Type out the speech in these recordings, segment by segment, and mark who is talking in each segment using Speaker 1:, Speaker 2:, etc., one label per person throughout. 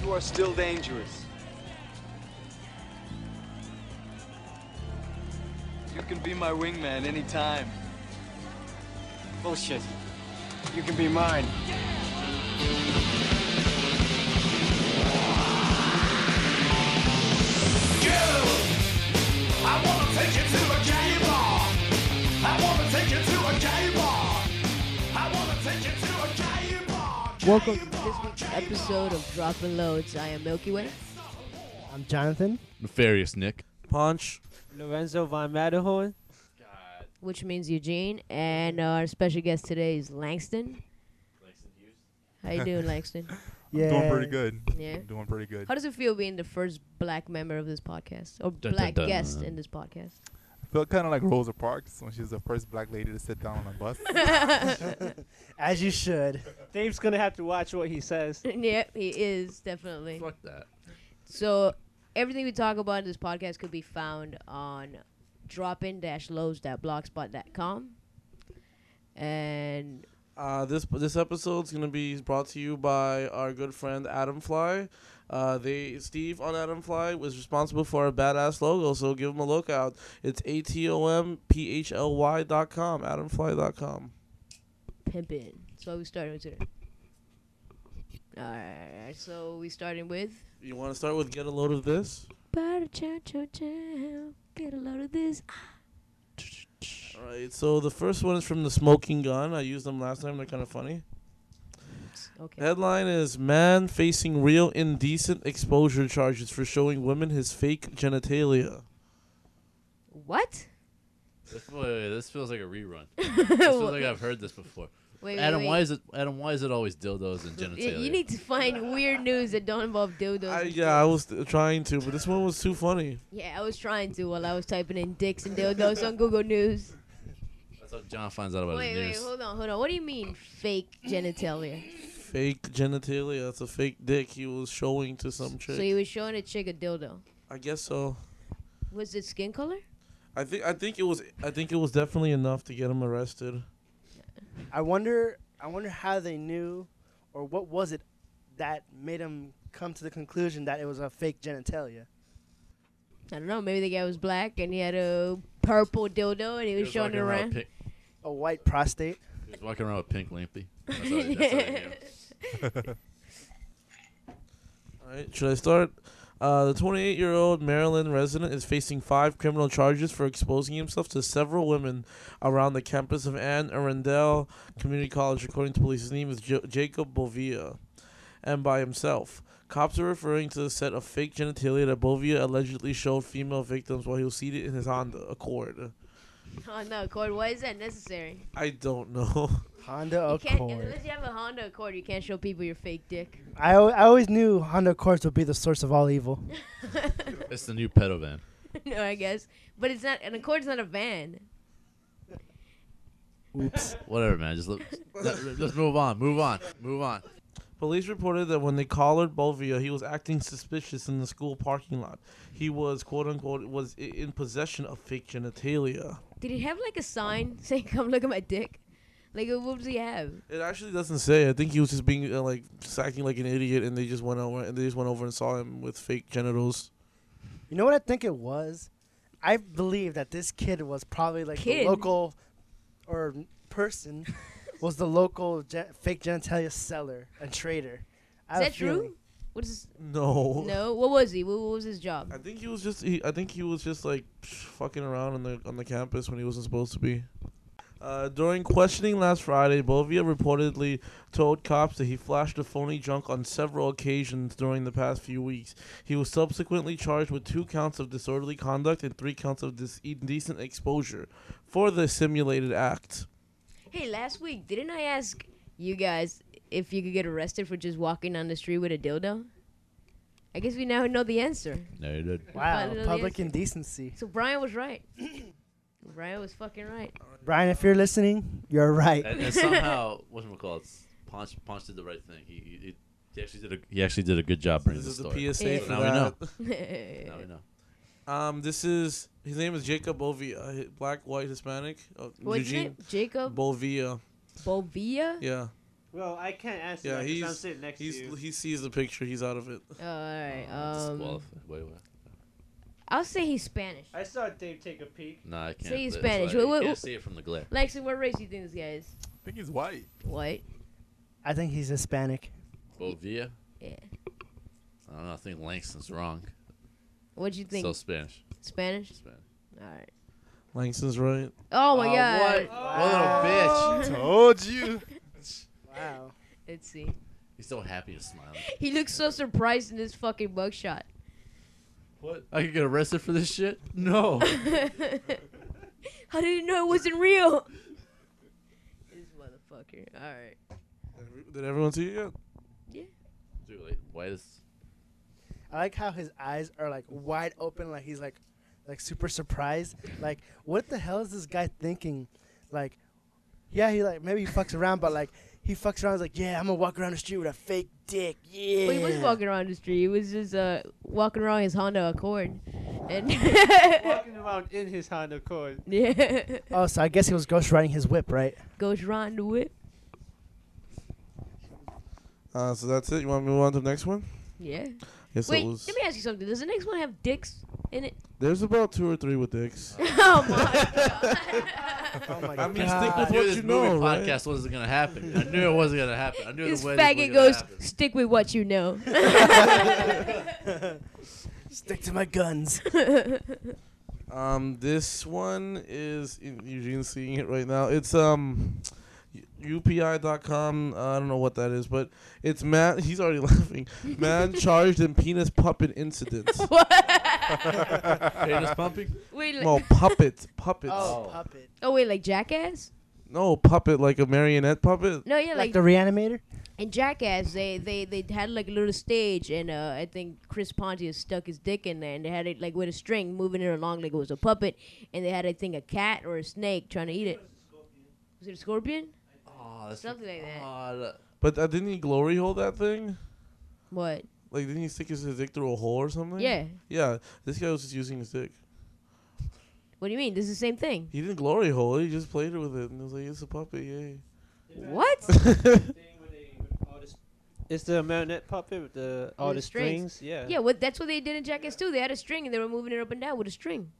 Speaker 1: You are still dangerous. You can be my wingman anytime.
Speaker 2: Bullshit. You can be mine.
Speaker 3: I wanna take you to a gay bar. I wanna take you to a gay bar. I wanna take you to a gay bar. Gay
Speaker 4: Welcome to
Speaker 3: bar,
Speaker 4: this week's
Speaker 3: gay
Speaker 4: episode of Dropping Loads. I am Milky Way.
Speaker 2: I'm Jonathan.
Speaker 5: Nefarious Nick.
Speaker 6: Punch.
Speaker 7: Lorenzo von Matterhorn.
Speaker 4: which means Eugene, and our special guest today is Langston. Langston Hughes. How you doing, Langston?
Speaker 2: Yeah.
Speaker 8: Doing pretty good.
Speaker 4: Yeah.
Speaker 8: I'm doing pretty good.
Speaker 4: How does it feel being the first black member of this podcast, or
Speaker 5: dun,
Speaker 4: black
Speaker 5: dun.
Speaker 4: guest in this podcast?
Speaker 8: Felt kind of like Rosa Parks when she was the first black lady to sit down on a bus.
Speaker 2: As you should.
Speaker 7: Dave's gonna have to watch what he says.
Speaker 4: yeah, he is definitely.
Speaker 5: Fuck that.
Speaker 4: So everything we talk about in this podcast could be found on droppin-loads.blogspot.com, and
Speaker 6: Uh, this this episode's gonna be brought to you by our good friend Adam Fly. Uh, they Steve on Adam Fly was responsible for our badass logo, so give him a look out. It's a t o m p h l y dot com, adamfly dot com.
Speaker 4: pimpin'. So we started with today. All right, so we starting with.
Speaker 6: You want to start with get a load of this?
Speaker 4: Bada chow chow chow. Get a load of this.
Speaker 6: All right. So the first one is from the Smoking Gun. I used them last time. They're kind of funny.
Speaker 4: Okay.
Speaker 6: Headline is man facing real indecent exposure charges for showing women his fake genitalia.
Speaker 4: What?
Speaker 5: This, wait, wait, this feels like a rerun. This feels
Speaker 4: wait,
Speaker 5: like I've heard this before.
Speaker 4: wait,
Speaker 5: Adam,
Speaker 4: wait.
Speaker 5: why is it? Adam, why is it always dildos and
Speaker 4: Y-
Speaker 5: genitalia?
Speaker 4: You need to find weird news that don't involve dildos.
Speaker 6: I,
Speaker 4: and
Speaker 6: yeah, I
Speaker 4: shit.
Speaker 6: was trying to, but this one was too funny.
Speaker 4: yeah, I was trying to while I was typing in dicks and dildos on Google News.
Speaker 5: That's how John finds out about
Speaker 4: Wait, wait,
Speaker 5: his news.
Speaker 4: hold on, hold on. What do you mean fake genitalia?
Speaker 6: Fake genitalia. That's a fake dick he was showing to some chick.
Speaker 4: So he was showing a chick a dildo.
Speaker 6: I guess so.
Speaker 4: Was it skin color?
Speaker 6: I think I think it was I think it was definitely enough to get him arrested.
Speaker 2: I wonder. I wonder how they knew, or what was it that made them come to the conclusion that it was a fake genitalia.
Speaker 4: I don't know. Maybe the guy was black and he had a purple dildo and he
Speaker 5: He
Speaker 4: was,
Speaker 5: was
Speaker 4: showing it
Speaker 5: walking around
Speaker 4: around.
Speaker 5: with pink,
Speaker 2: A white prostate.
Speaker 5: he was walking around with pink lampy. That's how they, that's how they knew.
Speaker 6: All right, should I start? Uh, the 28 year old Maryland resident is facing five criminal charges for exposing himself to several women around the campus of Anne Arundel Community College, according to police. His name is jo- Jacob Bovia, and by himself. Cops are referring to the set of fake genitalia that Bovia allegedly showed female victims while he was seated in his Honda Accord.
Speaker 4: Oh no, Cord. Why is that necessary?
Speaker 6: I don't know.
Speaker 2: Honda
Speaker 4: You can't,
Speaker 2: Accord.
Speaker 4: unless you have a Honda Accord, you can't show people your fake dick.
Speaker 2: I, al- I always knew Honda Accords would be the source of all evil.
Speaker 5: It's the new pedo van.
Speaker 4: no, I guess. But it's not an Accord's not a van.
Speaker 2: Oops.
Speaker 5: Whatever, man. Just look, let, let's move on. Move on. Move on.
Speaker 6: Police reported that when they collared Bovia, he was acting suspicious in the school parking lot. He was quote unquote was i- in possession of fake genitalia.
Speaker 4: Did he have like a sign saying "Come look at my dick"? Like what does he have?
Speaker 6: It actually doesn't say. I think he was just being uh, like just acting like an idiot, and they just went over and they just went over and saw him with fake genitals.
Speaker 2: You know what I think it was? I believe that this kid was probably like
Speaker 4: Kid?
Speaker 2: the local or person was the local gen- fake genitalia seller and trader. I
Speaker 4: Is
Speaker 2: have a
Speaker 4: that true?
Speaker 2: feeling.
Speaker 4: What is
Speaker 6: No.
Speaker 4: his, no? What was he? What, what was his job?
Speaker 6: I think he was just. He, I think he was just like fucking around on the on the campus when he wasn't supposed to be. Uh, during questioning last Friday, Bovia reportedly told cops that he flashed a phony junk on several occasions during the past few weeks. He was subsequently charged with two counts of disorderly conduct and three counts of dis- indecent exposure for the simulated act.
Speaker 4: Hey, last week didn't I ask you guys if you could get arrested for just walking down the street with a dildo? I guess we now know the answer.
Speaker 5: No, you did.
Speaker 2: Wow,
Speaker 4: Finally,
Speaker 2: public
Speaker 4: yes.
Speaker 2: indecency.
Speaker 4: So Brian was right. Brian was fucking right.
Speaker 2: Brian, if you're listening, you're right.
Speaker 5: And, and somehow, what's it called? Ponch, Ponch did the right thing. He, he, he- he actually did a he actually did a good job bringing
Speaker 6: This is
Speaker 5: the
Speaker 6: the
Speaker 5: story.
Speaker 6: PSA
Speaker 4: So
Speaker 6: for
Speaker 5: now we
Speaker 6: that.
Speaker 5: know. Now we
Speaker 4: what
Speaker 5: know.
Speaker 6: Um, this is his name is Jacob Bovia, hi- black, white, Hispanic, uh,
Speaker 4: is
Speaker 6: Eugene
Speaker 4: it? Jacob
Speaker 6: Bovia.
Speaker 4: Bovia?
Speaker 6: Yeah.
Speaker 7: Well, I can't answer
Speaker 6: Yeah,
Speaker 7: that 'cause I'm
Speaker 6: he's-
Speaker 7: sitting next to
Speaker 6: He's,
Speaker 7: you.
Speaker 6: he sees the picture. He's out of it.
Speaker 4: Oh, all right. Um,
Speaker 5: Disqualified. Wait, wait.
Speaker 4: I'll say he's Spanish.
Speaker 7: I saw Dave take a peek.
Speaker 5: Nah, I can't.
Speaker 4: Say
Speaker 5: that's
Speaker 4: Spanish.
Speaker 5: why
Speaker 4: Wait,
Speaker 5: you
Speaker 4: wait,
Speaker 5: can't
Speaker 4: wait.
Speaker 5: see it from the glare.
Speaker 4: Lexi, what race do you think this guy is?
Speaker 8: I think he's white.
Speaker 4: White.
Speaker 2: I think he's Hispanic.
Speaker 5: Bovia?
Speaker 4: Yeah.
Speaker 5: I don't know. I think Langston's wrong.
Speaker 4: What'd you think?
Speaker 5: So Spanish.
Speaker 4: Spanish.
Speaker 5: Spanish.
Speaker 4: All right.
Speaker 6: Langston's right.
Speaker 4: Oh my
Speaker 7: Uh,
Speaker 5: Oh,
Speaker 4: God.
Speaker 5: What a little bitch.
Speaker 8: Told you.
Speaker 2: Wow.
Speaker 4: Let's see.
Speaker 5: He's so happy and smiling.
Speaker 4: He looks so surprised in this fucking mugshot.
Speaker 5: What? I could get arrested for this shit? No.
Speaker 4: How did you know it wasn't real? This motherfucker. All right.
Speaker 6: Did everyone see it yet?
Speaker 5: Dude, like, why does
Speaker 2: I like how his eyes are like wide open, like he's like, like super surprised. Like, what the hell is this guy thinking? Like, yeah, he like maybe he fucks around, but like he fucks around. He's like, yeah, I'm gonna walk around the street with a fake dick. Yeah.
Speaker 4: Well, he was walking around the street. He was just uh walking around his Honda Accord, and
Speaker 7: Walking around in his Honda Accord.
Speaker 4: yeah,
Speaker 2: Oh, so I guess he was ghost riding his whip, right?
Speaker 4: goes around the whip.
Speaker 6: Uh, so that's it. You want to move on to the next one?
Speaker 4: Yeah.
Speaker 6: Yes,
Speaker 4: Wait,
Speaker 6: it was.
Speaker 4: let me ask you something. Does the next one have dicks in it?
Speaker 6: There's about two or three with dicks.
Speaker 4: oh my god.
Speaker 2: Oh my
Speaker 6: I mean, stick
Speaker 5: I
Speaker 2: god.
Speaker 6: with
Speaker 5: knew
Speaker 6: what
Speaker 5: this
Speaker 6: you
Speaker 5: movie
Speaker 6: know, right?
Speaker 5: podcast wasn't gonna happen. I knew it wasn't gonna happen. I knew
Speaker 4: This
Speaker 5: the way this
Speaker 4: faggot
Speaker 5: was
Speaker 4: goes.
Speaker 5: gonna happen.
Speaker 4: Stick with what you know.
Speaker 2: Stick to my guns.
Speaker 6: Um, this one is E-, Eugene's seeing it right now. It's um, upi.com. Uh, I don't know what that is, but it's man. He's already laughing. Man charged in penis puppet incident.
Speaker 5: Penis pumping?
Speaker 4: wait. Like,
Speaker 6: no puppet, puppets.
Speaker 2: Oh,
Speaker 5: Oh.
Speaker 2: puppet.
Speaker 4: oh wait, like Jackass?
Speaker 6: No puppet, like a marionette puppet.
Speaker 4: No, yeah,
Speaker 2: Like
Speaker 4: like
Speaker 2: the reanimator.
Speaker 4: In Jackass, they, they, they had like a little stage, and uh, I think Chris Pontius stuck his dick in there, and they had it like with a string moving it along like it was a puppet, and they had I think a cat or a snake trying to eat it. Was it a scorpion?
Speaker 5: Oh, that's
Speaker 4: Something like that.
Speaker 5: Oh, that-
Speaker 6: But uh, didn't he glory hole that thing?
Speaker 4: What?
Speaker 6: Like, didn't he stick his his dick through a hole or something?
Speaker 4: Yeah.
Speaker 6: Yeah. This guy was just using his dick.
Speaker 4: What do you mean? This is the same thing.
Speaker 6: He didn't glory hole. He just played it with it, and it was like, "It's a puppet, yay!"
Speaker 4: What?
Speaker 7: It's the marionette puppet with the all
Speaker 4: With
Speaker 7: the,
Speaker 4: the strings.
Speaker 7: strings. Yeah.
Speaker 4: Yeah, what? That's what they did in Jackass too. They had a string, and they were moving it up and down with a string.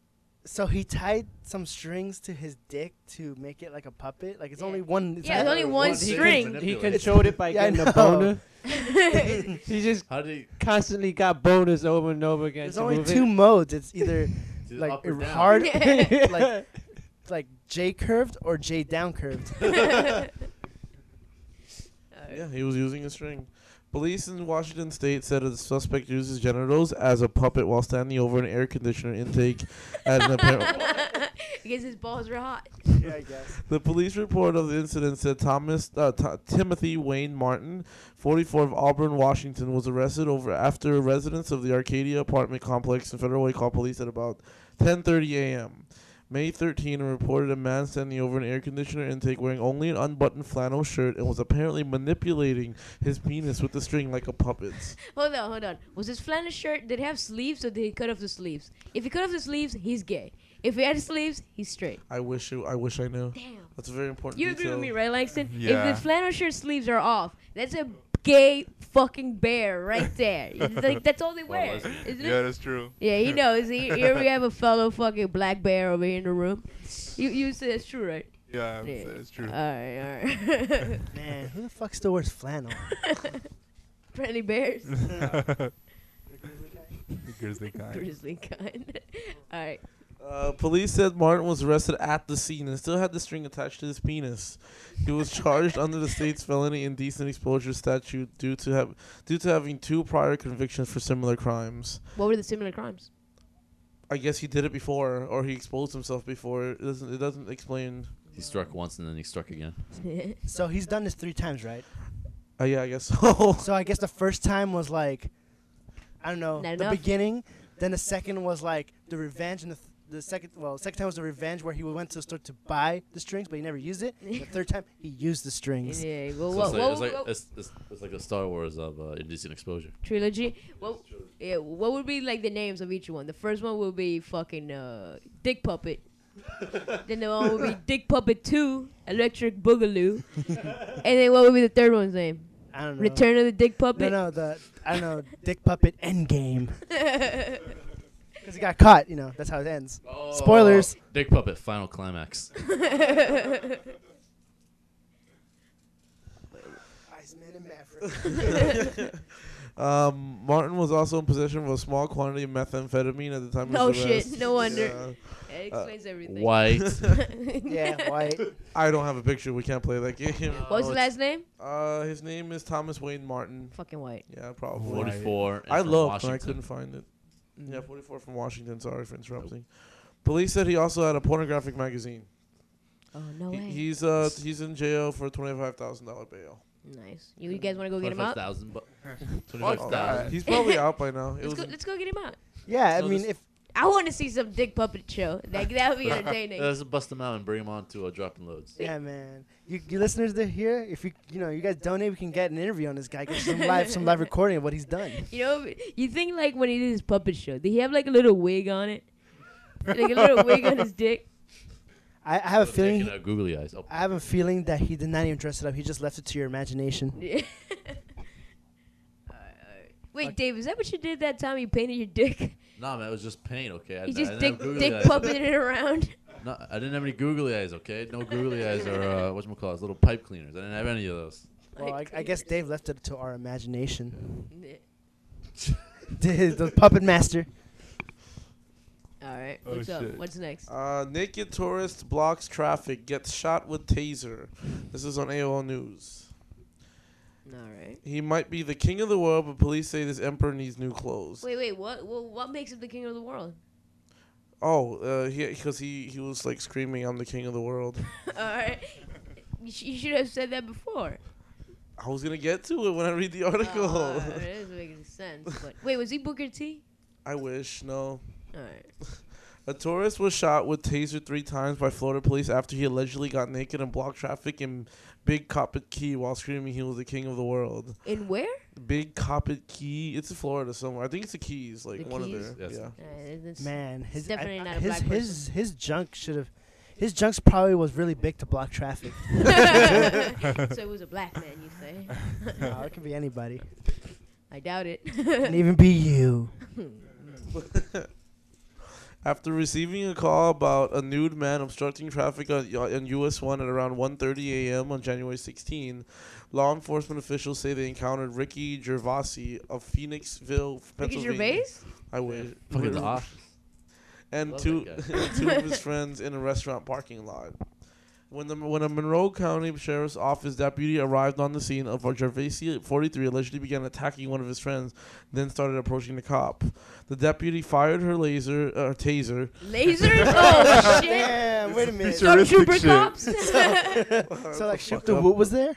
Speaker 2: So he tied some strings to his dick to make it like a puppet. Like it's
Speaker 4: Yeah.
Speaker 2: only one. It's
Speaker 4: Yeah,
Speaker 2: not-
Speaker 4: it's only one
Speaker 5: One thing.
Speaker 4: string.
Speaker 7: He
Speaker 5: Manipulate.
Speaker 7: controlled it by
Speaker 2: Yeah, I
Speaker 7: getting
Speaker 2: know.
Speaker 7: a boner.
Speaker 4: yeah,
Speaker 7: He just
Speaker 5: How did he
Speaker 7: constantly got boners over and over again.
Speaker 2: There's
Speaker 7: to
Speaker 2: only
Speaker 7: move
Speaker 2: two modes. It's either
Speaker 5: do
Speaker 2: like
Speaker 5: up or down?
Speaker 2: hard,
Speaker 7: it.
Speaker 2: like like J curved or J down curved.
Speaker 6: Yeah, he was using a string. Police in Washington State said a suspect used his genitals as a puppet while standing over an air conditioner intake at an apparent.
Speaker 4: because his balls were hot.
Speaker 2: yeah, I guess.
Speaker 6: The police report of the incident said Thomas uh, T- Timothy Wayne Martin, 44 of Auburn, Washington, was arrested over after residents of the Arcadia apartment complex in Federal Way called police at about 10:30 a.m. May 13 and reported a man standing over an air conditioner intake wearing only an unbuttoned flannel shirt and was apparently manipulating his penis with the string like a puppet.
Speaker 4: Hold on, hold on. Was his flannel shirt? Did it have sleeves, or did he cut off the sleeves? If he cut off the sleeves, he's gay. If he had sleeves, he's straight.
Speaker 6: I wish it, I wish I knew.
Speaker 4: Damn.
Speaker 6: That's a very important
Speaker 4: You agree
Speaker 6: detail.
Speaker 4: with me, right, Langston?
Speaker 8: Yeah.
Speaker 4: If the flannel shirt sleeves are off, that's a gay fucking bear right there. It's like that's all they
Speaker 5: Well,
Speaker 4: wear,
Speaker 5: lesbian.
Speaker 4: isn't
Speaker 8: Yeah,
Speaker 4: it?
Speaker 8: that's true.
Speaker 4: Yeah, he knows. He, here we have a fellow fucking black bear over here in the room. You you say that's true, right?
Speaker 8: Yeah, I'm
Speaker 4: Yeah. Uh.
Speaker 8: saying it's true.
Speaker 4: All right, all right.
Speaker 2: Man, who the fuck still wears flannel?
Speaker 4: Friendly bears,
Speaker 8: the grizzly kind.
Speaker 4: grizzly kind. all right.
Speaker 6: Uh, police said Martin was arrested at the scene and still had the string attached to his penis. He was charged under the state's felony indecent exposure statute due to have due to having two prior convictions for similar crimes.
Speaker 4: What were the similar crimes?
Speaker 6: I guess he did it before, or he exposed himself before. It doesn't it doesn't explain?
Speaker 5: He struck once and then he struck again.
Speaker 2: so he's done this three times, right?
Speaker 6: Uh, yeah, I guess
Speaker 4: Oh.
Speaker 6: so.
Speaker 2: So I guess the first time was like, I don't know,
Speaker 4: Not
Speaker 2: the
Speaker 4: enough?
Speaker 2: beginning. Then the second was like the revenge, and the, th- the second well, the second time was the revenge where he went to the store to buy the strings, but he never used it. And the third time he used the strings.
Speaker 4: yeah. Well,
Speaker 5: So
Speaker 4: what,
Speaker 5: it's, like,
Speaker 4: what,
Speaker 5: it's, like,
Speaker 4: what-
Speaker 5: it's, it's, it's like a Star Wars of uh, indecent exposure.
Speaker 4: trilogy. What, yeah, what would be like the names of each one? The first one would be fucking uh, Dick Puppet. then the one would be Dick Puppet 2, Electric Boogaloo. and then what would be the third one's name?
Speaker 2: I don't know.
Speaker 4: Return of the Dick
Speaker 2: No,
Speaker 4: Puppet?
Speaker 2: no, the I don't know, Dick Puppet Endgame. Because he got caught, you know. That's how it ends.
Speaker 5: Oh.
Speaker 2: Spoilers.
Speaker 5: Dick Puppet, final climax.
Speaker 2: Iceman and Maverick.
Speaker 6: Um, Martin was also in possession of a small quantity of methamphetamine at the time
Speaker 4: Oh,
Speaker 6: of his
Speaker 4: shit.
Speaker 6: arrest.
Speaker 4: No wonder.
Speaker 6: Yeah.
Speaker 4: It explains everything.
Speaker 5: White.
Speaker 2: yeah, white.
Speaker 6: I don't have a picture. We can't play that game.
Speaker 4: What's his last name?
Speaker 6: Uh, his name is Thomas Wayne Martin.
Speaker 4: Fucking White.
Speaker 6: Yeah, probably.
Speaker 5: 44. and
Speaker 6: I
Speaker 5: from
Speaker 6: looked and I
Speaker 5: Washington.
Speaker 6: couldn't find it. Yeah, 44 from Washington. Sorry for interrupting. Police said he also had a pornographic magazine.
Speaker 4: Oh, no
Speaker 6: He,
Speaker 4: way.
Speaker 6: he's uh he's in jail for twenty-five thousand dollar bail.
Speaker 4: nice. You, you guys want to go get him out?
Speaker 5: 25,000 bu-
Speaker 8: Oh,
Speaker 5: 25,000.
Speaker 8: God.
Speaker 6: He's probably out by now. It
Speaker 4: Let's
Speaker 6: was
Speaker 4: go, let's go get him out.
Speaker 2: Yeah, I
Speaker 6: So
Speaker 2: mean,
Speaker 6: this-
Speaker 2: if
Speaker 4: I want to see some dick puppet show. Like, that would be entertaining.
Speaker 5: Let's bust them out and bring them on to uh, dropping loads.
Speaker 2: yeah, man, you, you listeners that are here, if you you know you guys donate, we can get an interview on this guy, get some live some live recording of what he's done.
Speaker 4: You know, you think like when he did his puppet show, did he have like a little wig on it? like a little wig on his dick?
Speaker 2: I, I have a feeling.
Speaker 5: Dick and, uh, googly eyes. Oh,
Speaker 2: I have a feeling that he did not even dress it up. He just left it to your imagination.
Speaker 4: Yeah. Wait, Dave, is that what you did that time you painted your dick?
Speaker 5: nah, man, it was just paint, okay? I,
Speaker 4: You
Speaker 5: I
Speaker 4: just
Speaker 5: didn't
Speaker 4: dick,
Speaker 5: have googly
Speaker 4: dick
Speaker 5: eyes.
Speaker 4: puppeted it around?
Speaker 5: No, I didn't have any googly eyes, okay? No googly eyes or uh, whatchamacallit, little pipe cleaners. I didn't have any of those.
Speaker 2: Well, I, I guess Dave left it to our imagination.
Speaker 5: All
Speaker 2: the puppet master.
Speaker 4: Alright,
Speaker 8: Oh,
Speaker 4: what's up?
Speaker 8: shit.
Speaker 4: What's next?
Speaker 6: Uh, naked tourist blocks traffic, gets shot with taser. This is on AOL News.
Speaker 4: Alright.
Speaker 6: He might be the king of the world, but police say this emperor needs new clothes.
Speaker 4: Wait, wait, what, what what makes him the king of the world?
Speaker 6: Oh, uh, he because he he was like screaming, "I'm the king of the world."
Speaker 4: Alright. You, sh- you should have said that before.
Speaker 6: I was gonna get to it when I read the article.
Speaker 4: Uh, it doesn't make any sense. But wait, was he Booker T?
Speaker 6: I wish no.
Speaker 4: Alright.
Speaker 6: A tourist was shot with taser three times by Florida police after he allegedly got naked and blocked traffic in Big Coppet Key while screaming he was the king of the world.
Speaker 4: In where?
Speaker 6: Big Coppet Key, it's in Florida somewhere. I think it's the Keys, like
Speaker 4: The
Speaker 6: one
Speaker 4: Keys?
Speaker 6: of their.
Speaker 5: Yes.
Speaker 6: Yeah.
Speaker 4: Uh, it's-
Speaker 2: Man, his
Speaker 4: definitely not a
Speaker 2: his
Speaker 4: black person.
Speaker 2: his his junk should have. His junk's probably was really big to block traffic.
Speaker 4: so it was a black man, you say?
Speaker 2: no, it could be anybody,
Speaker 4: I doubt it.
Speaker 2: and even be you.
Speaker 6: After receiving a call about a nude man obstructing traffic on, on US 1 at around 1:30 a.m. on January 16, law enforcement officials say they encountered Ricky Gervasi of Phoenixville,
Speaker 4: Ricky
Speaker 6: Pennsylvania.
Speaker 4: Gervais?
Speaker 6: I wish.
Speaker 5: Fucking the office.
Speaker 6: and
Speaker 5: Love
Speaker 6: two
Speaker 5: that
Speaker 6: and two of his friends in a restaurant parking lot. When the when a Monroe County Sheriff's Office deputy arrived on the scene of Gervaisi 43 allegedly began attacking one of his friends, then started approaching the cop. The deputy fired her laser uh, taser.
Speaker 4: Lasers? Oh shit!
Speaker 2: Damn, wait a minute.
Speaker 8: future- Futuristic
Speaker 4: Stormtrooper
Speaker 8: shit.
Speaker 4: cops?
Speaker 2: So like, Shoot the Woot was there.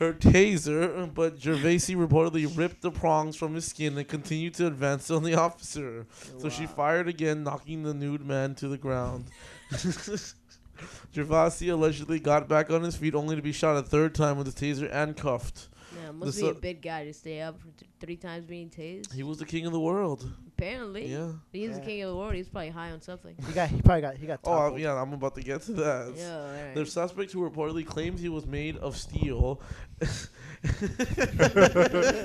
Speaker 6: her taser, but Gervaisi reportedly ripped the prongs from his skin and continued to advance on the officer. So she fired again, knocking the nude man to the ground. Gervasi allegedly got back on his feet only to be shot a third time with a taser and cuffed.
Speaker 4: yeah,
Speaker 6: The
Speaker 4: must be a
Speaker 6: so-
Speaker 4: big guy to stay up for th- three times being tased.
Speaker 6: He was the king of the world.
Speaker 4: Apparently,
Speaker 6: Yeah.
Speaker 4: he's the
Speaker 2: Yeah.
Speaker 4: king of the world. He's probably high on something.
Speaker 2: He got. He probably got. He got.
Speaker 6: Oh,
Speaker 2: toppled.
Speaker 6: I- yeah, I'm about to get to that.
Speaker 4: Yeah, alright.
Speaker 6: The suspect who reportedly claims he was made of steel.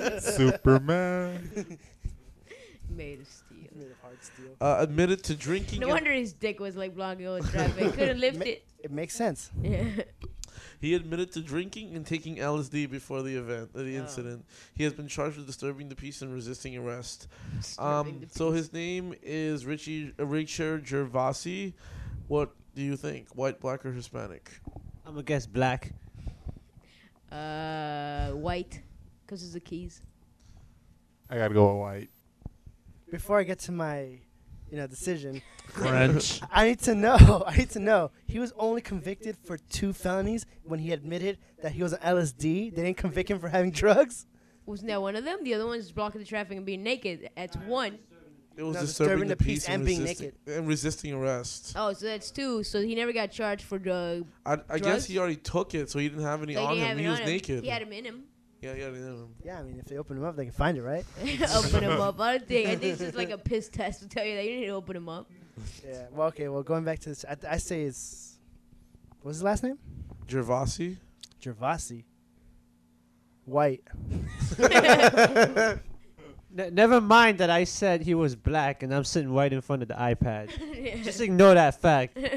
Speaker 8: Superman.
Speaker 4: Made of steel.
Speaker 2: Made of hard steel.
Speaker 6: Uh, admitted to drinking.
Speaker 4: No
Speaker 6: and-
Speaker 4: wonder his dick was like blocking all the traffic. Couldn't lift
Speaker 2: Ma-
Speaker 4: it.
Speaker 2: It makes sense.
Speaker 4: Yeah.
Speaker 6: He admitted to drinking and taking LSD before the event, uh, the
Speaker 4: Oh.
Speaker 6: incident. He has been charged with disturbing the peace and resisting arrest.
Speaker 4: Disturbing
Speaker 6: Um,
Speaker 4: the
Speaker 6: so
Speaker 4: peace.
Speaker 6: his name is Richie uh, Richard Gervasi. What do you think? White, black, or Hispanic?
Speaker 7: I'm gonna guess black.
Speaker 4: uh white, cause it's the keys.
Speaker 8: I gotta go with white.
Speaker 2: Before I get to my, you know, decision, I need to know. I need to know. He was only convicted for two felonies when he admitted that he was on LSD. They didn't convict him for having drugs.
Speaker 4: Wasn't that one of them? The other one's blocking the traffic and being naked. That's one.
Speaker 6: It was
Speaker 2: No,
Speaker 6: disturbing, the, peace and,
Speaker 2: being
Speaker 6: resisting, and resisting arrest.
Speaker 4: Oh, so that's two. So he never got charged for drug.
Speaker 6: I, I guess
Speaker 4: Drugs?
Speaker 6: he already took it, so he didn't have any
Speaker 4: so he
Speaker 6: on
Speaker 4: didn't
Speaker 6: him.
Speaker 4: have
Speaker 6: He
Speaker 4: it
Speaker 6: was
Speaker 4: on him.
Speaker 6: naked.
Speaker 4: He had him in him.
Speaker 6: yeah, he had it in him.
Speaker 2: Yeah, I mean, if they open him up, they can find it, right?
Speaker 4: open him up. I don't think. I think it's just like a piss test to tell you that you need to open him up.
Speaker 2: yeah. Well, okay. Well, going back to this, I, I say it's what's his last name?
Speaker 6: Gervasi.
Speaker 2: Gervasi. White.
Speaker 7: Ne- never mind that I said he was black and I'm sitting right in front of the iPad. Just ignore that fact.
Speaker 2: You're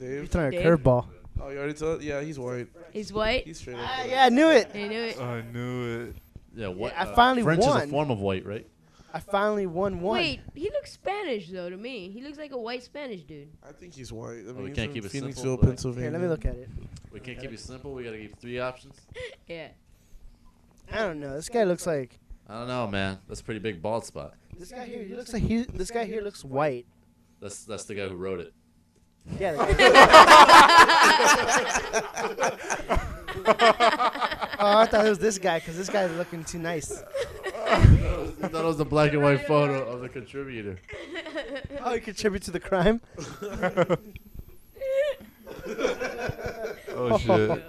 Speaker 6: Dave.
Speaker 2: throwing a
Speaker 4: Dave?
Speaker 2: curveball.
Speaker 6: Oh, you already told. Yeah, he's white.
Speaker 4: He's white.
Speaker 6: He's straight.
Speaker 2: Ah,
Speaker 6: up.
Speaker 2: yeah, I knew it.
Speaker 4: I knew it.
Speaker 8: I knew it.
Speaker 5: Yeah, what? uh,
Speaker 2: I finally
Speaker 5: French is
Speaker 2: won.
Speaker 5: a form of white, right?
Speaker 2: I finally won one.
Speaker 4: Wait, he looks Spanish though to me. He looks like a white Spanish dude.
Speaker 6: I think he's white. I mean,
Speaker 5: Oh, we
Speaker 6: he's
Speaker 5: can't
Speaker 6: from
Speaker 5: keep it
Speaker 6: Phoenixville,
Speaker 5: simple, but-
Speaker 6: Pennsylvania.
Speaker 2: Here, let me look at it.
Speaker 5: We can't keep it simple. We gotta give three options.
Speaker 4: Yeah.
Speaker 2: I don't know. This guy looks like
Speaker 5: I don't know, man. That's a pretty big bald spot.
Speaker 2: this guy here. He looks like he. This guy here looks white.
Speaker 5: That's that's the guy who wrote it.
Speaker 2: Yeah. the guy- oh, I thought it was this guy because this guy's looking too nice.
Speaker 5: that was the black and white photo of the contributor.
Speaker 2: Oh, he contribute to the crime.
Speaker 8: Oh shit.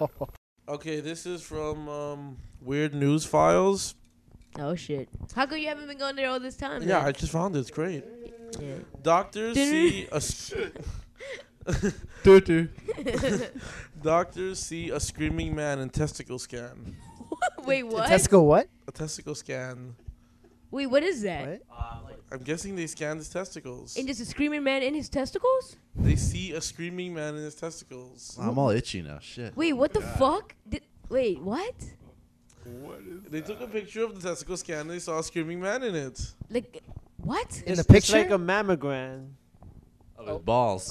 Speaker 6: Okay, this is from um, Weird News Files.
Speaker 4: Oh shit. How come you haven't been going there all this time?
Speaker 6: Yeah, I
Speaker 4: then?
Speaker 6: just found it. It's great.
Speaker 4: Yeah.
Speaker 6: Doctors
Speaker 4: Did
Speaker 6: see a s- doctors see a screaming man in testicle scan.
Speaker 4: Wait, what?
Speaker 2: Tesco what?
Speaker 6: A testicle scan.
Speaker 4: Wait, what is that?
Speaker 2: What?
Speaker 6: I'm guessing they scanned his testicles.
Speaker 4: And just a screaming man in his testicles?
Speaker 6: They see a screaming man in his testicles.
Speaker 5: I'm all itchy now. Shit.
Speaker 4: Wait, what the fuck? Did, wait, what?
Speaker 8: what is
Speaker 6: They took a picture of the testicle scan and they saw a screaming man in it.
Speaker 4: Like, what?
Speaker 2: In the
Speaker 7: It's- It's
Speaker 2: picture,
Speaker 7: like a mammogram.
Speaker 5: Of his Oh, balls.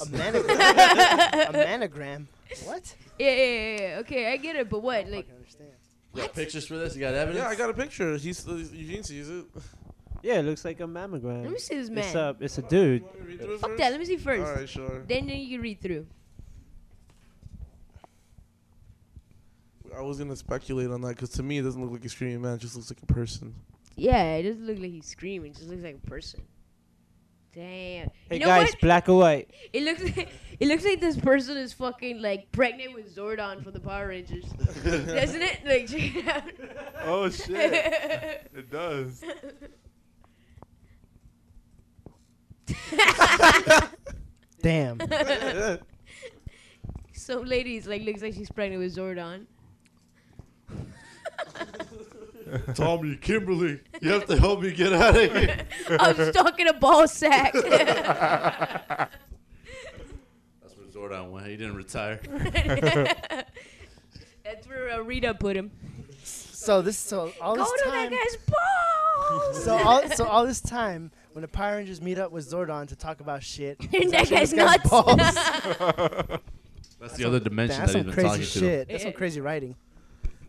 Speaker 2: a manogram. a manogram. What?
Speaker 4: Yeah, yeah, yeah, yeah. Okay, I get it, but what? Like,
Speaker 2: I understand.
Speaker 5: You got pictures for this? You got evidence?
Speaker 6: Yeah, I got a picture. He's uh, Eugene sees it.
Speaker 7: Yeah, it looks like a mammogram.
Speaker 4: let me see this
Speaker 7: It's
Speaker 4: man.
Speaker 7: a, it's a dude.
Speaker 6: Want me to read through it
Speaker 4: Fuck
Speaker 6: first?
Speaker 4: that. Let me see first.
Speaker 6: All right, sure.
Speaker 4: Then then you can read through.
Speaker 6: I was gonna speculate on that because to me it doesn't look like a screaming man. It just looks like a person.
Speaker 4: Yeah, it doesn't look like he's screaming. It just looks like a person. Damn.
Speaker 7: Hey
Speaker 4: you know
Speaker 7: guys,
Speaker 4: what?
Speaker 7: black or white?
Speaker 4: It looks like, it looks like this person is fucking like pregnant with Zordon from the Power Rangers, doesn't it? Like check it out.
Speaker 8: Oh shit. It does.
Speaker 2: Damn.
Speaker 4: Some ladies like looks like she's pregnant with Zordon.
Speaker 5: Tommy, Kimberly, you have to help me get out of here.
Speaker 4: I'm stuck in a ball sack.
Speaker 5: That's where Zordon went. He didn't retire.
Speaker 4: That's where uh, Rita put him.
Speaker 2: So this so all
Speaker 4: Go
Speaker 2: this
Speaker 4: to
Speaker 2: time.
Speaker 4: that guy's balls.
Speaker 2: So all so all this time when the Power Rangers meet up with Zordon to talk about shit,
Speaker 4: And that
Speaker 2: it's actually
Speaker 4: guy's
Speaker 2: this guy's
Speaker 4: nuts.
Speaker 2: balls.
Speaker 5: That's the other dimension
Speaker 2: That's
Speaker 5: that
Speaker 2: some
Speaker 5: he's been
Speaker 2: crazy
Speaker 5: talking to.
Speaker 2: shit. That's some crazy writing.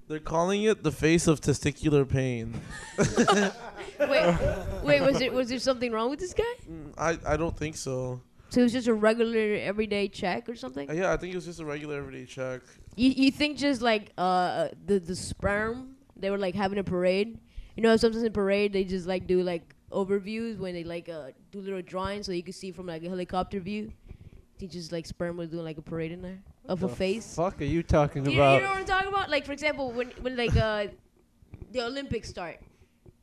Speaker 6: They're calling it the face of testicular pain.
Speaker 4: wait, wait, was it was there something wrong with this guy?
Speaker 6: Mm, I I don't think so.
Speaker 4: So it was just a regular everyday check or something?
Speaker 6: Uh, yeah, I think it was just a regular everyday check.
Speaker 4: You, you think just like uh the the sperm they were like having a parade, you know sometimes in parade they just like do like overviews when they like uh do little drawings so you can see from like a helicopter view. They just like sperm was doing like a parade in there of a face.
Speaker 7: Fuck are you talking
Speaker 4: You, you know
Speaker 7: about?
Speaker 4: what I'm talking about? Like for example when when like uh the Olympics start.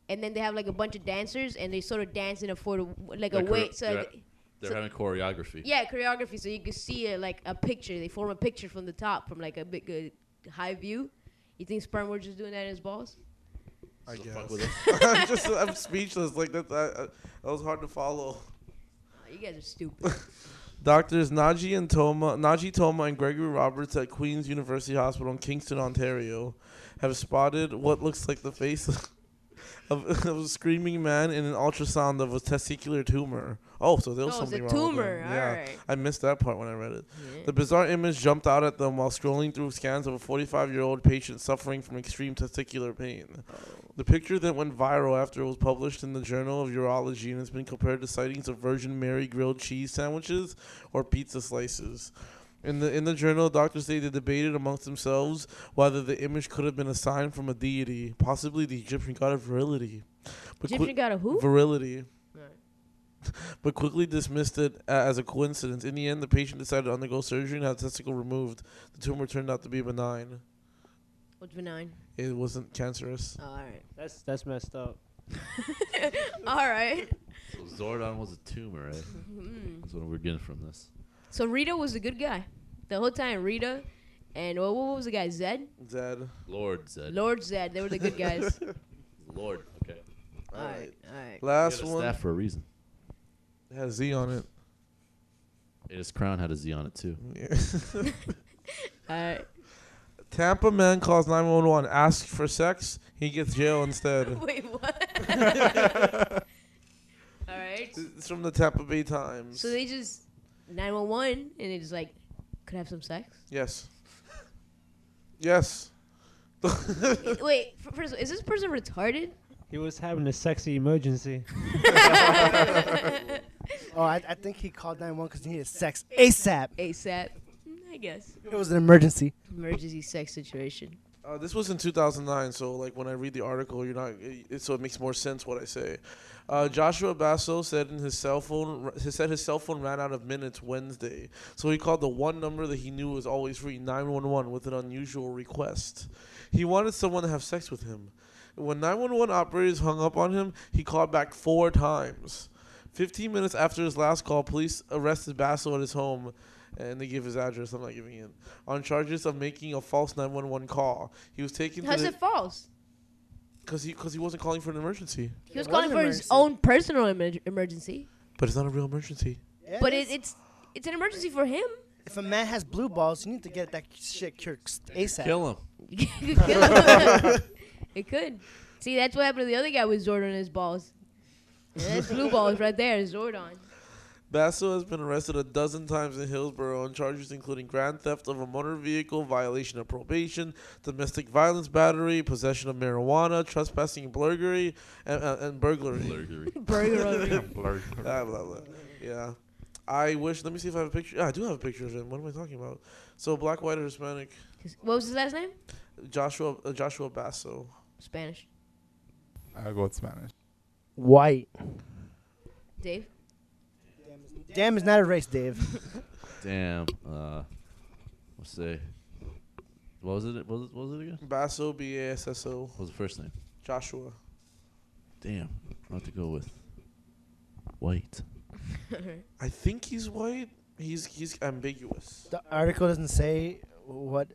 Speaker 4: And then they have like a bunch of dancers, and they sort of dance in a for like a
Speaker 5: They're chore-
Speaker 4: way. So
Speaker 5: they're-
Speaker 4: like,
Speaker 5: They're
Speaker 4: So-
Speaker 5: having choreography.
Speaker 4: yeah, choreography. So you can see uh, like a picture. They form a picture from the top, from like a big uh, high view. You think sperm were just doing that in his balls?
Speaker 6: I
Speaker 5: So fuck
Speaker 6: guess.
Speaker 5: with him.
Speaker 6: I'm just I'm speechless. Like that that, uh, that was hard to follow.
Speaker 4: Oh, you guys are stupid.
Speaker 6: Doctors Naji and Toma, Naji Toma and Gregory Roberts at Queen's University Hospital in Kingston, Ontario, have spotted what looks like the face of, of, a screaming man in an ultrasound of a testicular tumor. Oh, so there was
Speaker 4: Oh, it's a
Speaker 6: something wrong. with
Speaker 4: tumor.
Speaker 6: him.
Speaker 4: All
Speaker 6: yeah,
Speaker 4: right.
Speaker 6: I missed that part when I read it. The bizarre image jumped out at them while scrolling through scans of a 45-year-old patient suffering from extreme testicular pain. The picture then went viral after it was published in the Journal of Urology and has been compared to sightings of Virgin Mary grilled cheese sandwiches or pizza slices. In the in the journal, doctors say they debated amongst themselves whether the image could have been a sign from a deity, possibly the Egyptian god of virility. But qui-
Speaker 4: Egyptian got a who?
Speaker 6: virility. But quickly dismissed it a- as a coincidence. In the end, the patient decided to undergo surgery and have testicle removed. The tumor turned out to be benign.
Speaker 4: What's benign?
Speaker 6: It wasn't cancerous.
Speaker 4: Oh, all right.
Speaker 7: That's that's messed up.
Speaker 4: All right.
Speaker 5: So Zordon was a tumor, right? That's what we're getting from this.
Speaker 4: So Rita was the good guy the whole time. Rita and well, what was the guy? Zed,
Speaker 6: Zed.
Speaker 5: Lord said.
Speaker 4: Lord Zed. They were the good guys.
Speaker 5: Lord. Okay.
Speaker 4: all right, all right.
Speaker 6: Last
Speaker 5: He had a
Speaker 6: one
Speaker 5: Staff for a reason.
Speaker 6: has Z on it.
Speaker 5: And his crown had a Z on it too.
Speaker 6: Yeah.
Speaker 4: All right.
Speaker 6: Tampa man calls 911, asks for sex. He gets jail instead.
Speaker 4: Wait, what? All right.
Speaker 6: It's from the Tampa Bay Times.
Speaker 4: So they just 911 and it's like, could I have some sex?
Speaker 6: yes. yes.
Speaker 4: Eh, Wait, f- first of all, is this person retarded?
Speaker 7: He was having a sexy emergency.
Speaker 2: Oh, I, I think he called 911 because he needed sex ASAP.
Speaker 4: ASAP. Mm, I guess.
Speaker 2: It was an emergency.
Speaker 4: Emergency sex situation.
Speaker 6: Uh, this was in 2009, so like when I read the article, you're not. It, so it makes more sense what I say. Uh, Joshua Basso said in his cell phone, he said his cell phone ran out of minutes Wednesday, so he called the one number that he knew was always free, 911, with an unusual request. He wanted someone to have sex with him. When 911 operators hung up on him, he called back four times. 15 minutes after his last call, police arrested Basso at his home and they gave his address. I'm not giving it. On charges of making a false 911 call. He was taken
Speaker 4: How's
Speaker 6: to
Speaker 4: it false?
Speaker 6: because he because he wasn't calling for an emergency.
Speaker 4: He
Speaker 2: It was
Speaker 4: was calling
Speaker 2: an
Speaker 4: for
Speaker 2: emergency.
Speaker 4: his own personal emer- emergency,
Speaker 6: But it's not a real emergency.
Speaker 2: Yeah,
Speaker 4: but
Speaker 2: it
Speaker 4: it,
Speaker 2: is.
Speaker 4: it's it's an emergency for him.
Speaker 2: if a man has blue balls, you need to get that shit cured ASAP.
Speaker 5: Kill him.
Speaker 4: You could kill him. it could. See, that's what happened to the other guy with Zordon in his balls. Yeah, that's blue balls right there, Zordon.
Speaker 6: Basso has been arrested a dozen times in Hillsborough on charges including grand theft of a motor vehicle, violation of probation, domestic violence battery, possession of marijuana, trespassing, burglary, and, uh, and burglary.
Speaker 5: Burglary.
Speaker 4: Burger over here.
Speaker 8: Blurred.
Speaker 6: blah, blah, blah. Yeah. I wish. Let me see if I have a picture. Yeah, I do have a picture of him. What am I talking about? So black, white, or Hispanic?
Speaker 4: What was his last name?
Speaker 6: Joshua uh, Joshua Basso.
Speaker 4: Spanish.
Speaker 8: I'll go with Spanish.
Speaker 2: White.
Speaker 4: Dave.
Speaker 2: Damn, it's not a race, Dave.
Speaker 5: Damn. Uh, let's say. What was it? What was it, what was it again?
Speaker 6: Basso B A S S O.
Speaker 5: What was the first name?
Speaker 6: Joshua.
Speaker 5: Damn. I'll have to go with white.
Speaker 6: I think he's white. He's he's ambiguous.
Speaker 2: the article doesn't say what.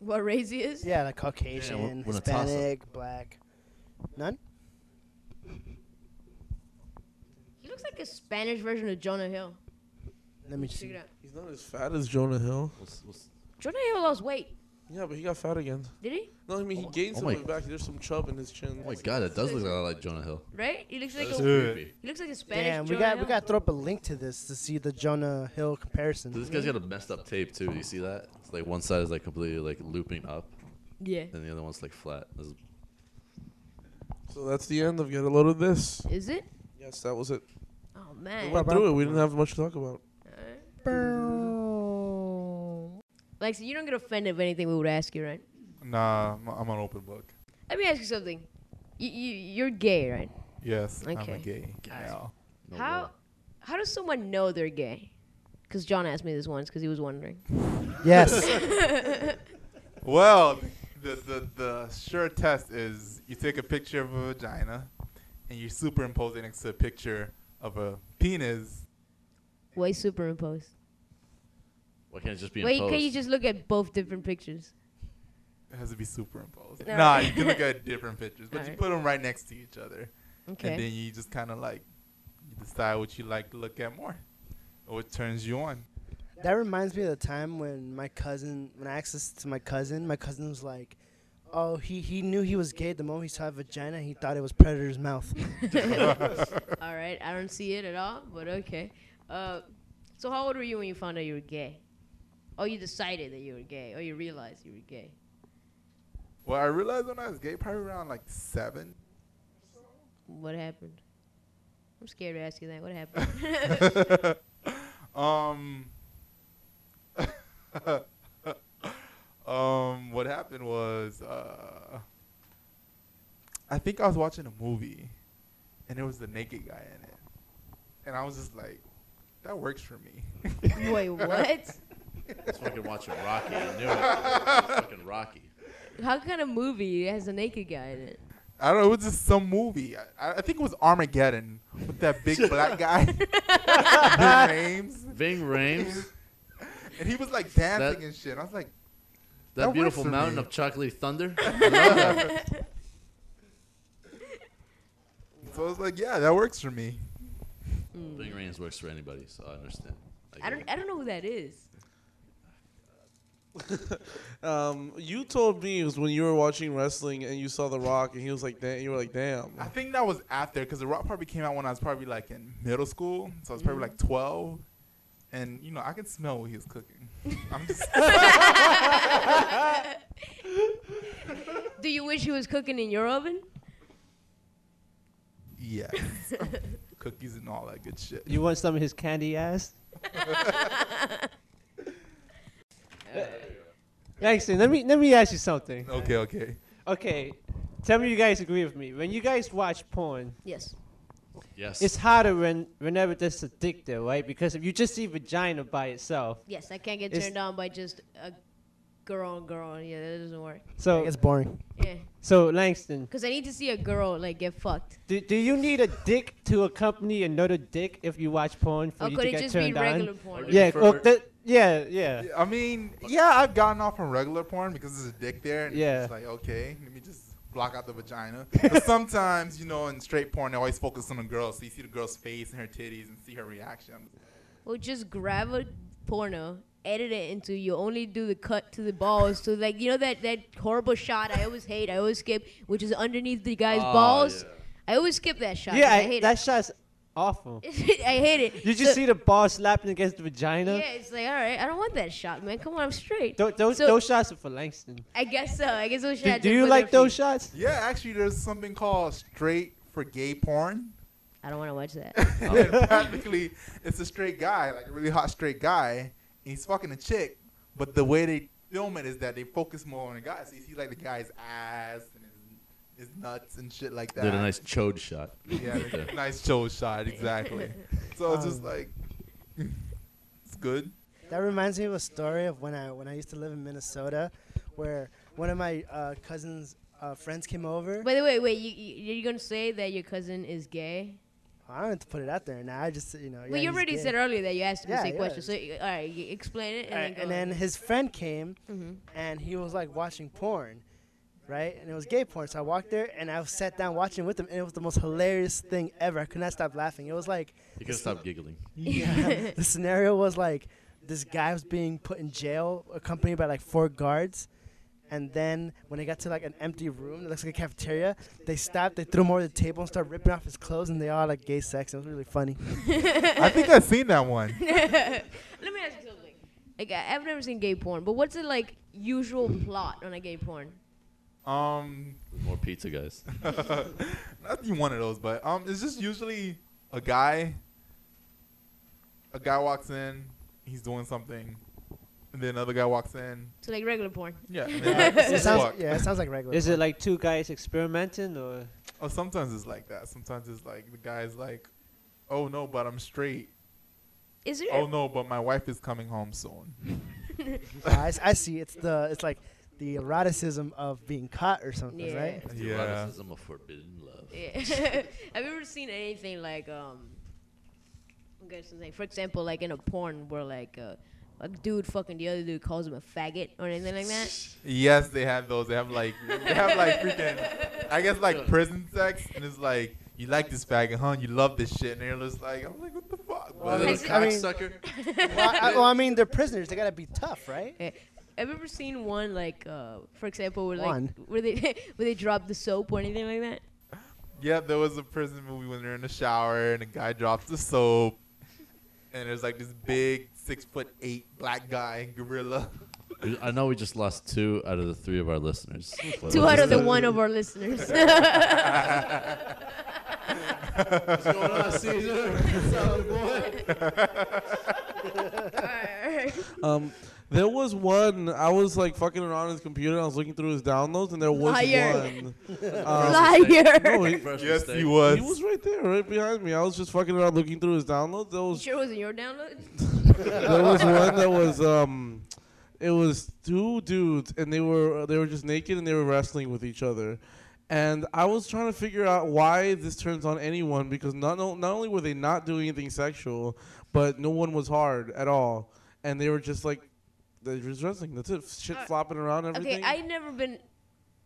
Speaker 4: What race he is?
Speaker 2: Yeah, like Caucasian,
Speaker 5: Yeah, we're- we're a toss-up.
Speaker 2: Hispanic, black. None?
Speaker 4: He looks like a Spanish version of Jonah Hill.
Speaker 2: Let me
Speaker 4: Check
Speaker 2: see.
Speaker 4: it out.
Speaker 6: He's not as fat as Jonah Hill.
Speaker 5: What's, what's
Speaker 4: Jonah Hill lost weight.
Speaker 6: Yeah, but he got fat again.
Speaker 4: Did he?
Speaker 6: No, I mean he gained
Speaker 5: oh
Speaker 6: some
Speaker 5: my-
Speaker 6: weight back. There's some chub in his chin.
Speaker 5: oh my god, that does look a lot like Jonah Hill.
Speaker 4: Right? He looks like
Speaker 5: That's
Speaker 4: a
Speaker 5: creepy.
Speaker 4: he looks like a Spanish
Speaker 2: Damn, we
Speaker 4: Jonah
Speaker 2: got
Speaker 4: Hill.
Speaker 2: we got to throw up a link to this to see the Jonah Hill
Speaker 5: Dude,
Speaker 2: comparison.
Speaker 5: This guy's got a messed up tape too. You see that? It's like one side is like completely like looping up,
Speaker 4: Yeah.
Speaker 5: and the other one's like flat. This is-
Speaker 6: So that's the end of get a load of this.
Speaker 4: Is it?
Speaker 6: Yes, that was it.
Speaker 4: Oh
Speaker 6: We
Speaker 4: man.
Speaker 6: went through it. We didn't have much to talk about.
Speaker 4: Like, so you don't get offended if anything we would ask you, right?
Speaker 8: Nah, I'm, I'm an open book.
Speaker 4: Let me ask you something. You, you you're gay, right?
Speaker 8: Yes, I'm a
Speaker 4: Okay.
Speaker 8: gay. Oh, Yeah.
Speaker 5: no
Speaker 4: How
Speaker 5: way.
Speaker 4: how does someone know they're gay? Because John asked me this once because he was wondering.
Speaker 2: yes.
Speaker 8: Well, the, the the sure test is you take a picture of a vagina, and you superimpose it next to a picture of a penis.
Speaker 4: Why superimpose?
Speaker 5: Why can't it just be
Speaker 4: Why
Speaker 5: imposed?
Speaker 4: can't you just look at both different pictures?
Speaker 8: It has to be superimposed.
Speaker 4: No.
Speaker 8: Nah, you can look at different pictures, but you
Speaker 4: Alright.
Speaker 8: put them right next to each other, and
Speaker 4: Okay.
Speaker 8: then you just kind of like you decide what you like to look at more, or what turns you on.
Speaker 2: That reminds me of the time when my cousin, when I asked this to my cousin, my cousin was like, "Oh, he he knew he was gay the moment he saw a vagina. He thought it was predator's mouth."
Speaker 4: All right. I don't see it at all, but okay. Uh, so how old were you when you found out you were gay? Or you decided that you were gay, or you realized you were gay?
Speaker 8: Well, I realized when I was gay, probably around like seven.
Speaker 4: What happened? I'm scared to ask you that. What happened?
Speaker 8: um, um, what happened was, uh, I think I was watching a movie, and there was the naked guy in it, and I was just like, that works for me.
Speaker 4: Wait, what?
Speaker 5: It's fucking watching Rocky. I knew it. It's fucking Rocky.
Speaker 4: How kind of movie has a naked guy in it?
Speaker 8: I don't know. It was just some movie. I, I think it was Armageddon with that big black guy. Big names.
Speaker 5: Ving Rhames,
Speaker 8: And he was like dancing
Speaker 5: That-
Speaker 8: and shit. I was like,
Speaker 5: that,
Speaker 8: That works
Speaker 5: beautiful
Speaker 8: for
Speaker 5: mountain
Speaker 8: me.
Speaker 5: of chocolate thunder. I love that.
Speaker 8: so I was like, yeah, that works for me.
Speaker 5: Ving Rhames works for anybody, so I understand.
Speaker 4: I don't. I don't know who that is.
Speaker 6: Um, you told me it was when you were watching wrestling and you saw The Rock and he was like, "Damn!" You were like, "Damn!"
Speaker 8: I think that was after because The Rock probably came out when I was probably like in middle school, so I was probably like twelve, and you know I could smell what he was cooking. I'm just
Speaker 4: Do you wish he was cooking in your oven?
Speaker 8: yeah, cookies and all that good shit.
Speaker 7: You want some of his candy ass? Actually, let me let me ask you something.
Speaker 8: okay, okay.
Speaker 7: Okay, tell me you guys agree with me. When you guys watch porn,
Speaker 4: Yes.
Speaker 5: Yes.
Speaker 7: it's harder when whenever there's a dick there, right? Because if you just see vagina by itself,
Speaker 4: Yes. I can't get
Speaker 7: It's-
Speaker 4: turned on by just a girl and girl. Yeah, that doesn't work.
Speaker 7: so
Speaker 2: It's boring.
Speaker 4: Yeah.
Speaker 7: so Langston,
Speaker 4: Cause I need to see a girl like get fucked.
Speaker 7: do, do you need a dick to accompany another dick if you watch porn for
Speaker 4: Or
Speaker 7: you
Speaker 4: could
Speaker 7: to
Speaker 4: it
Speaker 7: get
Speaker 4: just be
Speaker 7: turned
Speaker 4: regular
Speaker 7: on?
Speaker 4: porn?
Speaker 7: Yeah,
Speaker 5: For-
Speaker 7: well, that, yeah, yeah.
Speaker 8: I mean, yeah, I've gotten off on regular porn because there's a dick there. And
Speaker 7: Yeah.
Speaker 8: It's like okay, let me just block out the vagina. but sometimes, you know, in straight porn, they always focus on the girl, so you see the girl's face and her titties and see her reaction. I'm just-
Speaker 4: Well, just grab a porno, edit it into you only do the cut to the balls. So like you know that that horrible shot I always hate, I always skip, which is underneath the guy's
Speaker 2: Ah,
Speaker 5: Oh,
Speaker 4: balls.
Speaker 5: yeah.
Speaker 4: I always skip that shot. 'cause
Speaker 7: Yeah,
Speaker 4: I,
Speaker 7: I,
Speaker 4: hate
Speaker 7: that shot's awful.
Speaker 4: it. I hate it.
Speaker 7: You just see the ball slapping against the vagina.
Speaker 4: Yeah, it's like all right. I don't want that shot, man. Come on, I'm straight.
Speaker 7: Tho- those,
Speaker 4: So-
Speaker 7: those shots are for Langston.
Speaker 4: I guess so. I guess those
Speaker 7: Do,
Speaker 4: shots.
Speaker 7: do
Speaker 4: are
Speaker 7: you
Speaker 4: good
Speaker 7: like
Speaker 4: enough for
Speaker 7: those
Speaker 4: you.
Speaker 7: shots?
Speaker 8: yeah, actually, there's something called straight for gay porn.
Speaker 4: I don't want to watch that.
Speaker 8: and
Speaker 5: Oh.
Speaker 8: practically it's a straight guy, like a really hot straight guy, and he's fucking a chick. But the way they film it is that they focus more on the guy. So you see like the guy's ass and his, his nuts and shit like that.
Speaker 5: Did a nice chode shot.
Speaker 8: yeah,
Speaker 5: there.
Speaker 8: nice show shot, exactly. So it's just like it's good.
Speaker 2: That reminds me of a story of when I when I used to live in Minnesota, where one of my uh, cousins' uh, friends came over.
Speaker 4: By the way, wait, you, you, you're gonna say that your cousin is gay?
Speaker 2: I don't have to put it out there now. I just you know.
Speaker 4: well,
Speaker 2: yeah,
Speaker 4: you
Speaker 2: he's
Speaker 4: already
Speaker 2: gay.
Speaker 4: said earlier that you asked me the
Speaker 2: Yeah,
Speaker 4: same
Speaker 2: yeah.
Speaker 4: question. So, you- all right, you explain it and
Speaker 2: Alright,
Speaker 4: then go.
Speaker 2: and then
Speaker 4: on.
Speaker 2: his friend came,
Speaker 4: Mhm.
Speaker 2: and he was like watching porn, right? And it was gay porn. So I walked there, and I sat down watching with him, and it was the most hilarious thing ever. I could not stop laughing. It was like
Speaker 5: You can stop giggling.
Speaker 2: yeah, the scenario was like this guy was being put in jail, accompanied by like four guards. And then when they got to like an empty room that looks like a cafeteria, they stopped, they threw him over the table and started ripping off his clothes, and they all like gay sex. It was really funny.
Speaker 8: I think I've seen that one.
Speaker 4: Let me ask you something. Like, I, I've never seen gay porn, but what's the like usual plot on a gay porn?
Speaker 8: Um,
Speaker 5: More pizza, guys.
Speaker 8: not be one of those, but um, it's just usually a guy. A guy walks in, he's doing something, and then another guy walks in.
Speaker 4: So like regular porn.
Speaker 8: Yeah, and then, like,
Speaker 2: it
Speaker 8: just
Speaker 2: sounds,
Speaker 8: walk.
Speaker 2: yeah, it sounds like regular.
Speaker 7: Is it like two guys experimenting or?
Speaker 8: Oh, sometimes it's like that. Sometimes it's like the guy's like, "Oh no, but I'm straight.
Speaker 4: Is there?
Speaker 8: Oh no, but my wife is coming home soon."
Speaker 2: porn. I, s- I see. It's the it's like the eroticism of being caught or something,
Speaker 4: Yeah.
Speaker 2: right?
Speaker 5: It's the
Speaker 8: Yeah.
Speaker 5: eroticism of forbidden love.
Speaker 4: Yeah. Have you ever seen anything like um? Okay, something. For example, like in a porn where like uh, a dude fucking the other dude calls him a faggot or anything like that.
Speaker 8: Yes, they have those. They have like they have like freaking, I guess like prison sex, and it's like you like this faggot, huh? You love this shit, and they're just like, I'm like, what the fuck?
Speaker 5: Well,
Speaker 8: bro?"
Speaker 5: little
Speaker 2: I mean-
Speaker 5: cocksucker.
Speaker 2: well, I, well, I mean, they're prisoners. They gotta be tough, right?
Speaker 4: Yeah. Eh, Have you ever seen one like, uh, for example, where like
Speaker 2: One.
Speaker 4: where they where they drop the soap or anything like that?
Speaker 8: Yeah, there was a prison movie when they're in the shower and the guy drops the soap, and there's like this big six foot eight black guy gorilla.
Speaker 5: We- I know we just lost two out of the three of our listeners. But
Speaker 4: Two out of the
Speaker 5: let's-
Speaker 4: one of our listeners.
Speaker 5: What's going on, Caesar? Solid boy.
Speaker 6: Um, there was one. I was like fucking around his computer. I was looking through his downloads, and there was
Speaker 4: Liar.
Speaker 6: one.
Speaker 4: Liar.
Speaker 6: No, he,
Speaker 5: First
Speaker 8: Yes,
Speaker 5: mistake.
Speaker 8: he was.
Speaker 6: he was right there, right behind me. I was just fucking around looking through his downloads. There
Speaker 4: You
Speaker 6: was
Speaker 4: sure it wasn't your download?
Speaker 6: there was one that was um, it was two dudes, and they were they were just naked and they were wrestling with each other. And I was trying to figure out why this turns on anyone because not no, not only were they not doing anything sexual, but no one was hard at all, and they were just like, they're just wrestling. That's it. Shit
Speaker 4: Uh,
Speaker 6: flopping around.
Speaker 4: Okay,
Speaker 6: Everything.
Speaker 4: I never been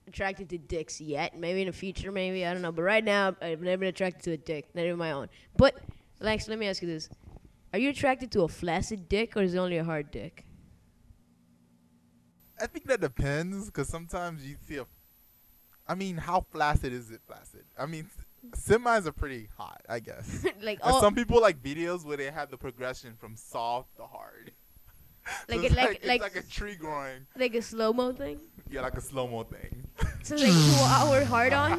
Speaker 4: attracted to dicks yet. Maybe in the future, maybe I don't know. But right now, I've never been attracted to a dick, not even my own. But Lex, let me ask you this: Are you attracted to a flaccid dick or is it only a hard dick?
Speaker 8: I think that depends because sometimes you see a. I mean, how flaccid is it flaccid? I mean, semis are pretty hot, I guess.
Speaker 4: like
Speaker 8: And
Speaker 4: all,
Speaker 8: some people like videos where they have the progression from soft to hard. So
Speaker 4: Like
Speaker 8: it's
Speaker 4: it- like-
Speaker 8: it's
Speaker 4: like-
Speaker 8: like a tree growing.
Speaker 4: like a slow mo thing.
Speaker 8: Yeah, like a slow mo thing.
Speaker 4: So it's like two hour hard on.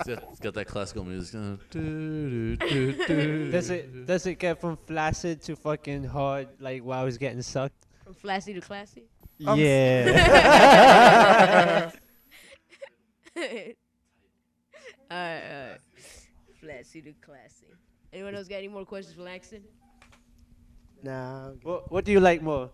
Speaker 5: It's got, it's got that classical music. Uh, doo, doo, doo, doo.
Speaker 7: Does it does it get from flaccid to fucking hard like while I was getting sucked?
Speaker 4: From flaccid to classy.
Speaker 8: Um,
Speaker 7: yeah.
Speaker 4: alright, alright. Flaccid to classy. Anyone else got any more questions for Laxton?
Speaker 2: Nah.
Speaker 7: what, what do you like more?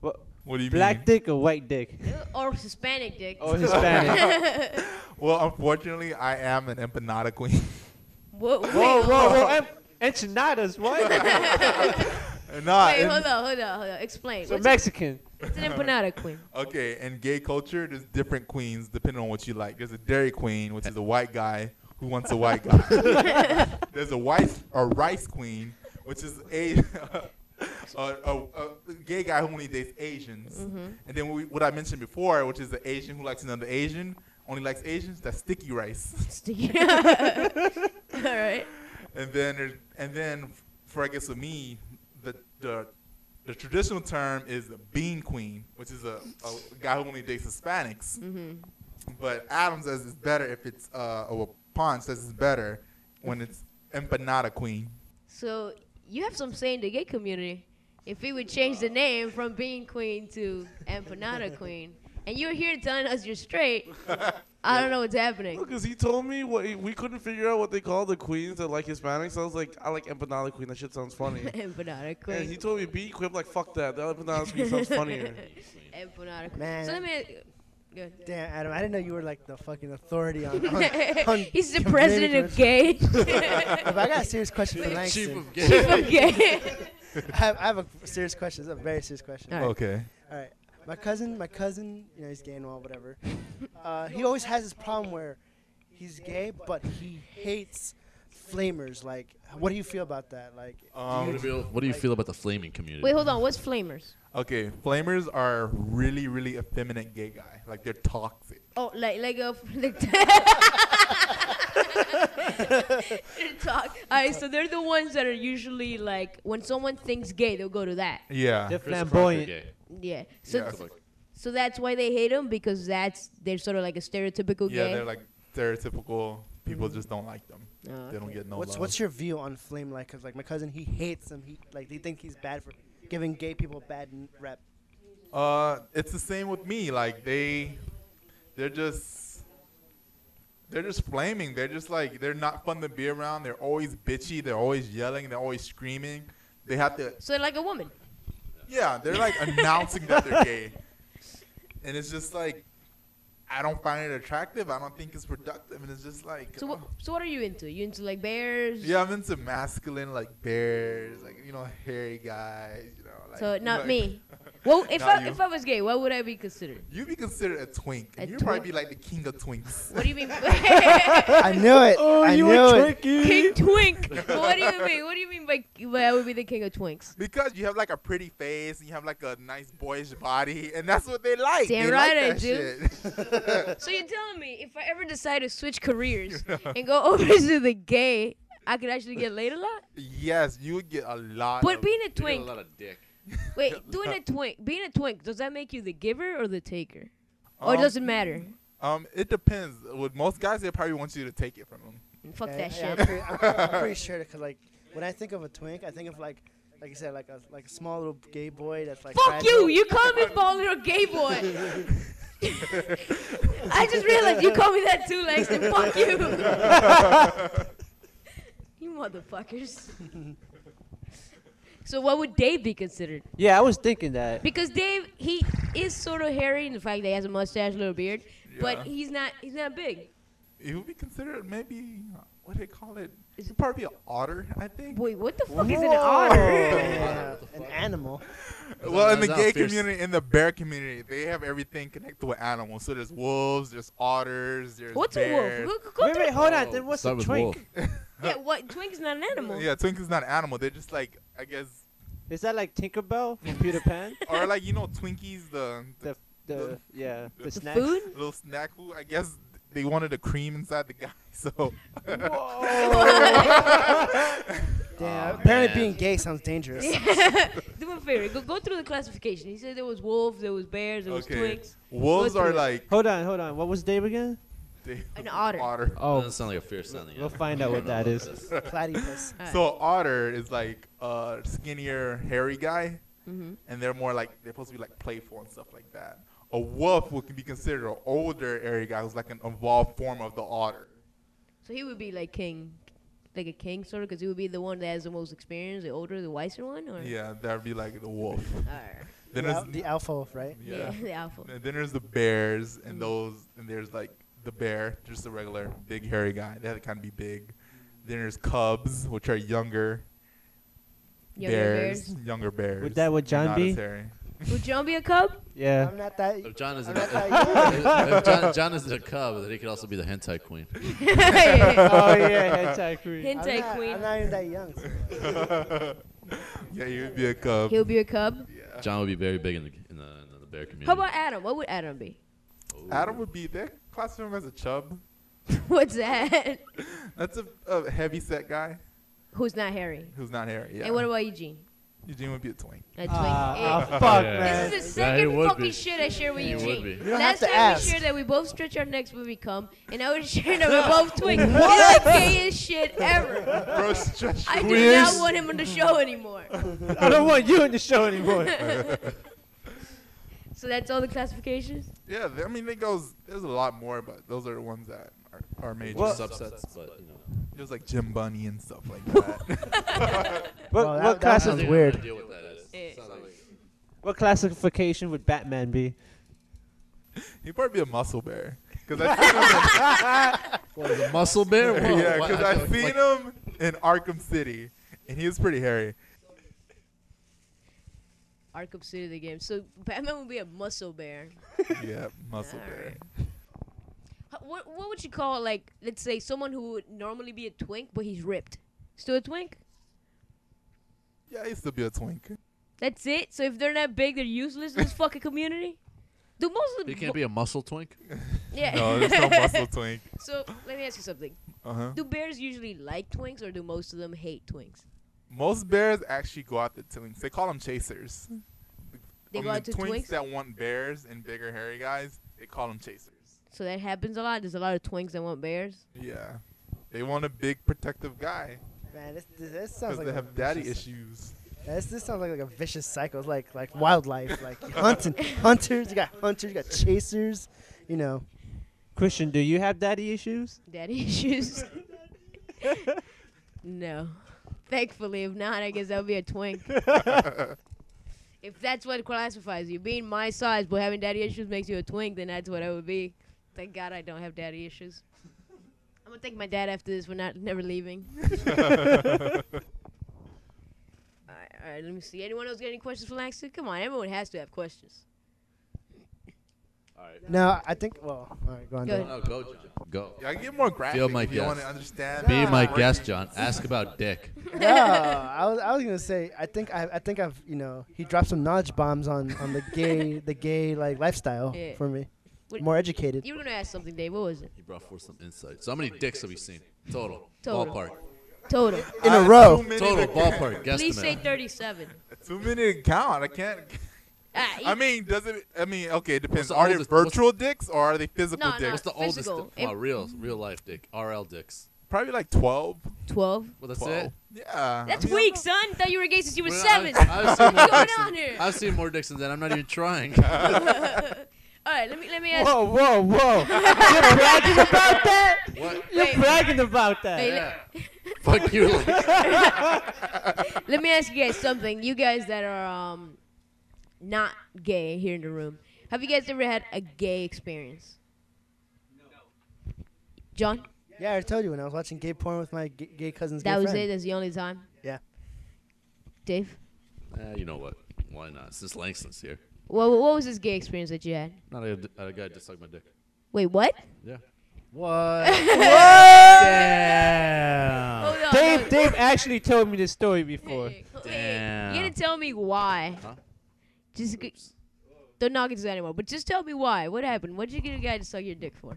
Speaker 7: What,
Speaker 8: What do you
Speaker 7: black
Speaker 8: mean?
Speaker 7: dick or white dick?
Speaker 4: Or Hispanic dick.
Speaker 7: Or Hispanic?
Speaker 8: Well, unfortunately, I am an empanada queen.
Speaker 4: Whoa,
Speaker 7: whoa, whoa, whoa! Em- enchiladas, what?
Speaker 8: no,
Speaker 4: Wait, hold on, hold on, hold on. Explain.
Speaker 7: so
Speaker 4: what's,
Speaker 7: Mexican.
Speaker 4: what's an empanada queen?
Speaker 8: Okay, in gay culture, there's different queens depending on what you like. There's a dairy queen, which is a white guy who wants a white guy. there's a white a rice queen, which is a a, a, a gay guy who only dates Asians. And then we, what I mentioned before, which is the Asian who likes another Asian, only likes Asians. That's sticky rice.
Speaker 4: Sticky. All right.
Speaker 8: And then there's and then for I guess with me, the the the traditional term is a bean queen, which is a, a guy who only dates Hispanics. But Adam says it's better if it's uh or Pon says it's better when it's empanada queen.
Speaker 4: So you have some say in the gay community. If we would change the name from being queen to empanada queen, and you're here telling us you're straight, I don't know what's happening.
Speaker 6: Because he told me what he- we couldn't figure out what they call the queens that like Hispanics. I was like, I like empanada queen. That shit sounds funny.
Speaker 4: empanada
Speaker 6: and he
Speaker 4: queen.
Speaker 6: told me B queen. I'm like, fuck that. That empanada queen sounds funnier.
Speaker 4: Empanada queen.
Speaker 2: Man.
Speaker 4: So let me. Good.
Speaker 2: Damn, Adam, I didn't know you were like the fucking authority on. on, on
Speaker 4: He's
Speaker 2: community
Speaker 4: the president
Speaker 2: relations.
Speaker 4: of gay.
Speaker 2: But I got a serious question for
Speaker 5: Chief
Speaker 2: Langston.
Speaker 5: of Gay.
Speaker 4: Of gay.
Speaker 2: I have, I have a serious question. It's a very serious question.
Speaker 4: All right.
Speaker 8: Okay.
Speaker 2: All right. My cousin, my cousin, you know, he's gay and all, whatever. Uh, he always has this problem where he's gay, but he hates flamers. Like, what do you feel about that? Like,
Speaker 8: Um,
Speaker 5: What do you feel- what do you feel about the flaming community?
Speaker 4: Wait, hold on. What's flamers?
Speaker 8: Okay. Flamers are really, really effeminate gay guy. Like they're toxic.
Speaker 4: Oh, like like a like. They're talk. All right, so they're the ones that are usually like when someone thinks gay, they'll go to that.
Speaker 8: Yeah.
Speaker 7: They're
Speaker 5: Chris Crocker
Speaker 7: flamboyant.
Speaker 5: gay.
Speaker 4: Yeah. So
Speaker 8: Yeah.
Speaker 4: so that's why they hate him because that's they're sort of like a stereotypical
Speaker 8: Yeah,
Speaker 4: gay. Mm-hmm.
Speaker 8: they're like stereotypical. People just don't like them.
Speaker 4: Oh,
Speaker 8: They don't get no
Speaker 2: what's
Speaker 8: love.
Speaker 2: what's your view on flame? Like, cause like my cousin, he hates them. He like they think he's bad for giving gay people bad n- rep.
Speaker 8: Uh, it's the same with me. Like they, they're just, they're just flaming. They're just like they're not fun to be around. They're always bitchy. They're always yelling. They're always screaming. They have to.
Speaker 4: so they're like a woman.
Speaker 8: Yeah, they're like announcing that they're gay, and it's just like, I don't find it attractive. I don't think it's productive, and it's just like.
Speaker 4: So what?
Speaker 8: ugh.
Speaker 4: So what are you into? You into like bears?
Speaker 8: yeah, I'm into masculine like bears, like you know, hairy guys. You know, like,
Speaker 4: So not
Speaker 8: like-
Speaker 4: me. Well, if
Speaker 8: Not
Speaker 4: I
Speaker 8: you.
Speaker 4: if I was gay, what would I be considered?
Speaker 8: You'd be considered a twink, and
Speaker 4: A
Speaker 8: you'd probably
Speaker 4: twink?
Speaker 8: be like the king of twinks.
Speaker 4: What do you mean?
Speaker 2: I knew it.
Speaker 4: Oh,
Speaker 8: Oh,
Speaker 2: I knew it.
Speaker 4: King Twink. What do you mean? What do you mean by, by I would be the king of twinks?
Speaker 8: Because you have like a pretty face and you have like a nice boyish body, and that's what they like.
Speaker 4: Damn
Speaker 8: they
Speaker 4: right I
Speaker 8: like that
Speaker 4: do.
Speaker 8: shit.
Speaker 4: So you're telling me if I ever decide to switch careers and go over to the gay, I could actually get laid a lot?
Speaker 8: yes, you would get a lot.
Speaker 4: But
Speaker 8: of-
Speaker 4: being a
Speaker 5: You got a
Speaker 4: twink,
Speaker 5: lot of dick.
Speaker 4: wait, doing a twink, being a twink, does that make you the giver or the taker? Or
Speaker 8: um,
Speaker 4: does it matter?
Speaker 8: Um, it depends. With most guys, they probably want you to take it from them.
Speaker 4: Fuck
Speaker 2: Yeah, yeah,
Speaker 4: that shit.
Speaker 2: I'm pretty, I'm, I'm pretty sure because like when I think of a twink, I think of like like you said, like a like a small little gay boy that's like.
Speaker 4: Fuck you!
Speaker 2: fragile.
Speaker 4: You call me bald little gay boy. I just realized you call me that too, Langston. Fuck you. you motherfuckers. so what would Dave be considered?
Speaker 7: Yeah, I was thinking that.
Speaker 4: Because Dave, he is sort of hairy in the fact that he has a mustache, little beard. but
Speaker 8: Yeah.
Speaker 4: he's not he's not big.
Speaker 8: It would be considered maybe uh, what do they call it?
Speaker 4: Is-
Speaker 8: It'd probably be an otter, I think.
Speaker 4: Wait, what the fuck is an
Speaker 2: Whoa.
Speaker 4: otter?
Speaker 2: Yeah, an animal.
Speaker 8: Well, in the
Speaker 5: That's
Speaker 8: gay
Speaker 5: not fierce.
Speaker 8: community, in the bear community, they have everything connected with animals. So there's wolves, there's otters, there's
Speaker 4: What's a wolf?
Speaker 8: bears.
Speaker 4: Go, go
Speaker 7: Wait,
Speaker 4: through-
Speaker 7: wait, hold on. Then what's
Speaker 5: Start
Speaker 7: a
Speaker 5: with
Speaker 7: twink?
Speaker 5: wolf.
Speaker 4: Yeah, what? Twink's not an animal.
Speaker 8: Yeah, Twinkle's not an animal. They're just like I guess,
Speaker 7: Is that like Tinkerbell from Peter Pan?
Speaker 8: or like you know Twinkies, the, the
Speaker 7: The the yeah the,
Speaker 4: The
Speaker 7: snack.
Speaker 4: food?
Speaker 8: little snack food. I guess they wanted the cream inside the guy. So Oh.
Speaker 2: Damn.
Speaker 5: Aw,
Speaker 2: apparently,
Speaker 5: man.
Speaker 2: being gay sounds dangerous.
Speaker 4: Do me a favor. Go, go through the classification. He said there was wolves, there was bears, there was
Speaker 8: Okay.
Speaker 4: twinks.
Speaker 8: wolves
Speaker 4: Go through
Speaker 8: are
Speaker 4: it.
Speaker 8: like
Speaker 7: Hold on, hold on. What was Dave again?
Speaker 8: they,
Speaker 4: An otter.
Speaker 8: Otter.
Speaker 5: That
Speaker 7: Oh,
Speaker 5: doesn't sound like a fierce sounding.
Speaker 7: we'll
Speaker 5: animal.
Speaker 7: find out
Speaker 5: I
Speaker 7: what
Speaker 5: don't know
Speaker 7: that is.
Speaker 5: is.
Speaker 2: Platypus.
Speaker 4: All right.
Speaker 8: So otter is like a skinnier, hairy guy,
Speaker 4: Mm-hmm.
Speaker 8: and they're more like they're supposed to be like playful and stuff like that. A wolf would be considered an older hairy guy who's like an evolved form of the otter.
Speaker 4: So he would be like king, like a king sort of, because he would be the one that has the most experience, the older, the wiser one, or
Speaker 8: Yeah, that'd be like the wolf.
Speaker 4: Or-
Speaker 8: Then
Speaker 2: the,
Speaker 8: there's
Speaker 2: al- the alpha wolf, right?
Speaker 4: yeah,
Speaker 8: yeah.
Speaker 4: the alpha.
Speaker 8: And then there's the bears
Speaker 4: Mm.
Speaker 8: and those and there's like the bear, just a regular big hairy guy. They have to kind of be big. Then there's cubs, which are younger,
Speaker 4: Younger
Speaker 8: bears,
Speaker 4: bears.
Speaker 8: younger bears.
Speaker 7: Would that what
Speaker 8: They're
Speaker 7: John
Speaker 8: not
Speaker 7: be?
Speaker 8: as hairy.
Speaker 4: Would John be a cub?
Speaker 7: Yeah.
Speaker 2: I'm not that.
Speaker 5: If John is
Speaker 2: I'm
Speaker 5: an,
Speaker 2: not
Speaker 5: if,
Speaker 2: that.
Speaker 5: if John, John is a cub, then he could also be the hentai queen.
Speaker 7: oh yeah, hentai queen.
Speaker 2: I'm
Speaker 4: Hentai
Speaker 2: not, I'm
Speaker 4: queen.
Speaker 2: not even that young. so-
Speaker 8: yeah, you would be a cub.
Speaker 4: He'll be a cub.
Speaker 5: John would be very big in the in the, in the bear community.
Speaker 4: How about Adam? What would Adam be?
Speaker 8: Adam would be they classify him as a chub.
Speaker 4: What's that?
Speaker 8: That's a, a heavy set guy
Speaker 4: Who's not hairy?
Speaker 8: who's not hairy. Yeah.
Speaker 4: And what about Eugene?
Speaker 8: Eugene would be a twink.
Speaker 4: A twink.
Speaker 7: Ah,
Speaker 4: Eh,
Speaker 7: ah, fuck,
Speaker 5: Yeah.
Speaker 7: man.
Speaker 4: This is the
Speaker 5: Yeah, he
Speaker 4: second
Speaker 5: would
Speaker 4: fucking
Speaker 5: be.
Speaker 4: shit I share with
Speaker 5: He
Speaker 4: Eugene.
Speaker 5: would be. You
Speaker 2: don't have
Speaker 4: Last
Speaker 2: to
Speaker 4: time
Speaker 2: ask.
Speaker 4: we shared that we both stretch our necks when we come, and I was sharing that we're both twins. It's the gayest shit ever.
Speaker 8: Bro, stretch.
Speaker 4: I do
Speaker 7: Twins.
Speaker 4: not want him on the show anymore.
Speaker 7: I don't want you in the show anymore.
Speaker 4: So that's all the classifications.
Speaker 8: Yeah, th- I mean, it goes. There's a lot more, but those are the ones that are, are major.
Speaker 5: Well,
Speaker 8: Well,
Speaker 5: subsets, but you know.
Speaker 8: there's like Jim Bunny and stuff like that.
Speaker 7: What,
Speaker 2: Well, that-
Speaker 7: what,
Speaker 2: that sounds
Speaker 5: I don't
Speaker 7: classi-
Speaker 5: even
Speaker 2: weird.
Speaker 5: know what that is.
Speaker 4: Eh.
Speaker 5: Sounds like-
Speaker 7: what classification would Batman be?
Speaker 8: He'd probably be a muscle bear. Cause I seen
Speaker 5: What is it, muscle bear?
Speaker 8: him,
Speaker 5: Whoa,
Speaker 8: yeah,
Speaker 5: what-
Speaker 8: cause I
Speaker 5: like-
Speaker 8: seen him in Arkham City, and he was pretty hairy.
Speaker 4: Arkham City, the game. So Batman would be a muscle bear.
Speaker 8: Yeah, muscle bear.
Speaker 4: Alright. H- What what would you call like let's say someone who would normally be a twink but he's ripped? Still a twink?
Speaker 8: Yeah, he'd still be a twink.
Speaker 4: That's it. So if they're not big, they're useless in this fucking community. Do most of the
Speaker 5: He can't be a muscle twink.
Speaker 4: yeah.
Speaker 8: No, there's no muscle twink.
Speaker 4: so let me ask you something.
Speaker 8: Uh huh.
Speaker 4: Do bears usually like twinks or do most of them hate twinks?
Speaker 8: Most bears actually go after twinks. They call them chasers.
Speaker 4: They
Speaker 8: Um,
Speaker 4: go out
Speaker 8: the
Speaker 4: to
Speaker 8: twinks,
Speaker 4: twinks.
Speaker 8: that want bears and bigger hairy guys. They call them chasers.
Speaker 4: So that happens a lot. There's a lot of twinks that want bears.
Speaker 8: Yeah, they want a big protective guy
Speaker 2: Man, this, this, this
Speaker 8: because
Speaker 2: sounds like
Speaker 8: they
Speaker 2: a
Speaker 8: have daddy
Speaker 2: vicious-
Speaker 8: issues.
Speaker 2: This, this sounds like, like a vicious cycle. It's like like wildlife, like hunting, hunters. You got hunters, you got chasers. You know,
Speaker 7: Christian, do you have daddy issues?
Speaker 4: Daddy issues. no. Thankfully, if not, I guess that would be a twink. if that's what classifies you, being my size but having daddy issues makes you a twink, then that's what I would be. Thank God I don't have daddy issues. I'm gonna thank my dad after this for not never leaving. all right, all right. Let me see. Anyone else got any questions for Langston? Come on, everyone has to have questions.
Speaker 5: All right.
Speaker 2: no, I think. Well, all right, go on.
Speaker 4: Go
Speaker 2: Dave.
Speaker 4: ahead.
Speaker 5: No, go, John. Go.
Speaker 8: Yeah, I can get more graphic
Speaker 5: my
Speaker 8: if you
Speaker 5: guess.
Speaker 8: want to understand.
Speaker 5: Be my
Speaker 8: the
Speaker 5: guest,
Speaker 8: workings.
Speaker 5: John. Ask about dick.
Speaker 2: No, I was I was gonna say I think I I think I've you know he dropped some knowledge bombs on on the gay the gay like lifestyle
Speaker 4: Yeah.
Speaker 2: for me.
Speaker 4: What-
Speaker 2: More educated.
Speaker 4: You were gonna ask something, Dave. What was it?
Speaker 5: He brought forth some insight. So how many dicks have we seen? Total.
Speaker 4: Total.
Speaker 5: Ballpark.
Speaker 4: Total.
Speaker 2: In
Speaker 8: I
Speaker 2: a
Speaker 8: have
Speaker 2: row.
Speaker 8: Too many,
Speaker 5: Total.
Speaker 8: to,
Speaker 5: Ballpark.
Speaker 4: Please say
Speaker 5: Guesstimate.
Speaker 4: 37.
Speaker 8: too many to count. I can't.
Speaker 4: Ah,
Speaker 8: I mean, does it? I mean, okay, it depends.
Speaker 5: the
Speaker 8: Are they
Speaker 5: oldest- what's-
Speaker 8: virtual dicks or are they physical
Speaker 4: No, no.
Speaker 8: dicks?
Speaker 5: What's the
Speaker 4: Physical.
Speaker 5: oldest? Dick?
Speaker 4: If-
Speaker 5: Wow, real, real life dick. RL dicks.
Speaker 8: Probably like 12.
Speaker 4: 12.
Speaker 5: Well, that's
Speaker 8: 12.
Speaker 5: it.
Speaker 8: Yeah.
Speaker 4: That's
Speaker 8: I mean, I
Speaker 4: weak, son. Thought you were gay since you were
Speaker 5: Well,
Speaker 4: seven.
Speaker 5: I, have seen more
Speaker 4: What's going
Speaker 5: dicks
Speaker 4: on
Speaker 5: than-
Speaker 4: here?
Speaker 5: I've seen more dicks than that. I'm not even trying.
Speaker 4: All right, let me let me ask.
Speaker 7: Whoa, whoa, whoa! You're bragging about that?
Speaker 5: what?
Speaker 7: You're
Speaker 4: Wait.
Speaker 7: bragging
Speaker 4: Wait,
Speaker 7: about that?
Speaker 4: let-
Speaker 5: Yeah. Fuck you. Eh, Like,
Speaker 4: Let me ask you guys something. You guys that are um not gay here in the room, have you guys ever had a gay experience? John,
Speaker 2: Yeah, I already told you when I was watching gay porn with my gay, gay cousin's
Speaker 4: that
Speaker 2: gay
Speaker 4: was it.
Speaker 2: friend.
Speaker 4: That's the only time.
Speaker 2: Yeah.
Speaker 4: Dave,
Speaker 5: Eh, you know what? Why not? Since Langston's here.
Speaker 4: what what was this gay experience that you had?
Speaker 5: Not a, a guy just sucked my dick.
Speaker 4: Wait, what?
Speaker 5: Yeah.
Speaker 7: What?
Speaker 4: Hold on.
Speaker 7: Dave, Dave actually told me this story
Speaker 4: Oh,
Speaker 7: before.
Speaker 4: Wait, wait,
Speaker 5: Damn.
Speaker 4: You didn't tell me why.
Speaker 5: Huh?
Speaker 4: Just g- don't knock into that anymore. But just tell me why. What happened? What did you get a guy to suck your dick for?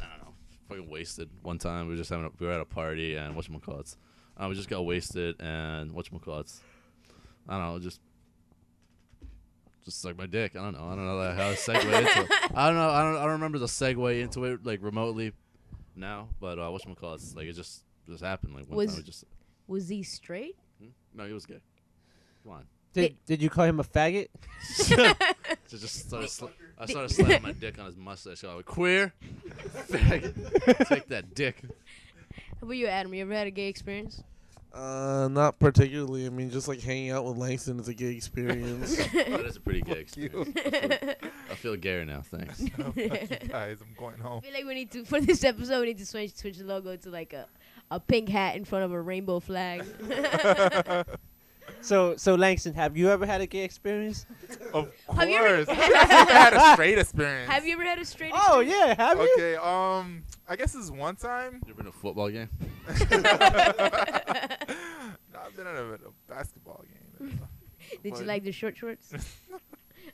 Speaker 5: I don't know. Fucking wasted. One time we were just having a, we were at a party and whatchamacallits. Uh, we just got wasted and whatchamacallits. I don't know, just just like my dick. I don't know. I don't know like, how to segue into it. I don't know. I don't I don't remember the segue into it like remotely now, but uh whatchamacallits like it just just happened. Like one
Speaker 4: Was-
Speaker 5: time we just
Speaker 4: Was he straight?
Speaker 5: hmm? No, he was gay. Come on.
Speaker 7: Did, did you call him a faggot?
Speaker 5: So just started sla- I started slapping my dick on his mustache. So I was queer. Faggot. Take that dick.
Speaker 4: How about you, Adam? You ever had a gay experience?
Speaker 6: Uh, not particularly. I mean, just like hanging out with Langston is a gay experience.
Speaker 5: Oh, that's a pretty gay experience. I feel, I feel gayer now, thanks.
Speaker 8: Guys, I'm going home.
Speaker 4: I feel like we need to for this episode we need to switch switch the logo to like a a pink hat in front of a rainbow flag.
Speaker 7: So, so Langston, have you ever had a gay experience?
Speaker 8: Of
Speaker 4: Have you ever-
Speaker 8: course. I had a straight experience.
Speaker 4: Have you ever had a straight?
Speaker 7: Oh yeah, have you?
Speaker 8: Okay, um, I guess this is one time.
Speaker 5: You ever been to a football game?
Speaker 8: No, I've been at a, a basketball game.
Speaker 4: experience? Did you
Speaker 8: What?
Speaker 4: like the short shorts? All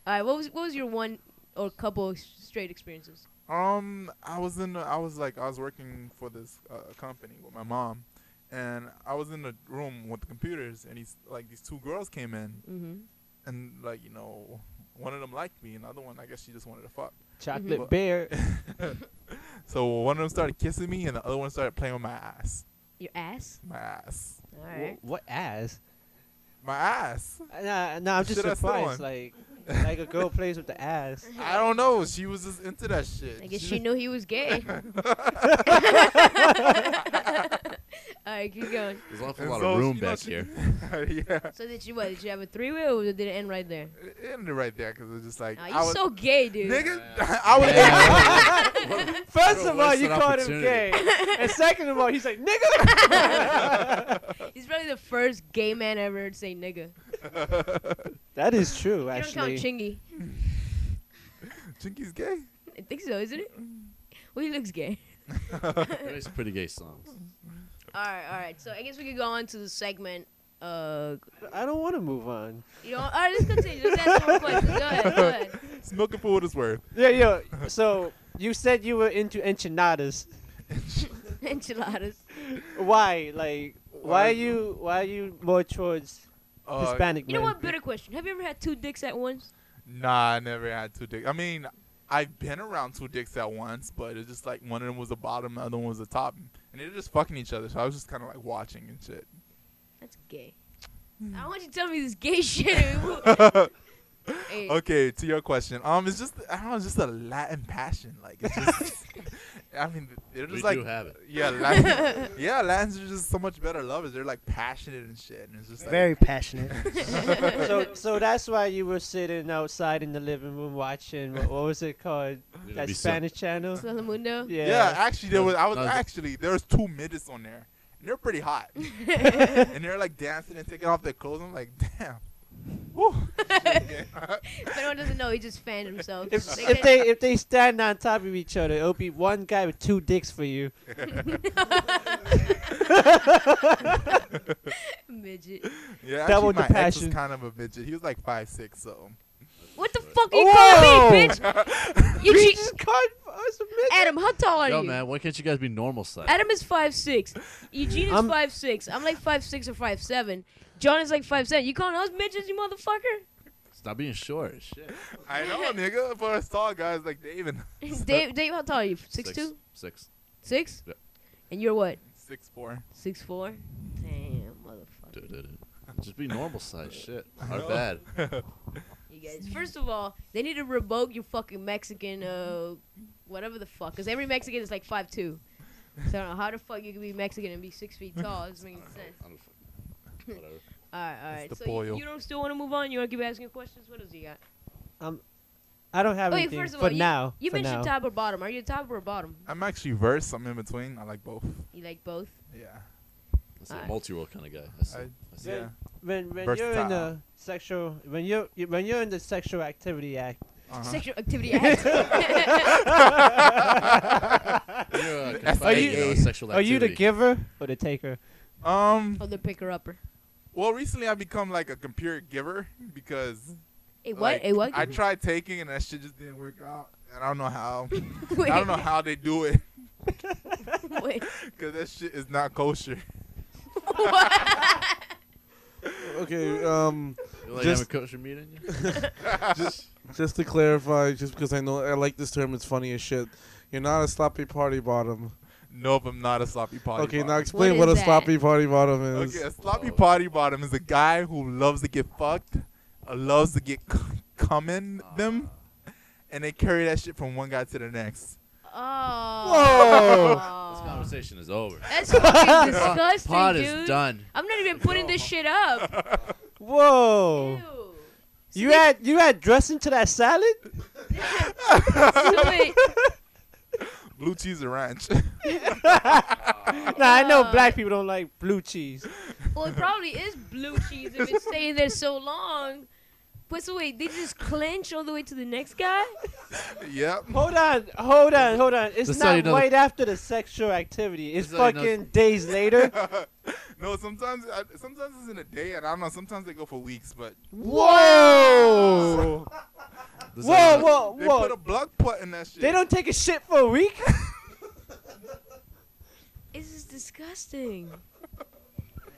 Speaker 4: right. What was what was your one or couple s- straight experiences?
Speaker 8: Um, I was in. A, I was like, I was working for this uh, company with my mom, and I was in the room with the computers, and these like these two girls came in,
Speaker 4: Mm-hmm.
Speaker 8: and like you know, one of them liked me, and the other one, I guess she just wanted to fuck.
Speaker 7: Chocolate
Speaker 8: Mhm.
Speaker 7: bear.
Speaker 8: So one of them started kissing me, and the other one started playing with my ass,
Speaker 4: Your ass.
Speaker 8: my ass,
Speaker 4: All
Speaker 7: Wh-
Speaker 4: right.
Speaker 7: What ass?
Speaker 8: my ass.
Speaker 7: Nah, nah, I'm just
Speaker 8: Should I still want?
Speaker 7: surprised. Like, like a girl plays with the ass.
Speaker 8: I don't know. She was just into that shit.
Speaker 4: I guess she knew he was gay. All right, keep going.
Speaker 5: There's an awful
Speaker 8: And
Speaker 5: lot
Speaker 8: so
Speaker 5: of room
Speaker 8: she- you know,
Speaker 5: back
Speaker 8: she-
Speaker 5: here.
Speaker 8: yeah,
Speaker 4: So did you what? Did you have a three way or did it end right there?
Speaker 8: it ended right there because it was just like
Speaker 4: Oh,
Speaker 8: I
Speaker 4: you're
Speaker 8: was-
Speaker 4: so gay, dude.
Speaker 8: nigga. I was.
Speaker 7: First
Speaker 5: What a
Speaker 7: of all,
Speaker 5: wasted
Speaker 7: you called him gay,
Speaker 5: opportunity.
Speaker 7: and second of all, he's like nigga.
Speaker 4: He's probably the first gay man I ever heard say nigga.
Speaker 7: That is true,
Speaker 4: You don't count
Speaker 7: actually.
Speaker 4: Chingy.
Speaker 8: Chinky's gay.
Speaker 4: I think so, isn't it? Well, he looks gay.
Speaker 5: It makes pretty gay songs.
Speaker 4: All right, all right. So I guess we could go on to the segment. Uh,
Speaker 7: I don't want to move on.
Speaker 4: you know, all right. Let's continue. Let's ask more questions. Go ahead. Go ahead.
Speaker 8: Smoking for what it's worth.
Speaker 7: Yeah, yo. So you said you were into enchiladas.
Speaker 4: Enchiladas.
Speaker 7: Why? Like, why
Speaker 8: Why-
Speaker 7: are you? Why are you more towards
Speaker 8: Uh,
Speaker 7: Hispanic
Speaker 4: You know
Speaker 7: men?
Speaker 4: what? Better question. Have you ever had two dicks at once?
Speaker 8: Nah, I never had two dicks. I mean, I've been around two dicks at once, but it's just like one of them was the bottom, the other one was the top, and they were just fucking each other. So I was just kind of like watching and shit.
Speaker 4: That's gay. I don't want you to tell me this gay shit. Hey,
Speaker 8: Okay, to your question, um, it's just I don't know, it's just a Latin passion. Like it's just, I mean, they're
Speaker 5: We
Speaker 8: just like
Speaker 5: do have it.
Speaker 8: yeah, Latin, yeah, Latins are just so much better lovers. They're like passionate and shit, and it's just like,
Speaker 2: Very passionate.
Speaker 7: so, so that's why you were sitting outside in the living room watching what, what was it called?
Speaker 5: It'll
Speaker 7: That
Speaker 5: be so-
Speaker 7: Spanish channel.
Speaker 4: Telemundo.
Speaker 7: Yeah.
Speaker 8: yeah. Actually, there was I was
Speaker 5: No, it's-
Speaker 8: actually there was two midgets on there, and they're pretty hot, and they're like dancing and taking off their clothes. I'm like, damn. Whew.
Speaker 4: If anyone doesn't know, he just fanned himself.
Speaker 7: If,
Speaker 4: They
Speaker 7: if
Speaker 4: get-
Speaker 7: they if they stand on top of each other, it'll be one guy with two dicks for you.
Speaker 4: midget.
Speaker 8: Yeah,
Speaker 7: Double
Speaker 8: actually, my
Speaker 7: the
Speaker 8: ex
Speaker 7: passion.
Speaker 8: was kind of a midget. He was like five six, so
Speaker 4: What the fuck are you calling me, bitch? You
Speaker 7: You
Speaker 4: cheat,
Speaker 7: just called us a midget.
Speaker 4: Adam. How tall are
Speaker 5: Yo,
Speaker 4: you?
Speaker 5: man, why can't you guys be normal size?
Speaker 4: Adam is five six. Eugene is
Speaker 7: I'm-
Speaker 4: five six. I'm like five six or five seven. John is like five seven. You calling us midgets, you motherfucker?
Speaker 5: Stop being short. Shit.
Speaker 8: I know, nigga. For us tall guys like David,
Speaker 4: Dave, Dave, how tall are you? Six, two,
Speaker 5: Six.
Speaker 4: six.
Speaker 5: Yeah.
Speaker 4: And you're what?
Speaker 8: six four.
Speaker 4: Six four. Damn, motherfucker.
Speaker 5: Dude, dude, dude. Just be normal size. Shit. Our bad.
Speaker 4: You guys. First of all, they need to revoke your fucking Mexican, uh, whatever the fuck. Cause every Mexican is like five two. So I don't know how the fuck you can be Mexican and be six feet tall. It doesn't make any sense.
Speaker 5: I don't fuck- Whatever.
Speaker 4: All right, all right.
Speaker 8: the
Speaker 4: So you,
Speaker 8: boil.
Speaker 4: you don't still want to move on? You want to keep asking questions? What else you got?
Speaker 7: I don't have
Speaker 4: Wait,
Speaker 7: anything
Speaker 4: first of
Speaker 7: for
Speaker 4: all, you,
Speaker 7: now.
Speaker 4: you
Speaker 7: for
Speaker 4: mentioned
Speaker 7: now.
Speaker 4: top or bottom. Are you top or bottom?
Speaker 8: I'm actually versed. I'm in between. I like both.
Speaker 4: You like both?
Speaker 8: Yeah.
Speaker 5: That's a
Speaker 4: Alright.
Speaker 5: multi-role kind of guy. I see.
Speaker 8: I-
Speaker 5: I see.
Speaker 8: Yeah.
Speaker 7: When when you're in
Speaker 8: Versatile.
Speaker 7: the sexual when you you- when you're in the sexual activity act.
Speaker 8: Uh-huh.
Speaker 4: Sexual activity act.
Speaker 5: You're uh, a
Speaker 8: Are you-
Speaker 5: confidant on sexual
Speaker 7: Are you the
Speaker 5: activity.
Speaker 7: giver or the taker?
Speaker 8: Um.
Speaker 4: oh, the picker upper.
Speaker 8: Well, recently I've become like a computer giver because
Speaker 4: Hey, what?
Speaker 8: like,
Speaker 4: hey, what?
Speaker 8: I tried taking and that shit just didn't work out. And I don't know how.
Speaker 4: Wait,
Speaker 8: I don't know how they do it
Speaker 4: wait.
Speaker 8: because that shit is not kosher.
Speaker 6: Okay, um,
Speaker 5: You like
Speaker 6: Just-
Speaker 5: having a kosher meat in you?
Speaker 6: just to clarify, just because I know I like this term, it's funny as shit. You're not a sloppy party bottom.
Speaker 8: Nope, I'm not a sloppy potty.
Speaker 6: okay,
Speaker 8: bottom.
Speaker 6: now explain
Speaker 4: is
Speaker 6: what, a
Speaker 4: that?
Speaker 6: sloppy party bottom is.
Speaker 8: Okay, a sloppy
Speaker 5: Whoa.
Speaker 8: potty bottom is a guy who loves to get fucked, uh, loves to get c- cum in them, and they carry that shit from one guy to the next.
Speaker 4: Oh.
Speaker 5: This conversation is over.
Speaker 4: That's fucking disgusting,
Speaker 5: Pod
Speaker 4: dude.
Speaker 5: is done.
Speaker 4: I'm not even putting this shit up.
Speaker 7: Whoa!
Speaker 8: Oh.
Speaker 4: Ew.
Speaker 7: You had you had dressing to that salad?
Speaker 4: So wait,
Speaker 8: Blue cheese or ranch.
Speaker 7: nah, I know black people don't like blue cheese.
Speaker 4: well, it probably is blue cheese if it's staying there so long. But so wait, they just clench all the way to the next guy?
Speaker 8: yep.
Speaker 7: Hold on, hold on, hold on. It's
Speaker 5: Let's tell you
Speaker 7: not
Speaker 5: another-
Speaker 7: right after the sexual activity. It's
Speaker 5: Let's tell you
Speaker 7: fucking
Speaker 5: another-
Speaker 7: days later.
Speaker 8: No, sometimes I, sometimes it's in a day, and I don't know. Sometimes they go for weeks, but
Speaker 7: Whoa!
Speaker 5: This
Speaker 7: Whoa!
Speaker 5: is-
Speaker 7: Whoa!
Speaker 8: they put a
Speaker 7: Whoa!
Speaker 8: blood put in that shit.
Speaker 7: They don't take a shit for a week.
Speaker 4: This is disgusting.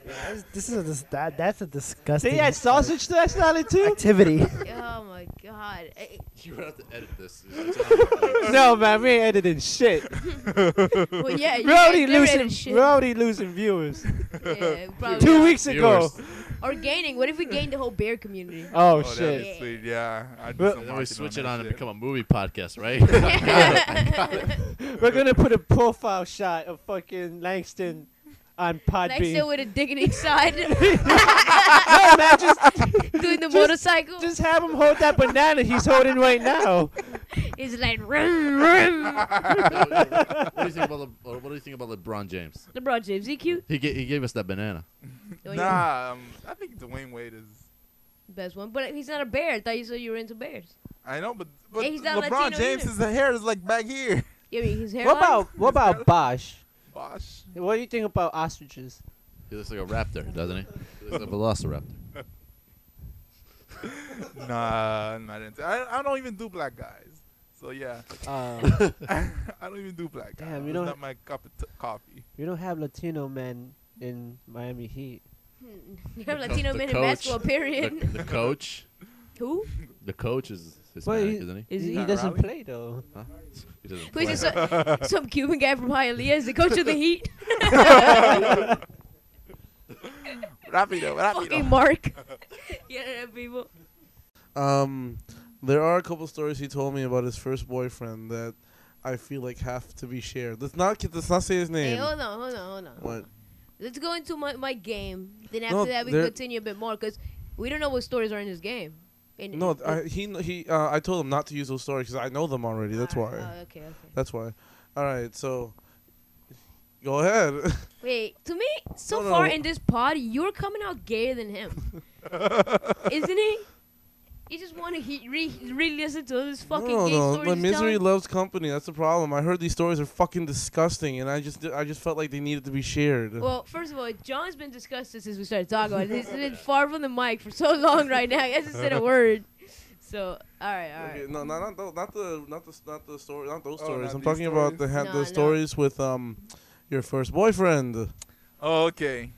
Speaker 2: This, this is a dis- that that's a disgusting.
Speaker 7: They add sausage to that salad too.
Speaker 2: activity.
Speaker 4: Oh my god. Eh,
Speaker 5: You're gonna have to edit this. It's on-
Speaker 7: No man, we ain't editing shit.
Speaker 4: Well, yeah, you
Speaker 7: We're already
Speaker 4: guys never had
Speaker 7: losing.
Speaker 4: shit. Oh,
Speaker 7: We're already losing viewers.
Speaker 4: Yeah, probably
Speaker 7: Two
Speaker 4: not.
Speaker 7: weeks ago.
Speaker 5: Viewers.
Speaker 4: Or gaining. What if we gained the whole bear community?
Speaker 7: Oh,
Speaker 8: Oh, that'd
Speaker 7: shit.
Speaker 8: be sweet. Yeah. I do
Speaker 7: Well-
Speaker 8: some
Speaker 5: And then we
Speaker 8: marketing
Speaker 5: switch
Speaker 8: on
Speaker 5: it
Speaker 8: that
Speaker 5: on and
Speaker 8: shit.
Speaker 5: become a movie podcast, right?
Speaker 7: We're gonna put a profile shot of fucking Langston on
Speaker 4: Like
Speaker 7: Podbean.
Speaker 4: still with a dick in each side,
Speaker 7: no man, just
Speaker 4: doing the motorcycle.
Speaker 7: just have him hold that banana he's holding right now.
Speaker 4: It's like rum, rum.
Speaker 5: what do you think about Le- or what do you think about LeBron James?
Speaker 4: LeBron James, he cute.
Speaker 5: He gave, he gave us that banana.
Speaker 4: Oh, yeah.
Speaker 8: Nah, um, I think Dwayne Wade is.
Speaker 4: Best one, but he's not a bear. I thought you said you were into bears.
Speaker 8: I know, but, but
Speaker 4: And he's not
Speaker 8: LeBron
Speaker 4: Latino
Speaker 8: James,
Speaker 4: either.
Speaker 8: his hair is like back here.
Speaker 4: Yeah, I mean, his hairline.
Speaker 7: What about what about Bosch?
Speaker 8: Bosh.
Speaker 7: What do you think about ostriches?
Speaker 5: He looks like a raptor, doesn't he? He looks like a velociraptor.
Speaker 8: Nah, I'm not into. I, I don't even do black guys. So yeah,
Speaker 7: Um,
Speaker 8: I don't even do black guys.
Speaker 7: Damn, you
Speaker 8: It's
Speaker 7: don't-
Speaker 8: not my cup of t- coffee.
Speaker 7: you don't have Latino men in Miami Heat.
Speaker 4: You have Hmm. Latino
Speaker 5: The
Speaker 4: men in
Speaker 5: coach.
Speaker 4: basketball,
Speaker 5: The,
Speaker 4: period.
Speaker 5: the coach,
Speaker 4: Who?
Speaker 5: the coach is
Speaker 7: Well,
Speaker 5: Hispanic,
Speaker 7: he-
Speaker 5: isn't he?
Speaker 4: Is
Speaker 7: he,
Speaker 4: he?
Speaker 7: he
Speaker 8: Pat
Speaker 7: doesn't
Speaker 8: Riley?
Speaker 7: play though.
Speaker 5: He doesn't
Speaker 4: Who is
Speaker 5: play.
Speaker 4: this? uh, Some Cuban guy from Hialeah is the coach of the Heat.
Speaker 8: Rapido,
Speaker 4: Fucking
Speaker 8: rapido.
Speaker 4: Mark. yeah, that people.
Speaker 6: Um, there are a couple stories he told me about his first boyfriend that I feel like have to be shared. Let's not get. Let's not say his
Speaker 4: Hey,
Speaker 6: name.
Speaker 4: hold on, hold on, hold on.
Speaker 6: what?
Speaker 4: Let's go into my, my game. Then after
Speaker 6: No,
Speaker 4: that, we
Speaker 6: there-
Speaker 4: continue a bit more because we don't know what stories are in this game. And
Speaker 6: No, I, he kn- he. Uh, I told him not to use those stories because I know them already. That's
Speaker 4: Alright,
Speaker 6: why.
Speaker 4: oh, okay, okay.
Speaker 6: That's why. All right, so go ahead.
Speaker 4: Wait, to me, so
Speaker 6: No, no,
Speaker 4: far
Speaker 6: no.
Speaker 4: in this pod, you're coming out gayer than him, isn't he? You just want to he- re re listen to all this fucking
Speaker 6: no,
Speaker 4: gay
Speaker 6: no,
Speaker 4: stories.
Speaker 6: my
Speaker 4: he's
Speaker 6: misery
Speaker 4: telling.
Speaker 6: loves company. That's the problem. I heard these stories are fucking disgusting, and I just I just felt like they needed to be shared.
Speaker 4: well, first of all, John's been disgusted since we started talking about it. He's been far from the mic for so long right now. He hasn't said a word. So, all right, all right.
Speaker 6: Okay, no, no, not, tho- not the not the s- not the story, not those
Speaker 8: Oh,
Speaker 6: stories.
Speaker 8: not
Speaker 6: I'm
Speaker 8: these
Speaker 6: talking about the ha-
Speaker 4: No,
Speaker 6: the
Speaker 4: no.
Speaker 6: stories with um your first boyfriend.
Speaker 8: Oh, Okay.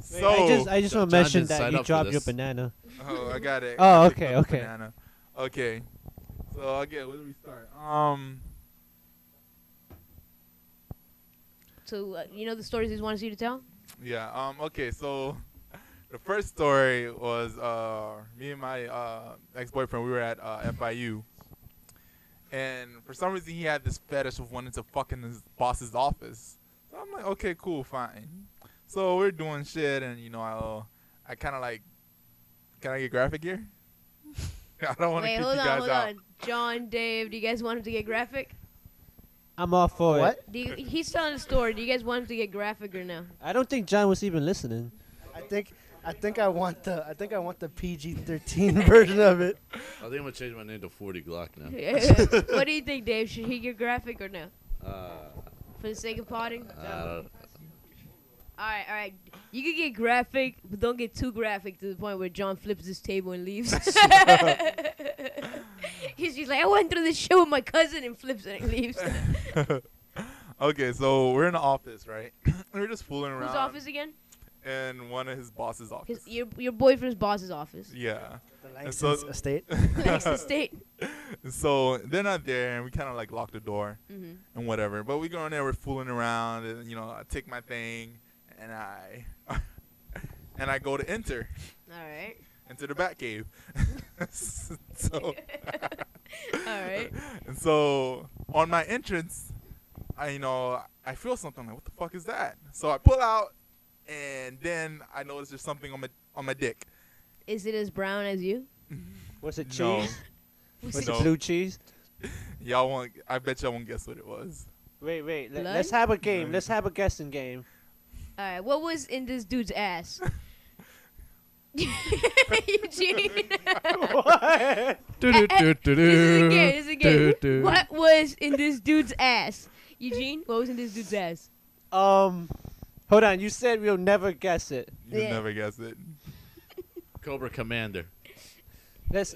Speaker 8: So
Speaker 7: I just I just want to
Speaker 5: John
Speaker 7: mention
Speaker 5: didn't sign up
Speaker 7: that you
Speaker 5: for
Speaker 7: dropped your
Speaker 5: this.
Speaker 7: banana.
Speaker 8: oh, I got it.
Speaker 7: Oh,
Speaker 8: I picked
Speaker 7: okay,
Speaker 8: up the
Speaker 7: okay.
Speaker 8: banana. Okay. So okay, where do we start? Um,
Speaker 4: So, uh, you know the stories he wants you to tell?
Speaker 8: yeah. Um, okay. So the first story was uh me and my uh ex-boyfriend. We were at uh, FIU. And for some reason, he had this fetish of wanting to fuck in his boss's office. So I'm like, okay, cool, fine. So we're doing shit, and you know, I, I kind of like, can I get graphic here? I don't want to
Speaker 4: Wait,
Speaker 8: keep
Speaker 4: hold
Speaker 8: you
Speaker 4: on,
Speaker 8: guys
Speaker 4: hold
Speaker 8: out.
Speaker 4: on. John, Dave, do you guys want him to get graphic?
Speaker 7: I'm all for
Speaker 2: What?
Speaker 7: it.
Speaker 4: Do you, he's telling the story. Do you guys want him to get graphic or no?
Speaker 7: I don't think John was even listening.
Speaker 2: I think I think I want the I think I want the PG thirteen version of it.
Speaker 5: I think I'm gonna change my name to 40 Glock now.
Speaker 4: what do you think, Dave? Should he get graphic or no?
Speaker 5: Uh,
Speaker 4: For the sake of potting?
Speaker 5: uh,
Speaker 4: All right, all right. You can get graphic, but don't get too graphic to the point where John flips his table and leaves. He's just like, I went through this shit with my cousin and flips it and leaves. Whose
Speaker 8: okay, so we're in the office, right? we're just fooling around
Speaker 4: office again?
Speaker 8: in one of his boss's office.
Speaker 4: His, your, your boyfriend's boss's office.
Speaker 8: yeah.
Speaker 2: The
Speaker 8: so-
Speaker 2: Langston's estate.
Speaker 4: Thanks to state.
Speaker 8: So they're not there, and we kind of like lock the door
Speaker 4: hmm
Speaker 8: and whatever. But we go in there, we're fooling around, and you know, I take my thing, and I, and I go to enter
Speaker 4: All right.
Speaker 8: into the back cave. so,
Speaker 4: All right.
Speaker 8: and so on my entrance, I you know I feel something like what the fuck is that? So I pull out, and then I notice there's something on my on my dick.
Speaker 4: Is it as brown as you?
Speaker 7: Was it
Speaker 8: No.
Speaker 7: cheese? Was
Speaker 8: No.
Speaker 7: it blue cheese?
Speaker 8: Y'all won't. I bet y'all won't guess what it was.
Speaker 7: Wait, wait. Let,
Speaker 4: Blood?
Speaker 7: us have a game. Let's have a guessing game.
Speaker 4: All right. What was in this dude's ass? Eugene.
Speaker 7: What?
Speaker 4: Eh, This is a game. This is a game. What was in this dude's ass? Eugene, what was in this dude's ass?
Speaker 7: um, hold on. You said we'll never guess it.
Speaker 8: You
Speaker 4: Yeah.
Speaker 8: never guess it.
Speaker 5: Cobra Commander.
Speaker 7: Let's.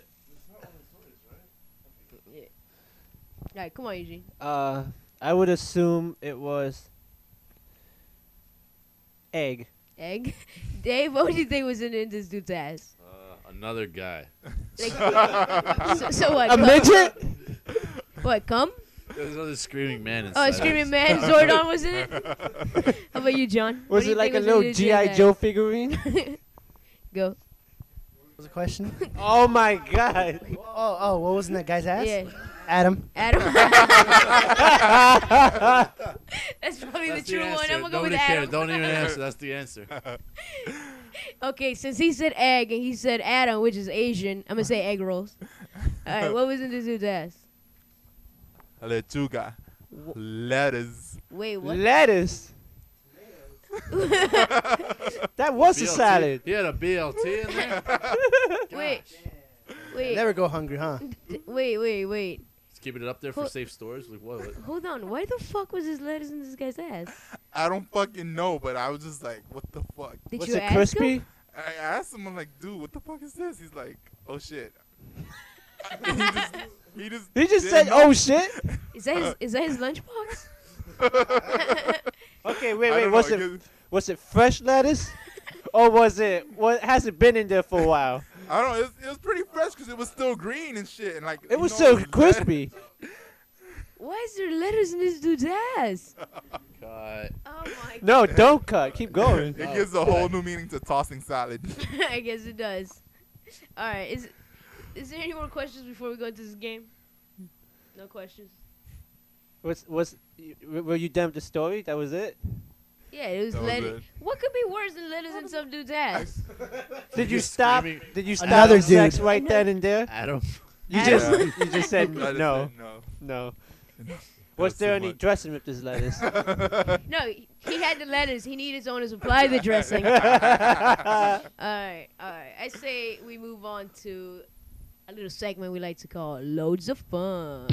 Speaker 4: All right, come on, Eugene.
Speaker 7: Uh, I would assume it was egg.
Speaker 4: Egg. Dave, what do you think was in, in this dude's ass?
Speaker 5: Uh, another guy.
Speaker 4: Like, so, so what?
Speaker 7: A
Speaker 4: cum?
Speaker 7: midget?
Speaker 4: What? Come?
Speaker 5: There's another screaming man inside.
Speaker 4: Oh, a screaming man. Zordon was in it. How about you, John? What
Speaker 7: Was
Speaker 4: do you
Speaker 7: it like a
Speaker 4: think
Speaker 7: little
Speaker 4: in this
Speaker 7: GI
Speaker 4: dude's
Speaker 7: Joe figurine?
Speaker 4: ass? Go.
Speaker 2: What was the question?
Speaker 7: oh my god!
Speaker 2: Oh, oh, what was in that guy's ass?
Speaker 4: Yeah,
Speaker 2: Adam.
Speaker 4: Adam. That's probably
Speaker 5: That's
Speaker 4: the true one.
Speaker 5: answer.
Speaker 4: I'm gonna go
Speaker 5: Nobody
Speaker 4: with
Speaker 5: cares.
Speaker 4: Adam.
Speaker 5: Don't even answer. That's the answer.
Speaker 4: Okay, since he said egg and he said Adam, which is Asian, I'm gonna say egg rolls. All right, what was in this dude's ass?
Speaker 8: Lechuga. Letters.
Speaker 4: Wait, what?
Speaker 7: Lettuce. that was a
Speaker 5: BLT.
Speaker 7: salad.
Speaker 5: He had a BLT in there.
Speaker 4: wait,
Speaker 2: You
Speaker 4: wait,
Speaker 2: Never go hungry, huh?
Speaker 4: wait, wait, wait.
Speaker 5: He's keeping it up there for
Speaker 4: Who-
Speaker 5: safe storage. Like what? what?
Speaker 4: Hold on. Why the fuck was his letters in this guy's ass?
Speaker 8: I don't fucking know, but I was just like, what the fuck?
Speaker 4: Did
Speaker 7: was
Speaker 4: you
Speaker 7: it
Speaker 4: ask
Speaker 7: crispy?
Speaker 4: him?
Speaker 8: I asked him, I'm like, dude, what the fuck is this? He's like, oh shit. he just, he just,
Speaker 7: He just
Speaker 8: didn't
Speaker 7: said,
Speaker 8: know.
Speaker 7: "Oh shit."
Speaker 4: Is that his, is that his lunchbox?
Speaker 7: Okay, wait,
Speaker 8: I
Speaker 7: wait.
Speaker 8: don't
Speaker 7: Was
Speaker 8: know,
Speaker 7: it
Speaker 8: 'cause
Speaker 7: was it fresh lettuce, or was it what has it been in there for a while?
Speaker 8: I don't. It was, it was pretty fresh because it was still green and shit, and like
Speaker 7: It was
Speaker 8: so
Speaker 7: so crispy.
Speaker 4: Why is there letters in this dude's ass?
Speaker 5: God.
Speaker 4: Oh my god.
Speaker 7: No, don't cut. Keep going.
Speaker 8: It gives a whole new meaning to tossing salad.
Speaker 4: I guess it does. All right. Is is there any more questions before we go into this game? No questions.
Speaker 7: Was was y- were you done with the story? That was it.
Speaker 4: Yeah, it was
Speaker 8: That was
Speaker 4: letters.
Speaker 8: it.
Speaker 4: What could be worse than letters in some dude's ass?
Speaker 7: Did
Speaker 5: you
Speaker 7: you stop?
Speaker 5: screaming-
Speaker 7: Did you stop
Speaker 2: Another
Speaker 7: at sex
Speaker 2: dude.
Speaker 7: right then and there?
Speaker 5: Adam.
Speaker 7: You
Speaker 4: Adam.
Speaker 7: just you just said
Speaker 8: I just
Speaker 7: no,
Speaker 8: said no.
Speaker 7: no.
Speaker 8: No,
Speaker 7: Was
Speaker 8: that's
Speaker 7: there
Speaker 8: too
Speaker 7: any
Speaker 8: much.
Speaker 7: dressing with this lettuce?
Speaker 4: No, he he had the letters. He needed someone to supply the dressing. all
Speaker 7: Wait,
Speaker 4: right, all right. I say we move on to a little segment we like to call "Loads of Fun."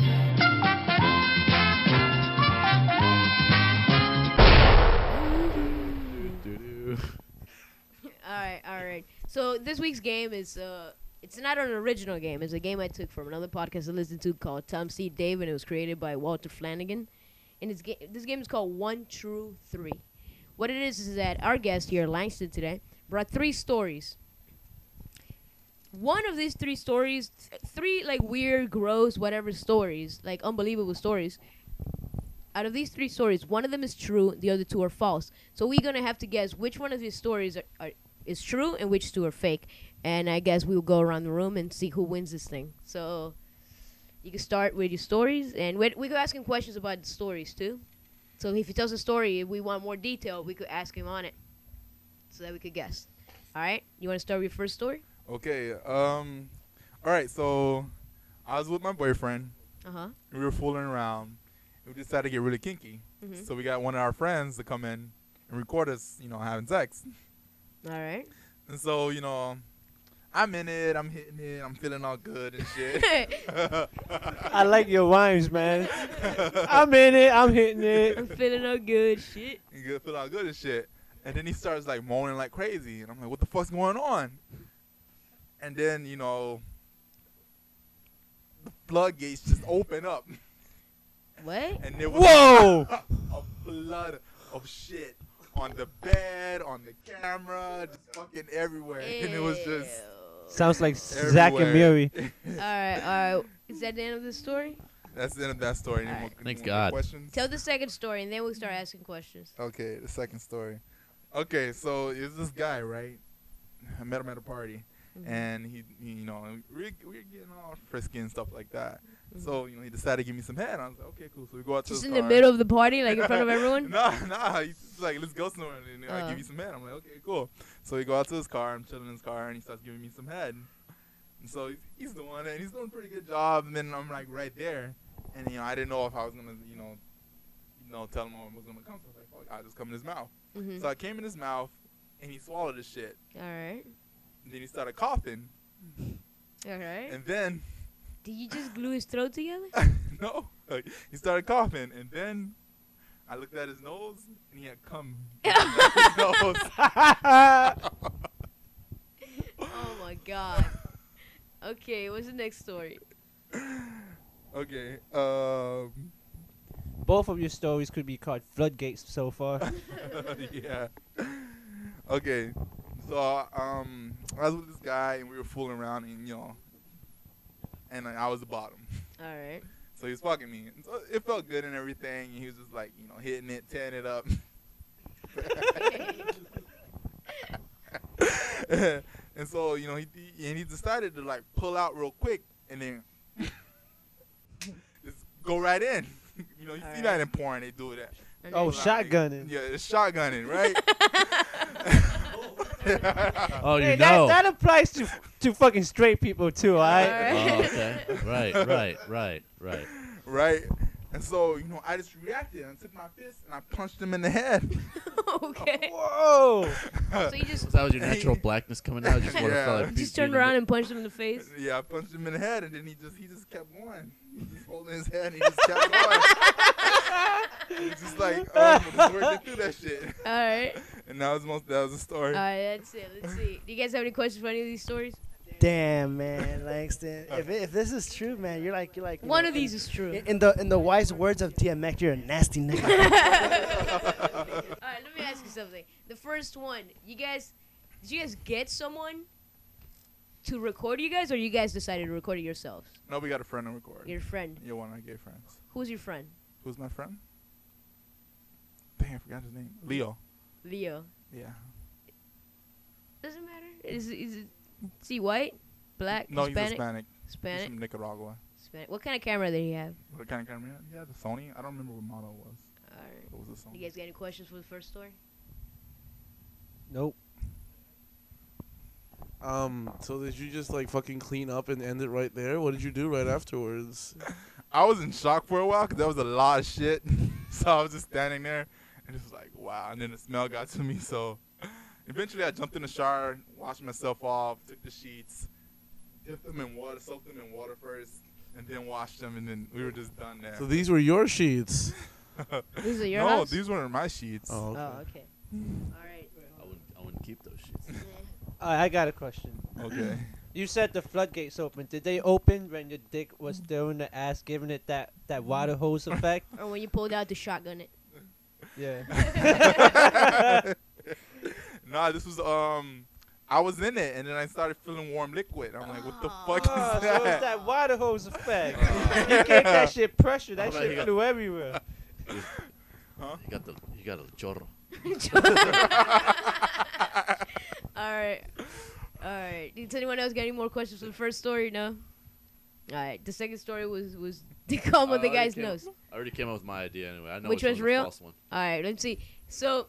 Speaker 4: All right, all right. So this week's game is uh, it's not an original game. It's a game I took from another podcast I listened to called Tom C. Dave, and it was created by Walter Flanagan. And it's ga- this game is called One True Three. What it is is that our guest here, Langston, today brought three stories. One of these three stories, th- three like weird, gross, whatever stories, like unbelievable stories. Out of these three stories, one of them is true, the other two are false. So we're gonna have to guess which one of these stories are, are is true and which two are fake. And I guess we'll go around the room and see who wins this thing. So you can start with your stories, and we we could ask him questions about the stories too. So if he tells a story, if we want more detail, we could ask him on it, so that we could guess. All right, you want to start with your first story?
Speaker 8: Okay. Um. All right. So, I was with my boyfriend.
Speaker 4: Uh huh.
Speaker 8: and we were fooling around. And we decided to get really kinky.
Speaker 4: Mhm.
Speaker 8: So we got one of our friends to come in and record us, you know, having sex.
Speaker 4: All right.
Speaker 8: And so, you know, I'm in it, I'm hitting it, I'm feeling all good and shit.
Speaker 7: I like your rhymes, man. I'm in it. I'm hitting it.
Speaker 4: I'm feeling no good. Shit.
Speaker 8: and good, feel all good and shit. And then he starts like moaning like crazy, and I'm like, what the fuck's going on? And then you know, the floodgates just open up,
Speaker 4: What?
Speaker 8: and there was
Speaker 7: Whoa!
Speaker 8: a flood of shit on the bed, on the camera, just fucking everywhere. And it was just
Speaker 7: Sounds like Zach and
Speaker 8: Everywhere.
Speaker 7: Miri.
Speaker 4: All right. All right. Is that the end of the story?
Speaker 8: that's the end of that story. Any
Speaker 4: All
Speaker 8: more-
Speaker 4: right.
Speaker 8: any
Speaker 5: Thank
Speaker 8: more
Speaker 5: God.
Speaker 8: Questions?
Speaker 4: Tell the second story, and then we'll start asking questions.
Speaker 8: Okay, the second story. Okay, so is this guy right? I met him at a party,
Speaker 4: Mm-hmm.
Speaker 8: and he, he, you know, we we we're getting all frisky and stuff like that. So you know, he decided to give me some head. I was like, okay, cool. So we go out to
Speaker 4: Just
Speaker 8: the
Speaker 4: in the
Speaker 8: car.
Speaker 4: middle of the party, like in front of everyone.
Speaker 8: nah, nah. He's just like, let's go somewhere. And I
Speaker 4: Uh.
Speaker 8: give you some head. I'm like, okay, cool. So we go out to his car. I'm chilling in his car, and he starts giving me some head. And so he's- he's doing it, and he's doing a pretty good job. And then I'm like right there, and you know, I didn't know if I was gonna, you know, you know, tell him I was gonna come. So I was like, fuck, I'll just come in his mouth.
Speaker 4: Mhm.
Speaker 8: So I came in his mouth, and he swallowed the shit.
Speaker 4: All right.
Speaker 8: And then he started coughing,
Speaker 4: All right.
Speaker 8: and then
Speaker 4: Did you just glue his throat together?
Speaker 8: no, like, he started coughing, and then I looked at his nose, and he had cum. his nose.
Speaker 4: Oh my god. Okay, what's the next story?
Speaker 8: Okay. Um.
Speaker 7: Both of your stories could be called floodgates so far.
Speaker 8: Oh, yeah. Okay. So um, I was with this guy, and we were fooling around, and you know, and like, I was the bottom.
Speaker 4: All right.
Speaker 8: So he was fucking me. And so it felt good and everything. And he was just like, you know, hitting it, tearing it up. and so, you know, he, he and he decided to like pull out real quick and then just go right in. you know, you see
Speaker 4: Alright.
Speaker 8: that in porn, they do that.
Speaker 7: Oh, shotgunning.
Speaker 8: Yeah, it's shotgunning, right?
Speaker 5: Oh, you
Speaker 7: Hey,
Speaker 5: know.
Speaker 7: that, that applies to to fucking straight people too. Alright.
Speaker 4: Alright.
Speaker 5: oh, okay. Right, right, right, right.
Speaker 8: right? And so, you know, I just reacted and took my fist and I punched him in the head.
Speaker 4: okay.
Speaker 7: Whoa!
Speaker 4: Oh, So you just
Speaker 5: So that was your natural blackness coming out. You just wanna
Speaker 8: Yeah.
Speaker 5: feel like
Speaker 8: You
Speaker 5: beat-
Speaker 4: just turned
Speaker 5: beating
Speaker 4: around
Speaker 5: it.
Speaker 4: and punched him in the face.
Speaker 8: Yeah, I punched him in the head, and then he just he just kept going. He just holding his head, and he just kept going. And it's just like, oh, just working through that shit.
Speaker 4: All right.
Speaker 8: And that was most that was the story.
Speaker 4: All right. That's it. Let's see. Do you guys have any questions for any of these stories?
Speaker 2: Damn, man, Langston. If, if this is true, man, you're like you're like you
Speaker 4: One
Speaker 2: know,
Speaker 4: of these is true.
Speaker 2: In, in the in the wise words of DMX, you're a nasty nigga.
Speaker 4: All right, let me ask you something. The first one, you guys, did you guys get someone to record you guys, or you guys decided to record it yourselves?
Speaker 8: No, we got a friend on record.
Speaker 4: Your friend.
Speaker 8: You're one of my gay friends.
Speaker 4: Who's your friend?
Speaker 8: Who's my friend? Dang, I forgot his name. Leo.
Speaker 4: Leo.
Speaker 8: Yeah.
Speaker 4: Doesn't matter. Is is, it, is he white, black,
Speaker 8: No, he's
Speaker 4: Hispanic,
Speaker 8: Hispanic. He's
Speaker 4: Hispanic,
Speaker 8: from Nicaragua.
Speaker 4: Hispanic? What kind of camera did he have?
Speaker 8: What kind of camera? Yeah, the Sony. I don't remember what model it was.
Speaker 4: All right.
Speaker 8: It was a
Speaker 4: You
Speaker 8: Sony.
Speaker 4: guys got any questions for the first story?
Speaker 7: Nope.
Speaker 6: Um. So did you just like fucking clean up and end it right there? What did you do right afterwards?
Speaker 8: I was in shock for a while because that was a lot of shit. so I was just standing there and just like, wow. And then the smell got to me. So eventually I jumped in the shower, washed myself off, took the sheets, dipped them in water, soaked them in water first, and then washed them. And then we were just done there.
Speaker 6: So these were your sheets.
Speaker 4: These are your
Speaker 8: no,
Speaker 4: house?
Speaker 8: these weren't my sheets.
Speaker 6: Oh. Okay.
Speaker 4: Oh, okay. All right.
Speaker 5: I wouldn't, I wouldn't keep those shits.
Speaker 7: Alright, I got a question.
Speaker 8: Okay.
Speaker 7: You said the floodgates opened. Did they open when your dick was still in the ass, giving it that that water hose effect?
Speaker 4: Or when you pulled out the shotgun, it.
Speaker 7: yeah.
Speaker 8: nah, this was, um, I was in it and then I started feeling warm liquid. I'm like, what the fuck is
Speaker 7: Oh, so it's
Speaker 8: that?
Speaker 7: that water hose effect. you gave that shit pressure. That
Speaker 5: How about you
Speaker 7: shit
Speaker 5: got-
Speaker 7: flew everywhere.
Speaker 5: You got the, you got a chorro.
Speaker 4: All right. All right. Does anyone else got any more questions for the first story? No. All right. The second story was was the comb of the
Speaker 5: Uh,
Speaker 4: guy's
Speaker 5: okay.
Speaker 4: nose.
Speaker 5: I already came up with my idea anyway. I know
Speaker 4: Which
Speaker 5: which,
Speaker 4: one's
Speaker 5: one's the
Speaker 4: real?
Speaker 5: false one.
Speaker 4: All right. Let's see. So,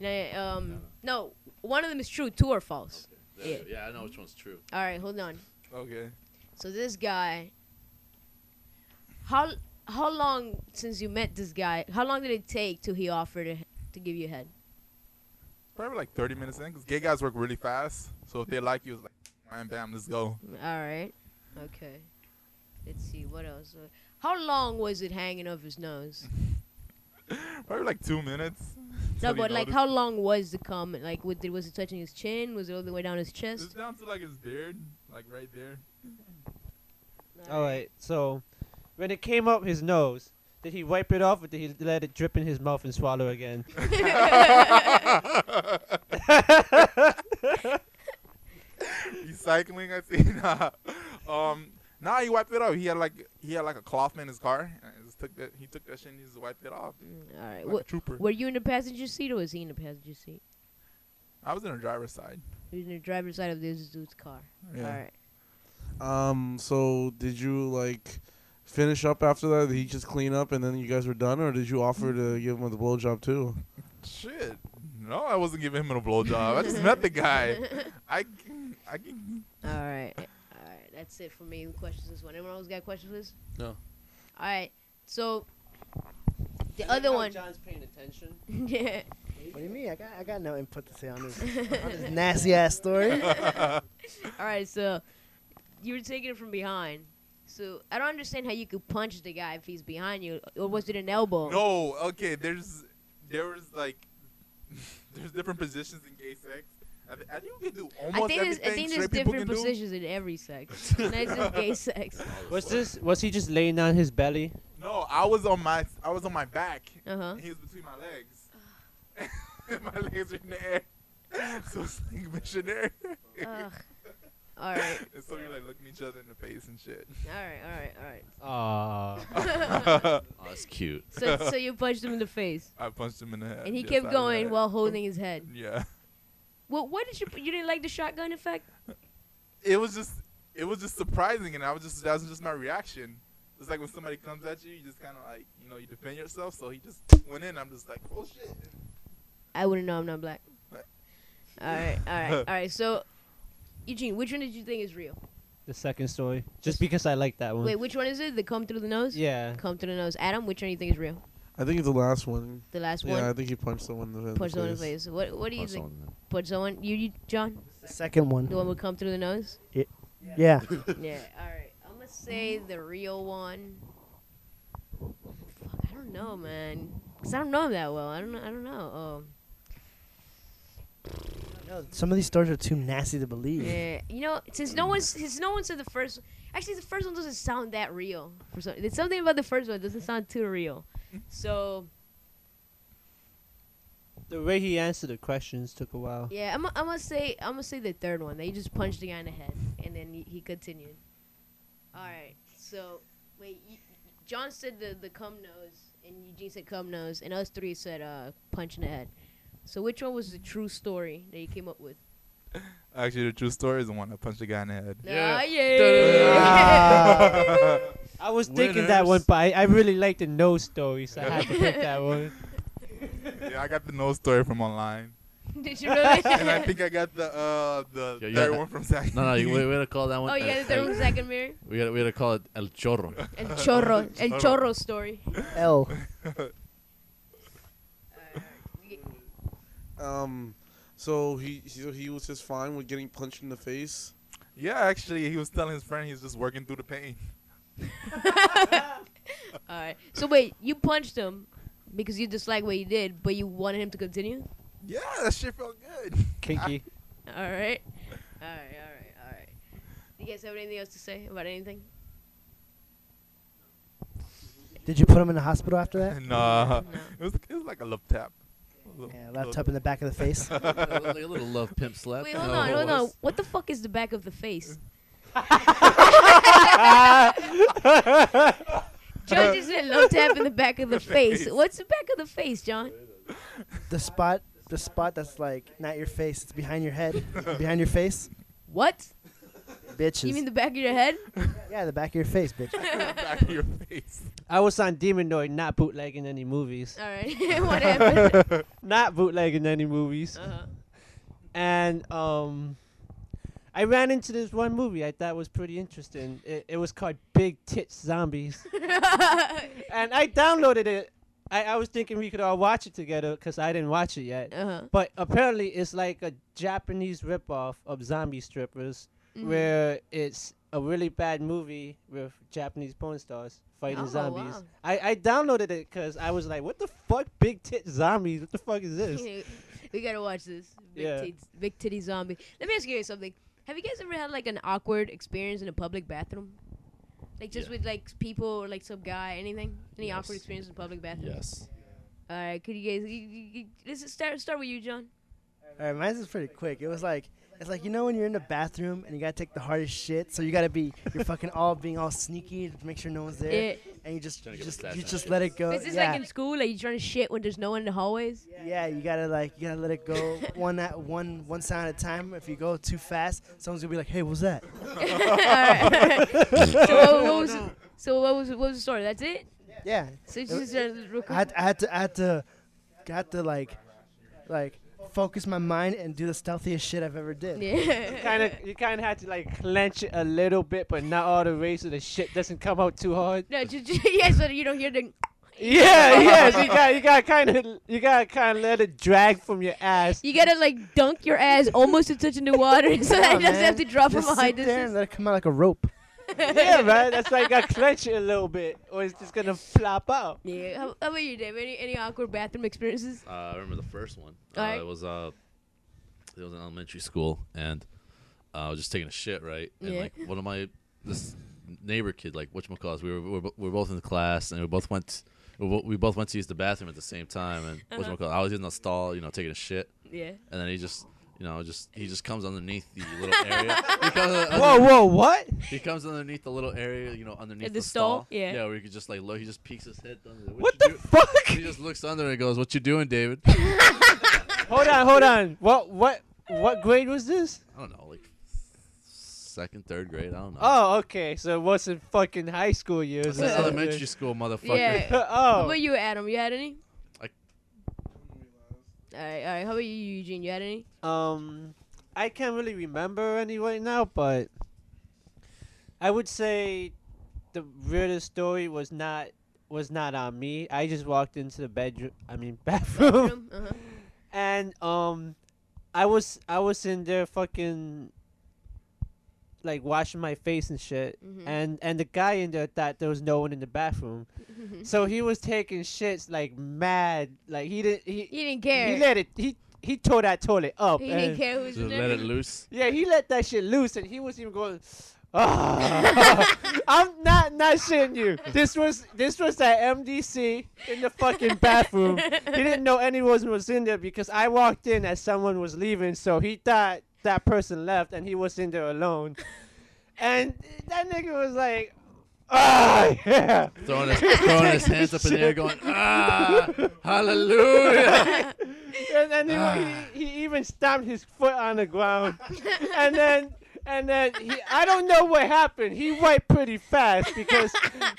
Speaker 4: nah, um, no, one of them is true. Two are false.
Speaker 5: There you
Speaker 4: Yeah.
Speaker 5: go. Yeah, I know which one's true.
Speaker 4: All right. Hold on.
Speaker 8: okay.
Speaker 4: So this guy, how how long since you met this guy? How long did it take till he offered to, to give you head?
Speaker 8: Probably like 30 minutes in, 'cause gay guys work really fast. So if they like you, it's like, bam, bam, let's go.
Speaker 4: All right, okay. Let's see what else. Uh, How long was it hanging off his nose?
Speaker 8: Probably like two minutes. till
Speaker 4: No,
Speaker 8: he
Speaker 4: but like
Speaker 8: noticed.
Speaker 4: how long was the comment? Like, what, did, was it touching his chin? Was it all the way down his
Speaker 8: It's
Speaker 4: chest?
Speaker 8: down to like his beard, like right there.
Speaker 7: All right. So, when it came up his nose, did he wipe it off, or did he let it drip in his mouth and swallow again?
Speaker 8: He's cycling, I see. Nah. Um, nah, he wiped it off. He had like he had like a cloth in his car. And he just took that. He took that shit and he just wiped it off.
Speaker 4: Mm, All right.
Speaker 8: Like a
Speaker 4: What,
Speaker 8: trooper.
Speaker 4: were you in the passenger seat or was he in the passenger seat?
Speaker 8: I was in the driver's side.
Speaker 4: He was in the driver's side of this dude's car.
Speaker 8: Yeah.
Speaker 4: All right.
Speaker 6: Um. So did you like finish up after that? Did he just clean up and then you guys were done, or did you offer to give him the blowjob too?
Speaker 8: Shit. No, I wasn't giving him a blowjob. I just met the guy. I, I can.
Speaker 4: All right. All right. That's it for me. Questions this one. Anyone else got questions for this?
Speaker 5: No.
Speaker 4: All right. So the other one.
Speaker 7: John's paying attention.
Speaker 4: yeah.
Speaker 2: What do you mean? I got, I got no input to say on this, on this nasty ass story.
Speaker 4: All right. So you were taking it from behind. So I don't understand how you could punch the guy if he's behind you, or was it an elbow?
Speaker 8: No, okay. There's there was like there's different positions in gay sex. I, thi- I think we can do almost
Speaker 4: I think there's,
Speaker 8: everything
Speaker 4: I think there's
Speaker 8: straight people
Speaker 4: different
Speaker 8: can do.
Speaker 4: positions in every sex. Not just gay sex.
Speaker 7: Was this? Was he just laying on his belly?
Speaker 8: No, I was on my I was on my back.
Speaker 4: Uh huh.
Speaker 8: And he was between my legs. my legs were in the air. So it's like missionary.
Speaker 4: Ugh. All right.
Speaker 8: and so you're like looking each other in the face and shit.
Speaker 4: All right. All right. All right.
Speaker 7: Ah.
Speaker 5: Oh, that's cute.
Speaker 4: So, so you punched him in the face,
Speaker 8: I punched him in the head.
Speaker 4: and he
Speaker 8: Yes, I
Speaker 4: kept
Speaker 8: did
Speaker 4: going
Speaker 8: that.
Speaker 4: while holding his head.
Speaker 8: Yeah.
Speaker 4: Well, what did you? You didn't like the shotgun effect?
Speaker 8: It was just it was just surprising and I was just that was just my reaction. It's like when somebody comes at you, you just kinda like, you know, you defend yourself, so he just went in, I'm just like, Oh shit.
Speaker 4: I wouldn't know. I'm not black. All right, all right, all right. So, Eugene, which one did you think is real?
Speaker 7: The second story. Just because I like that one.
Speaker 4: Wait, which one is it? The come through the nose?
Speaker 7: Yeah.
Speaker 4: Come through the nose. Adam, which one do you think is real?
Speaker 6: I think it's the last one.
Speaker 4: The last
Speaker 6: Yeah, I
Speaker 4: one.
Speaker 6: think he punched someone in the
Speaker 4: Punch someone in the face. What? What do you
Speaker 5: Punch
Speaker 4: think?
Speaker 5: someone in the-
Speaker 4: Punch someone. You, you, John.
Speaker 2: The second
Speaker 4: The
Speaker 2: one.
Speaker 4: one would come through the nose.
Speaker 2: Yeah.
Speaker 4: yeah. All right. I'm gonna say the real one. Fuck, I don't know, man. Cause I don't know him that well. I don't. know- I don't know. Um.
Speaker 2: Some of these stories are too nasty to believe.
Speaker 4: Yeah, you know, since no one's since no one said the first. Actually, the first one doesn't sound that real. For some, there's something about the first one that doesn't sound too real. So
Speaker 7: The way he answered the questions took a while.
Speaker 4: yeah, I'm, I'm gonna say I'm gonna say the third one. They just punched the guy in the head, and then he, he continued. All right, so wait, you, John said the the cum nose, and Eugene said cum nose, and us three said uh punch in the head. So which one was the true story that you came up with?
Speaker 8: Actually the true story is the one that punched the guy in the head.
Speaker 5: Yeah.
Speaker 4: Ah,
Speaker 7: Ah. I was thinking that one,
Speaker 5: Winners.
Speaker 7: but I, I really like the no story, so I had to pick that one.
Speaker 8: yeah, I got the nose story from online.
Speaker 4: Did you really?
Speaker 8: and I think I got the uh the
Speaker 5: Yeah, you
Speaker 8: third
Speaker 5: got-
Speaker 8: one from Zach.
Speaker 5: No, no, you, we, we had to call that one.
Speaker 4: oh, you
Speaker 5: El-
Speaker 4: got the third
Speaker 5: El-
Speaker 4: one, second mirror.
Speaker 5: We had, we had to call it El Chorro.
Speaker 4: El chorro, el
Speaker 8: Chorro.
Speaker 4: chorro story.
Speaker 2: L.
Speaker 6: Um. So he so he was just fine with getting punched in the face.
Speaker 8: Yeah, actually, he was telling his friend he's just working through the pain.
Speaker 4: All right. So wait, you punched him because you disliked what he did, but you wanted him to continue.
Speaker 8: Yeah, that shit felt good.
Speaker 7: Kinky.
Speaker 4: All right. All right. All right. All right. You guys have anything else to say about anything?
Speaker 2: Did you put him in the hospital after that?
Speaker 8: nah,
Speaker 4: No.
Speaker 8: uh, it was it was like a love tap.
Speaker 2: Yeah, laptop in the back of the face.
Speaker 5: like a little love pimp slap.
Speaker 4: Wait,
Speaker 5: you
Speaker 4: hold
Speaker 5: know,
Speaker 4: on,
Speaker 5: it
Speaker 4: hold on.
Speaker 5: was.
Speaker 4: What the fuck is the back of the face? John just said love tap in the back of the face. What's the back of the face, John?
Speaker 2: The spot, the spot that's like not your face, it's behind your head, behind your face,
Speaker 4: What?
Speaker 2: bitches.
Speaker 4: You mean the back of your head?
Speaker 2: yeah, the back of your face, bitch.
Speaker 8: back of your face.
Speaker 7: I was on Demonoid, not bootlegging any movies.
Speaker 4: All right. what happened?
Speaker 7: Not bootlegging any movies.
Speaker 4: Uh-huh.
Speaker 7: And um I ran into this one movie I thought was pretty interesting. It, it was called Big Tits Zombies, and I downloaded it. I, I was thinking we could all watch it together because I didn't watch it yet.
Speaker 4: uh-huh.
Speaker 7: But apparently, it's like a Japanese ripoff of Zombie Strippers,
Speaker 4: Mm-hmm.
Speaker 7: where it's a really bad movie with Japanese porn stars fighting
Speaker 4: Oh,
Speaker 7: zombies.
Speaker 4: wow.
Speaker 7: I, I downloaded it because I was like, what the fuck? Big tit zombies? What the fuck is this?
Speaker 4: we gotta watch this. Big,
Speaker 7: Yeah.
Speaker 4: titties, big titty zombie. Let me ask you guys something. Have you guys ever had like an awkward experience in a public bathroom? Like just
Speaker 5: Yeah.
Speaker 4: with like s- people or like some guy, anything? Any awkward
Speaker 5: Yes.
Speaker 4: experience in a public bathroom?
Speaker 5: Yes.
Speaker 4: All right, could you guys you, you, you, let's start start with you, John?
Speaker 2: All right, mine's is pretty quick. It was like it's like you know when you're in the bathroom and you gotta take the hardest shit, so you gotta be you're fucking all being all sneaky to make sure no one's there,
Speaker 4: Yeah.
Speaker 2: and you just
Speaker 5: Trying to
Speaker 2: you
Speaker 5: get
Speaker 2: just
Speaker 5: the class
Speaker 2: you
Speaker 5: out.
Speaker 2: just let it go.
Speaker 4: Is this
Speaker 2: Uh, yeah.
Speaker 4: like in school? Like you trying to shit when there's no one in the hallways?
Speaker 2: yeah, you gotta like you gotta let it go one at one one sound at a time. If you go too fast, someone's gonna be like, "Hey, what's that?"
Speaker 4: Alright. so, what, what was, so what was what was the story? That's it?
Speaker 2: Yeah,
Speaker 4: So you just started real
Speaker 2: I
Speaker 4: quick.
Speaker 2: had, I had to I had to I had to like like focus my mind and do the stealthiest shit I've ever did.
Speaker 4: Yeah.
Speaker 7: Kind of, you kind of had to like clench it a little bit, but not all the way, so the shit doesn't come out too hard.
Speaker 4: No, just, just yeah, so you don't hear the
Speaker 7: Yeah, yes, you got, you got kind of, you got kind of let it drag from your ass.
Speaker 4: You gotta like dunk your ass almost to touching the water, so that
Speaker 2: Yeah,
Speaker 4: it doesn't
Speaker 2: man.
Speaker 4: have to drop
Speaker 2: Just
Speaker 4: from behind
Speaker 2: sit there
Speaker 4: us.
Speaker 2: and let it come out like a rope.
Speaker 7: yeah, right. That's why you got to clench it a little bit, or it's just gonna flop out.
Speaker 4: Yeah. How, how about you, Dave? Any any awkward bathroom experiences?
Speaker 5: Uh, I remember the first one. Uh,
Speaker 4: Alright.
Speaker 5: It was uh, it was in elementary school, and uh, I was just taking a shit, right? And
Speaker 4: Yeah.
Speaker 5: like one of my this neighbor kid, like which we were we were, bo- we were both in the class, and we both went. We bo- we both went to use the bathroom at the same time, and whatchamacallit,
Speaker 4: Uh-huh.
Speaker 5: I was in the stall, you know, taking a shit,
Speaker 4: Yeah.
Speaker 5: and then he just, you know, just he just comes underneath the little area. He comes under-
Speaker 7: Whoa, whoa, what?
Speaker 5: He comes underneath the little area, you know, underneath
Speaker 4: At the stall? Yeah.
Speaker 5: Yeah, where you could just like look. He just peeks his head under. there.
Speaker 7: What
Speaker 5: you
Speaker 7: the fuck?
Speaker 5: do-" He just looks under and goes, "What you doing, David?"
Speaker 7: Hold on, hold on. What, what, what grade was this?
Speaker 5: I don't know, like second, third grade. I don't know.
Speaker 7: Oh, okay. So it wasn't fucking high school years.
Speaker 5: It's
Speaker 7: or
Speaker 5: an
Speaker 7: something.
Speaker 5: elementary school, motherfucker.
Speaker 4: Yeah. How
Speaker 7: oh,
Speaker 4: about you, Adam? You had any?
Speaker 5: I-
Speaker 4: All right, all right. How about you, Eugene? You had any?
Speaker 7: Um, I can't really remember any right now, but I would say the weirdest story was not was not on me. I just walked into the bedroom. I mean bathroom,
Speaker 4: Adam? Uh-huh.
Speaker 7: and um, I was I was in there fucking like washing my face and shit,
Speaker 4: Mm-hmm.
Speaker 7: and and the guy in there thought there was no one in the bathroom,
Speaker 4: Mm-hmm.
Speaker 7: so he was taking shits like mad, like he didn't he
Speaker 4: He didn't care.
Speaker 7: he let it he. He tore that toilet up.
Speaker 4: He
Speaker 7: and-
Speaker 4: didn't care who was in
Speaker 5: Just
Speaker 4: there.
Speaker 5: let it loose.
Speaker 7: yeah, he let that shit loose, and he was even going. "Ah." I'm not not shitting you. This was this was at MDC in the fucking bathroom. He didn't know anyone was in there because I walked in as someone was leaving, so he thought that person left and he was in there alone. And that nigga was like, "Ah, yeah."
Speaker 5: Throwing his, throwing his hands up in the air, going, "Ah, hallelujah!"
Speaker 7: and then he, wa- he, he even stamped his foot on the ground, and then and then he, I don't know what happened. He wiped pretty fast because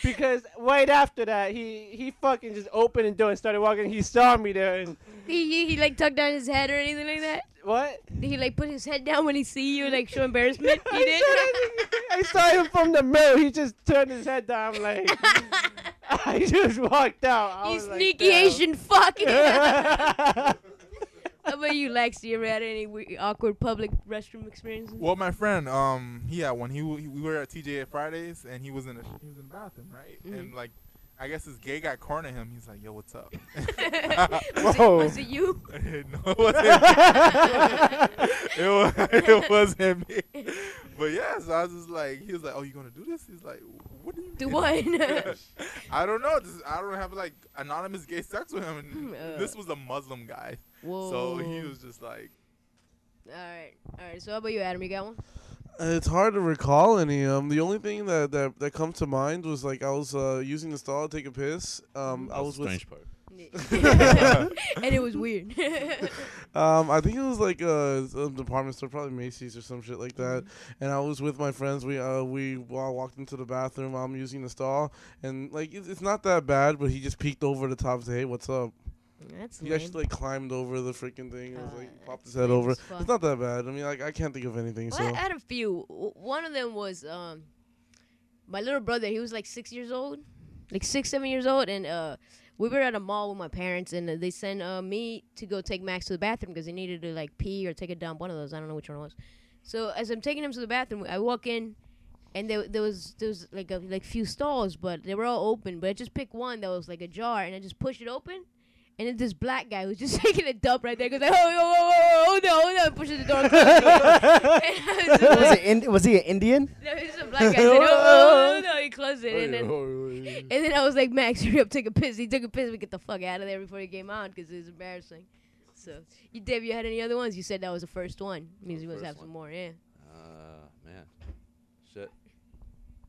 Speaker 7: because right after that he he fucking just opened the door and started walking. He saw me there and
Speaker 4: He, he he like tucked down his head or anything like that.
Speaker 7: what?
Speaker 4: Did he like put his head down when he see you like show embarrassment? He did.
Speaker 7: I saw him from the mirror. He just turned his head down. I'm like I just walked out. I
Speaker 4: you
Speaker 7: was like,
Speaker 4: sneaky
Speaker 7: "Damn."
Speaker 4: Asian fuck. How about you, Lex? You ever had any we- awkward public restroom experiences?
Speaker 8: Well, my friend, um, yeah, when he w- he- we were at TJ Fridays and he was in the he was in the bathroom, right? And like, I guess this gay guy cornered him. He's like, "Yo, what's up?"
Speaker 7: Whoa.
Speaker 4: Was it you?
Speaker 8: no, it wasn't. me. it, was, it wasn't me. But yeah, so I was just like, he was like, "Oh, you gonna do this?" He's like, "What do you
Speaker 4: Do
Speaker 8: mean?"
Speaker 4: what?
Speaker 8: I don't know. This, I don't have like anonymous gay sex with him. And
Speaker 4: Mm, uh.
Speaker 8: this was a Muslim guy,
Speaker 4: Whoa.
Speaker 8: so he was just like,
Speaker 4: All right, all right. So how about you, Adam? You got one?
Speaker 6: Uh, It's hard to recall any. Um, the only thing that that, that comes to mind was like I was uh, using the stall to take a piss. Um, I
Speaker 5: That's
Speaker 6: was
Speaker 5: the
Speaker 6: with.
Speaker 5: strange part.
Speaker 4: and it was weird.
Speaker 6: Um, I think it was like a, a department store, probably Macy's or some shit like that.
Speaker 4: Mm-hmm.
Speaker 6: And I was with my friends. We uh we wa- walked into the bathroom. I'm using the stall, and like it's, it's not that bad, but he just peeked over the top to say, "Hey, what's up?"
Speaker 4: That's
Speaker 6: He actually
Speaker 4: lame.
Speaker 6: like climbed over the freaking thing. and was,
Speaker 4: Uh,
Speaker 6: like popped his
Speaker 4: that's
Speaker 6: head over.
Speaker 4: lame as fuck.
Speaker 6: It's not that bad. I mean, like I can't think of anything.
Speaker 4: Well,
Speaker 6: So
Speaker 4: I had a few. W- One of them was um, my little brother. He was like six years old, like six, seven years old, and uh, we were at a mall with my parents, and uh, they sent uh, me to go take Max to the bathroom because he needed to like pee or take a dump. One of those, I don't know which one it was. So as I'm taking him to the bathroom, I walk in, and there, there was there was like a like few stalls, but they were all open. But I just picked one that was like a jar, and I just pushed it open. And then this black guy was just taking a dump right there. Goes like, oh, oh, oh, oh, oh, hold on, hold on, pushes the door. closes the door. And I was just
Speaker 2: was,
Speaker 4: like-
Speaker 2: it Ind- was he an Indian?
Speaker 4: no, he's a black guy. I said, oh, oh, oh, no, he closed it. And then, and then I was like, Max, hurry up, take a piss. He took a piss. We get the fuck out of there before he came out because it was embarrassing. So, you, Dave, you had any other ones? You said that was the first one. Means
Speaker 5: was
Speaker 4: you must
Speaker 5: first
Speaker 4: have
Speaker 5: one.
Speaker 4: some more, yeah.
Speaker 5: Uh, man, shit,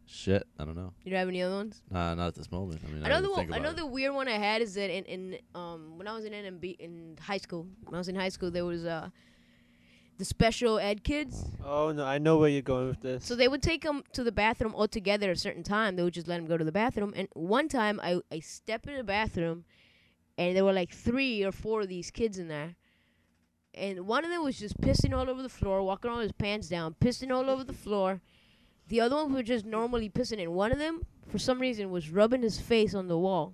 Speaker 5: shit. I don't know.
Speaker 4: You don't have any other ones?
Speaker 5: Nah, not at this moment. I mean, I
Speaker 4: another
Speaker 5: didn't
Speaker 4: one,
Speaker 5: think about
Speaker 4: another
Speaker 5: It.
Speaker 4: weird one I had is that in, in um when I was in NMB in high school, when I was in high school, there was uh the special ed kids.
Speaker 7: Oh no, I know where you're going with this.
Speaker 4: So they would take him to the bathroom all together at a certain time. They would just let him go to the bathroom. And one time, I I stepped in the bathroom, and there were like three or four of these kids in there. And one of them was just pissing all over the floor, walking all his pants down, pissing all over the floor. The other ones were just normally pissing, and one of them, for some reason, was rubbing his face on the wall.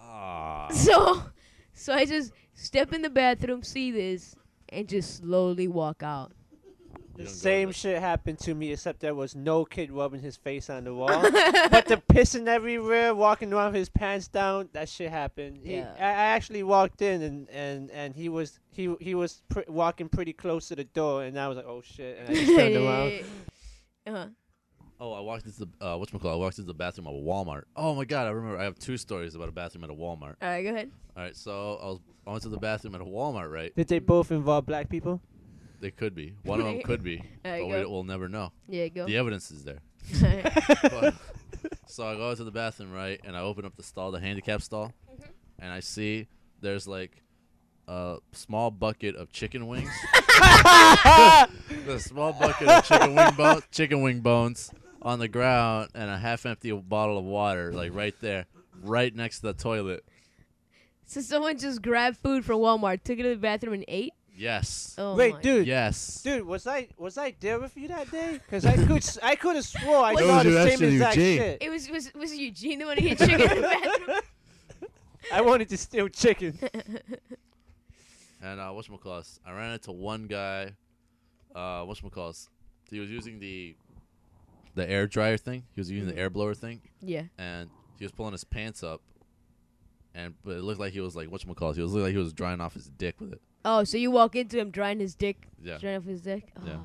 Speaker 5: Ah,
Speaker 4: So, so I just step in the bathroom, see this, and just slowly walk out.
Speaker 5: you
Speaker 7: The
Speaker 5: don't go
Speaker 7: same
Speaker 5: to
Speaker 7: shit happened to me, except there was no kid rubbing his face on the wall. but the pissing everywhere, walking around with his pants down, that shit happened. He,
Speaker 4: Yeah.
Speaker 7: I, I actually walked in and, and, and he was he he was pr- walking pretty close to the door, and I was like, oh shit, and I just turned around.
Speaker 4: Uh-huh.
Speaker 5: Oh, I walked into the uh, whatchamacallit, I walked into the bathroom at a Walmart. Oh my god, I remember. I have two stories about a bathroom at a Walmart.
Speaker 4: All right, go ahead.
Speaker 5: All right, so I was I went to the bathroom at a Walmart. Right,
Speaker 7: Did they both involve black people?
Speaker 5: they could be one of them could be,
Speaker 4: There you
Speaker 7: Oh,
Speaker 5: but we,
Speaker 4: go.
Speaker 5: we'll never know.
Speaker 4: Yeah, go.
Speaker 5: The evidence is there. But- so I go to the bathroom, right, and I open up the stall, the handicap stall,
Speaker 7: Mm-hmm.
Speaker 5: and I see there's like a small bucket of chicken wings. the small bucket of chicken wing bo- chicken wing bones on the ground, and a half empty bottle of water, like right there, right next to the toilet.
Speaker 4: so someone just grabbed food from Walmart, took it to the bathroom and ate.
Speaker 5: Yes.
Speaker 4: Oh
Speaker 7: Wait,
Speaker 4: my-
Speaker 7: dude.
Speaker 5: Yes.
Speaker 7: Dude, was I was I there with you that day? Cause I could s- I could have swore I
Speaker 4: That
Speaker 7: saw
Speaker 5: was
Speaker 7: the
Speaker 5: you,
Speaker 7: same
Speaker 5: actually,
Speaker 7: exact
Speaker 5: Eugene.
Speaker 7: shit.
Speaker 4: It was was was it Eugene the one who ate chicken in the bathroom?
Speaker 7: I wanted to steal chicken.
Speaker 5: And uh, whatchamacallit, I ran into one guy. Uh, whatchamacallit, he was using the the air dryer thing. He was
Speaker 7: Mm-hmm.
Speaker 5: using the air blower thing,
Speaker 4: Yeah.
Speaker 5: and he was pulling his pants up, and but it looked like he was like whatchamacallit. He was looked like he was drying off his dick with it.
Speaker 4: Oh, so you walk into him drying his dick,
Speaker 5: Yeah,
Speaker 4: drying off his dick. Oh,
Speaker 5: Yeah.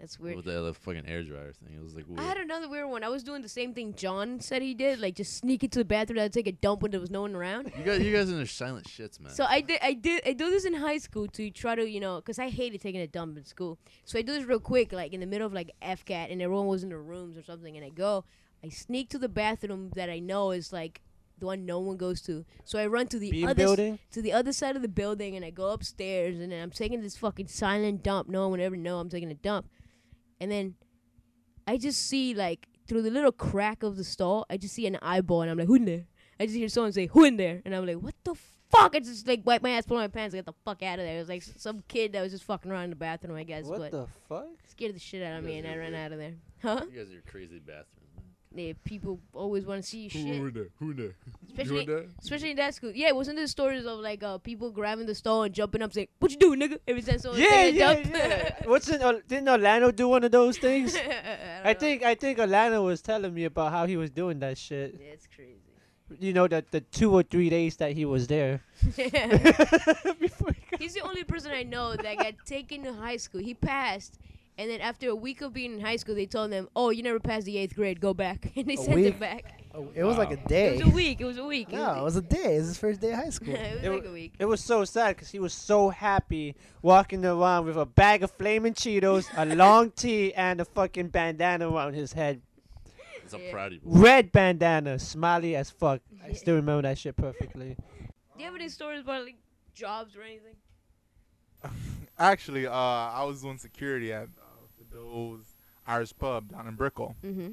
Speaker 4: that's weird.
Speaker 5: with the, the fucking air dryer thing. It was like weird.
Speaker 4: I had another weird one. I was doing the same thing John said he did, like just sneak into the bathroom and take a dump when there was no one around.
Speaker 5: you guys, you guys in their silent shits, man.
Speaker 4: So I did, I did, I do this in high school to try to, you know, because I hated taking a dump in school. So I do this real quick, like in the middle of like FCAT, and everyone was in their rooms or something, and I go, I sneak to the bathroom that I know is like the one no one goes to. So I run to the
Speaker 7: Bean
Speaker 4: other
Speaker 7: building?
Speaker 4: to the other side of the building, and I go upstairs, and then I'm taking this fucking silent dump. No one would ever know I'm taking a dump, and then I just see like through the little crack of the stall, I just see an eyeball, and I'm like, who in there? I just hear someone say, "Who in there?" And I'm like, "What the fuck?" I just like wipe my ass, pull on my pants, and get the fuck out of there. It was like s- some kid that was just fucking around in the bathroom, I guess.
Speaker 7: What
Speaker 4: but
Speaker 7: the fuck?
Speaker 4: scared the shit out of me,
Speaker 5: Yes,
Speaker 4: and
Speaker 5: it
Speaker 4: I ran
Speaker 5: is.
Speaker 4: out of there. Huh?
Speaker 5: you guys are crazy bathroom.
Speaker 4: Yeah, people always want to see your shit,
Speaker 5: there? Who there?
Speaker 4: especially especially in that school. Yeah, wasn't there stories of like uh, people grabbing the stall and jumping up saying, "What you doing, nigga?" Every time someone
Speaker 7: Yeah,
Speaker 4: take a
Speaker 7: yeah,
Speaker 4: dump.
Speaker 7: yeah. What's in, Or- didn't Orlando do one of those things?
Speaker 4: I,
Speaker 7: I
Speaker 4: don't know.
Speaker 7: think I think Orlando was telling me about how he was doing that shit.
Speaker 4: Yeah, it's crazy.
Speaker 7: You know, the the two or three days that he was there. Before he got-
Speaker 4: He's the only person I know that got taken to high school. He passed, and then after a week of being in high school, they told him, "Oh, you never passed the eighth grade. Go back." And they sent him
Speaker 2: week?
Speaker 4: back.
Speaker 2: Oh, it was like a
Speaker 4: It
Speaker 2: day.
Speaker 4: was a week. It was a week.
Speaker 2: No, it was a day. It was his first day of high school.
Speaker 4: it was
Speaker 7: It
Speaker 4: like
Speaker 7: wa-
Speaker 4: a week.
Speaker 7: it was so sad because he was so happy walking around with a bag of flaming Cheetos, a long tee, and a fucking bandana around his head.
Speaker 5: It's a
Speaker 4: Yeah.
Speaker 5: proudy boy.
Speaker 7: Red bandana, smiley as fuck. I still remember that shit perfectly.
Speaker 4: Do you have any stories about like jobs or anything?
Speaker 8: Actually, uh, I was doing security at uh, Fido's Irish Pub down in Brickell,
Speaker 4: Mm-hmm.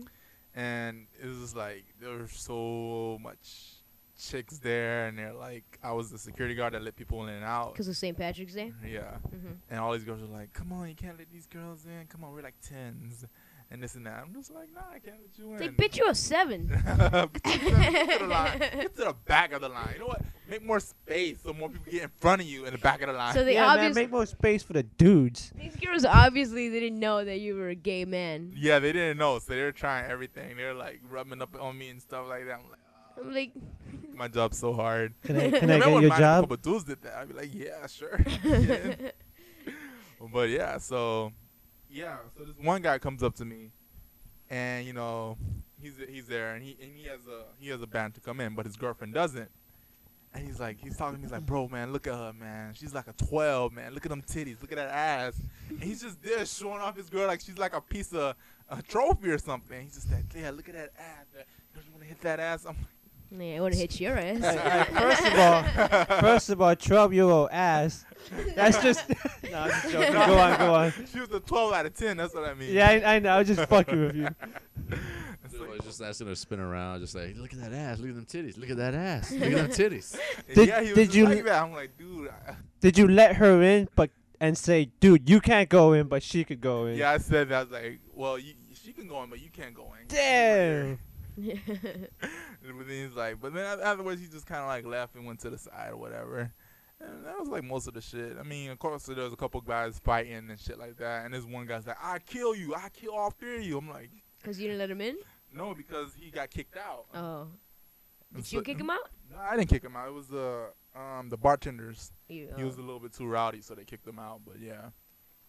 Speaker 8: and it was like there was so much chicks there, and they're like, I was the security guard that let people in and out.
Speaker 4: Because of St. Patrick's Day.
Speaker 8: Yeah.
Speaker 4: Mhm.
Speaker 8: And all these girls are like, come on, you can't let these girls in. Come on, we're like tens. And this and that. I'm just like, nah, I can't let you in.
Speaker 4: It's like, bitch, you're a seven.
Speaker 8: Get to the line. Get to the back of the line. You know what? Make more space so more people get in front of you in the back of the line.
Speaker 4: So they
Speaker 7: yeah, man,
Speaker 4: obviously
Speaker 7: make more space for the dudes.
Speaker 4: these girls obviously didn't know that you were a gay man.
Speaker 8: yeah, they didn't know, so they were trying everything. They were like rubbing up on me and stuff like that. I'm like, "Ah,
Speaker 4: I'm like,
Speaker 8: my job's so hard.
Speaker 7: Can I,
Speaker 8: And
Speaker 7: can
Speaker 8: I
Speaker 7: I get
Speaker 8: wouldn't
Speaker 7: your
Speaker 8: mind if A
Speaker 7: job?
Speaker 8: couple dudes did that. I'd be like, yeah, sure. Yeah. but yeah, so yeah, so this one guy comes up to me, and you know, he's he's there, and he and he has a he has a band to come in, but his girlfriend doesn't. And he's like, he's talking. He's like, bro, man, look at her, man. She's like a twelve, man. Look at them titties. Look at that ass. And he's just there showing off his girl like she's like a piece of a trophy or something. He's just like, yeah, look at that ass. man. Don't you want to hit that ass? I'm
Speaker 4: yeah, I want to hit your ass.
Speaker 7: First of all, first of all, twelve year old ass. That's just. no, I'm just joking. Go on, go on.
Speaker 8: She was a 12 out of 10. That's what I mean.
Speaker 7: Yeah, I, I know. I was just fucking with you.
Speaker 8: It's
Speaker 5: Dude, I
Speaker 8: like-
Speaker 5: was just asking her to spin around, just like, look at that ass, look at them titties, look at that ass, look at them titties.
Speaker 7: Did-
Speaker 8: yeah, he was
Speaker 7: did
Speaker 8: just
Speaker 7: you-
Speaker 8: like that. I'm like, dude. I,
Speaker 7: Did you let her in, but and say, dude, you can't go in, but she could go in?
Speaker 8: yeah, I said that. I was like, well, you, she can go in, but you can't go in.
Speaker 7: Damn.
Speaker 8: But then he's like, but then af- afterwards, he just kind of like left and went to the side or whatever. And that was like most of the shit. I mean, of course, there was a couple guys fighting and shit like that. And this one guy's like, I kill you. I kill all three of you. I'm like,
Speaker 4: Because you didn't let him in?
Speaker 8: no, because he got kicked out.
Speaker 4: Oh.
Speaker 8: And
Speaker 4: Did you
Speaker 8: so-
Speaker 4: kick him out?
Speaker 8: No, I didn't kick him out. It was the um the bartenders.
Speaker 4: You,
Speaker 8: He was a
Speaker 4: oh.
Speaker 8: little bit too rowdy, so they kicked him out. But yeah,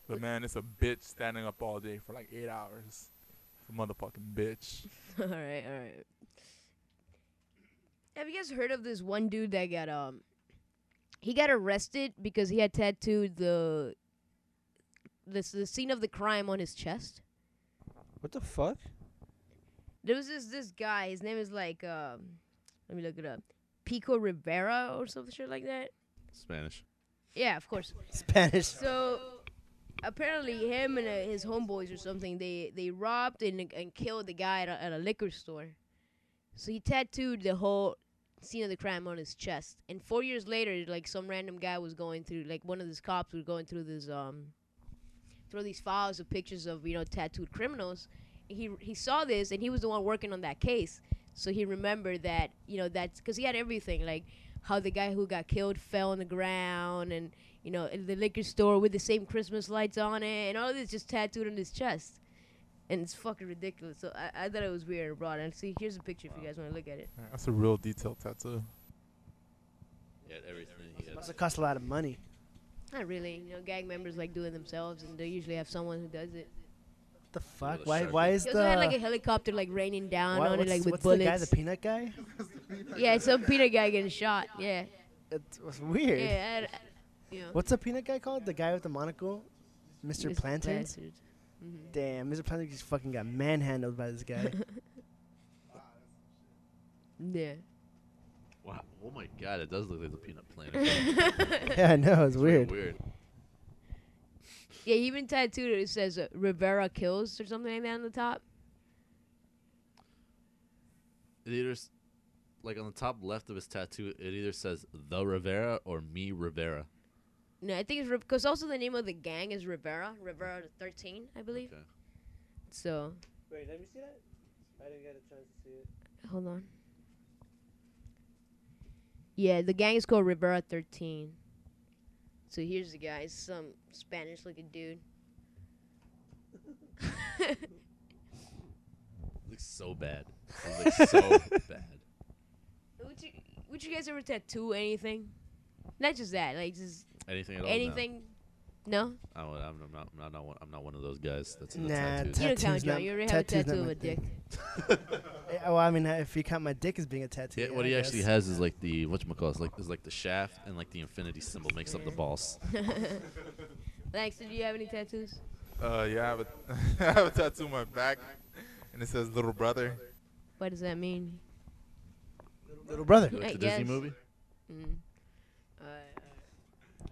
Speaker 8: but man, it's a bitch standing up all day for like eight hours. It's a motherfucking bitch.
Speaker 4: all right, all right. Have you guys heard of this one dude that got, um, he got arrested because he had tattooed the, this, the scene of the crime on his chest?
Speaker 7: What the fuck?
Speaker 4: There was this this guy. His name is like um, let me look it up. Pico Rivera or some shit like that.
Speaker 5: Spanish.
Speaker 4: Yeah, of course.
Speaker 2: Spanish.
Speaker 4: So apparently, him and uh, his homeboys or something they they robbed and and killed the guy at a, at a liquor store. So he tattooed the whole scene of the crime on his chest. And four years later, like some random guy was going through, like one of these cops was going through this um, through these files of pictures of you know tattooed criminals. He he saw this and he was the one working on that case, so he remembered that you know that's because he had everything like how the guy who got killed fell on the ground and you know in the liquor store with the same Christmas lights on it and all this just tattooed on his chest. And it's fucking ridiculous. So I, I thought it was weird and broad. And see, here's a picture if you guys want to look at it.
Speaker 8: That's a real detailed tattoo.
Speaker 5: Yeah, everything.
Speaker 2: Must have cost a lot of money.
Speaker 4: Not really. You know, gang members like do it themselves, and they usually have someone who does it.
Speaker 2: What the fuck?
Speaker 5: the
Speaker 2: Why?
Speaker 5: shark
Speaker 2: Why
Speaker 5: is-
Speaker 2: is
Speaker 4: He
Speaker 2: the?
Speaker 4: also had like a helicopter like raining down
Speaker 2: why-
Speaker 4: on it
Speaker 2: what's
Speaker 4: like
Speaker 2: what's
Speaker 4: with
Speaker 2: the guy? The
Speaker 4: bullets.
Speaker 2: peanut guy?
Speaker 4: yeah, it's some peanut guy getting shot. Yeah,
Speaker 2: It was weird.
Speaker 4: yeah. I- I- you know.
Speaker 2: What's the peanut guy called? The guy with the monocle? Mr.
Speaker 4: Mr.
Speaker 2: Plantains?
Speaker 4: Planted.
Speaker 2: Damn, Mr. Plantains just fucking got manhandled by this guy.
Speaker 4: Mm-hmm. Yeah.
Speaker 5: Wow. Oh my god, it does look like the peanut planet. It's
Speaker 2: yeah, I know. It's
Speaker 5: kinda
Speaker 2: weird.
Speaker 5: Weird.
Speaker 4: Yeah, he even tattooed it. It says uh, Rivera kills or something like that on the top.
Speaker 5: It either, s- like on the top left of his tattoo, it either says the Rivera or me Rivera.
Speaker 4: No, I think it's because also the name of the gang is Rivera. Rivera 13, I believe.
Speaker 5: Okay.
Speaker 4: So,
Speaker 7: Wait, let me see that. I didn't get a chance to see it.
Speaker 4: hold on. Yeah, the gang is called Rivera 13. So here's the guy, he's some Spanish looking dude.
Speaker 5: It looks so bad. It looks so bad.
Speaker 4: would, you, would you guys ever tattoo anything? Not just that, like just
Speaker 5: Anything at all?
Speaker 4: anything. No?
Speaker 5: No. I don't- I'm, I'm not. I'm not. One, I'm not one of those guys that's in the
Speaker 2: Nah,
Speaker 4: You
Speaker 5: tattoos.
Speaker 4: don't count,
Speaker 2: Tattoo's
Speaker 4: John.
Speaker 2: not-
Speaker 4: You already have a
Speaker 2: tattoo's not
Speaker 4: tattoo of
Speaker 2: my
Speaker 4: a dick.
Speaker 2: thing. Yeah, Eh, well, I mean, uh, if you count my dick as being a tattoo.
Speaker 5: Yeah,
Speaker 2: yeah,
Speaker 5: what he
Speaker 2: I
Speaker 5: actually
Speaker 2: guess.
Speaker 5: has is like the what it's like is like the shaft and like the infinity symbol makes up the balls.
Speaker 4: Langston, do you have any tattoos?
Speaker 8: Uh, yeah, I have, a, I have a tattoo on my back, and it says "little brother."
Speaker 4: What does that mean?
Speaker 2: Little brother.
Speaker 5: Like
Speaker 4: I
Speaker 5: the Disney
Speaker 4: guess.
Speaker 5: movie.
Speaker 4: Mm. Uh,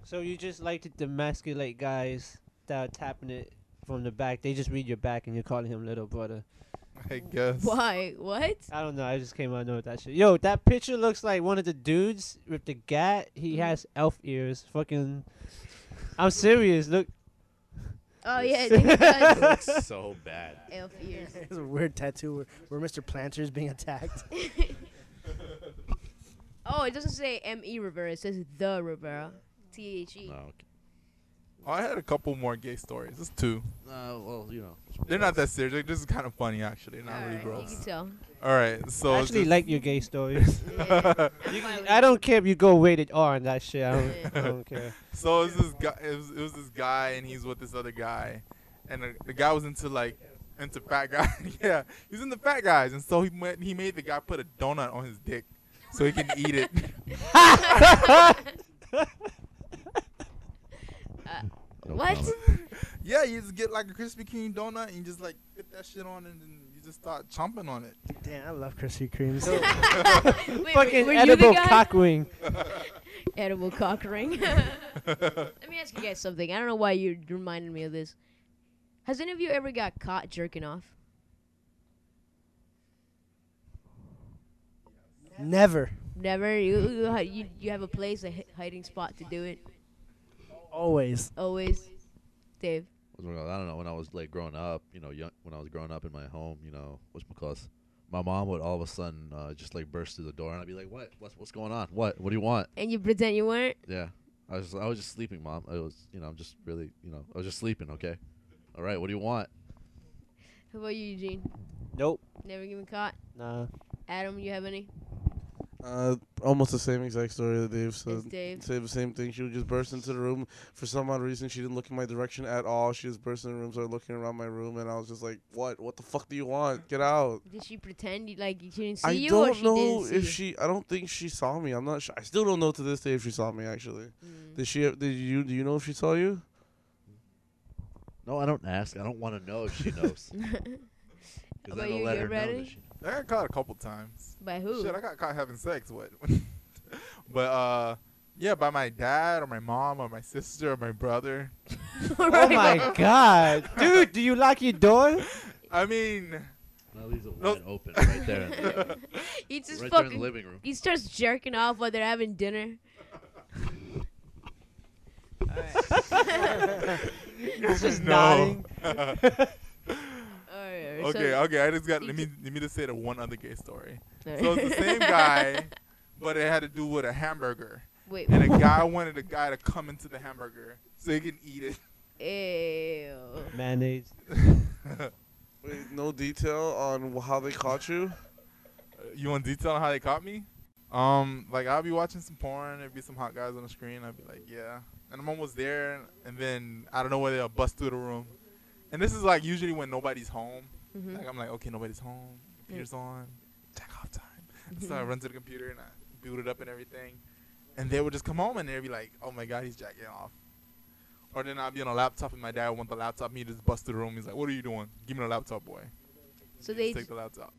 Speaker 7: So you just like to demasculate guys that are tapping it from the back. They just read your back and you're calling him little brother.
Speaker 8: I guess.
Speaker 4: Why? What?
Speaker 7: I don't know. I just came out of nowhere with that shit. Yo, that picture looks like one of the dudes with the gat. He has elf ears. Fucking. I'm serious. Look.
Speaker 4: Oh yeah, I think it does.
Speaker 5: Looks so bad.
Speaker 4: elf ears.
Speaker 2: It's a weird tattoo where, where Mr. Planter's being attacked.
Speaker 4: Oh, it doesn't say M E Rivera. It says the Rivera. T H E.
Speaker 5: No, okay.
Speaker 8: Oh, I had a couple more gay stories. Just two.
Speaker 5: Uh, well, you know.
Speaker 8: They're not that serious. Like, this is kind of funny, actually. Not really
Speaker 4: Alright, You
Speaker 8: gross.
Speaker 4: can tell.
Speaker 8: All right. So
Speaker 7: I
Speaker 8: it's
Speaker 7: actually
Speaker 8: just-
Speaker 7: like your gay stories.
Speaker 4: Yeah.
Speaker 7: You
Speaker 4: fine
Speaker 7: can-
Speaker 4: with
Speaker 7: I
Speaker 4: it.
Speaker 7: don't care if you go rated R on that shit. I don't, I don't care.
Speaker 8: So it was this guy. It was, it was this guy, and he's with this other guy, and the, the guy was into like into fat guy. yeah, he's into fat guys, and so he went, he made the guy put a donut on his dick so he can eat it.
Speaker 5: No
Speaker 4: What?
Speaker 5: comment.
Speaker 8: yeah, you just get like a Krispy Kreme donut and you just like put that shit on, and then you just start chomping on it.
Speaker 2: Damn, I love Krispy Kremes.
Speaker 4: Wait, wait,
Speaker 7: Fucking
Speaker 4: were you the
Speaker 7: edible
Speaker 4: guy?
Speaker 7: cock wing.
Speaker 4: edible cock ring. Let me ask you guys something. I don't know why you reminded me of this. Has any of you ever got caught jerking off?
Speaker 2: Never.
Speaker 4: Never. You you, hi- you, you have a place, a hi- hiding spot to do it.
Speaker 2: Always.
Speaker 4: Always, Dave.
Speaker 5: What's my call- I don't know. When I was like growing up, you know, young, when I was growing up in my home, you know, what's my cause? My mom would all of a sudden uh, just like burst through the door, and I'd be like, "What? What's what's going on? What? What do you want?"
Speaker 4: And you pretend you weren't.
Speaker 5: Yeah, I was I was just sleeping, mom. I was, you know, I'm just really, you know, I was just sleeping. Okay, all right. What do you want?
Speaker 4: How about you, Eugene?
Speaker 7: Nope.
Speaker 4: Never getting caught.
Speaker 7: Nah.
Speaker 4: Adam, you have any?
Speaker 6: Uh, almost the same exact story that Dave
Speaker 4: It's
Speaker 6: said.
Speaker 4: Dave.
Speaker 6: Say the same thing. She would just burst into the room for some odd reason. She didn't look in my direction at all. She just burst in the room, started looking around my room, and I was just like, "What? What the fuck do you want? Get out!"
Speaker 4: Did she pretend you, like she didn't see
Speaker 6: I
Speaker 4: you, or
Speaker 6: don't
Speaker 4: she
Speaker 6: know
Speaker 4: didn't see
Speaker 6: if
Speaker 4: you?
Speaker 6: she. I don't think she saw me. I'm not. Sure. I still don't know to this day if she saw me. Actually,
Speaker 4: Mm.
Speaker 6: did she? Did you? Do you know if she saw you?
Speaker 5: No, I don't ask. I don't want to know if she knows. 'Cause
Speaker 4: About
Speaker 5: then I'll
Speaker 4: you,
Speaker 5: let
Speaker 4: you
Speaker 5: her know that
Speaker 4: ready?
Speaker 5: she-
Speaker 8: I got caught a couple times.
Speaker 4: By who?
Speaker 8: Shit, I got caught having sex. What? but uh, yeah, by my dad or my mom or my sister or my brother.
Speaker 7: Oh my god, dude! Do you lock your door?
Speaker 8: I mean,
Speaker 5: That leaves it
Speaker 8: No.
Speaker 5: wide open right there, in the-
Speaker 4: He just
Speaker 5: right there in the
Speaker 4: fucking.
Speaker 5: living room.
Speaker 4: he starts jerking off while they're having dinner.
Speaker 7: It's just
Speaker 8: no.
Speaker 7: nodding.
Speaker 4: Alright, alright, so-
Speaker 8: Okay, okay. I just got.
Speaker 4: you
Speaker 8: Let me let me just say the one other gay story.
Speaker 4: alright.
Speaker 8: So it's the same guy, but it had to do with a hamburger,
Speaker 4: Wait.
Speaker 8: and a guy wanted a guy to come into the hamburger so he can eat it.
Speaker 4: Ew.
Speaker 7: Mayonnaise.
Speaker 6: Wait, no detail on wh- how they caught you.
Speaker 8: You want detail on how they caught me? Um, like I'll be watching some porn. There'd be some hot guys on the screen. I'd be like, yeah. And I'm almost there, and then I don't know where they'll bust through the room. And this is like usually when nobody's home.
Speaker 4: Mhm.
Speaker 8: Like I'm like, okay, nobody's home. Computer's on. Jack off time. So I run to the computer and I boot it up and everything. And they would just come home and they'd be like, oh my god, he's jacking off. Or then I'd be on a laptop and my dad want the laptop. Me just bust through the room. He's like, what are you doing? Give me the laptop, boy.
Speaker 4: So
Speaker 8: Just
Speaker 4: they
Speaker 8: take the laptop.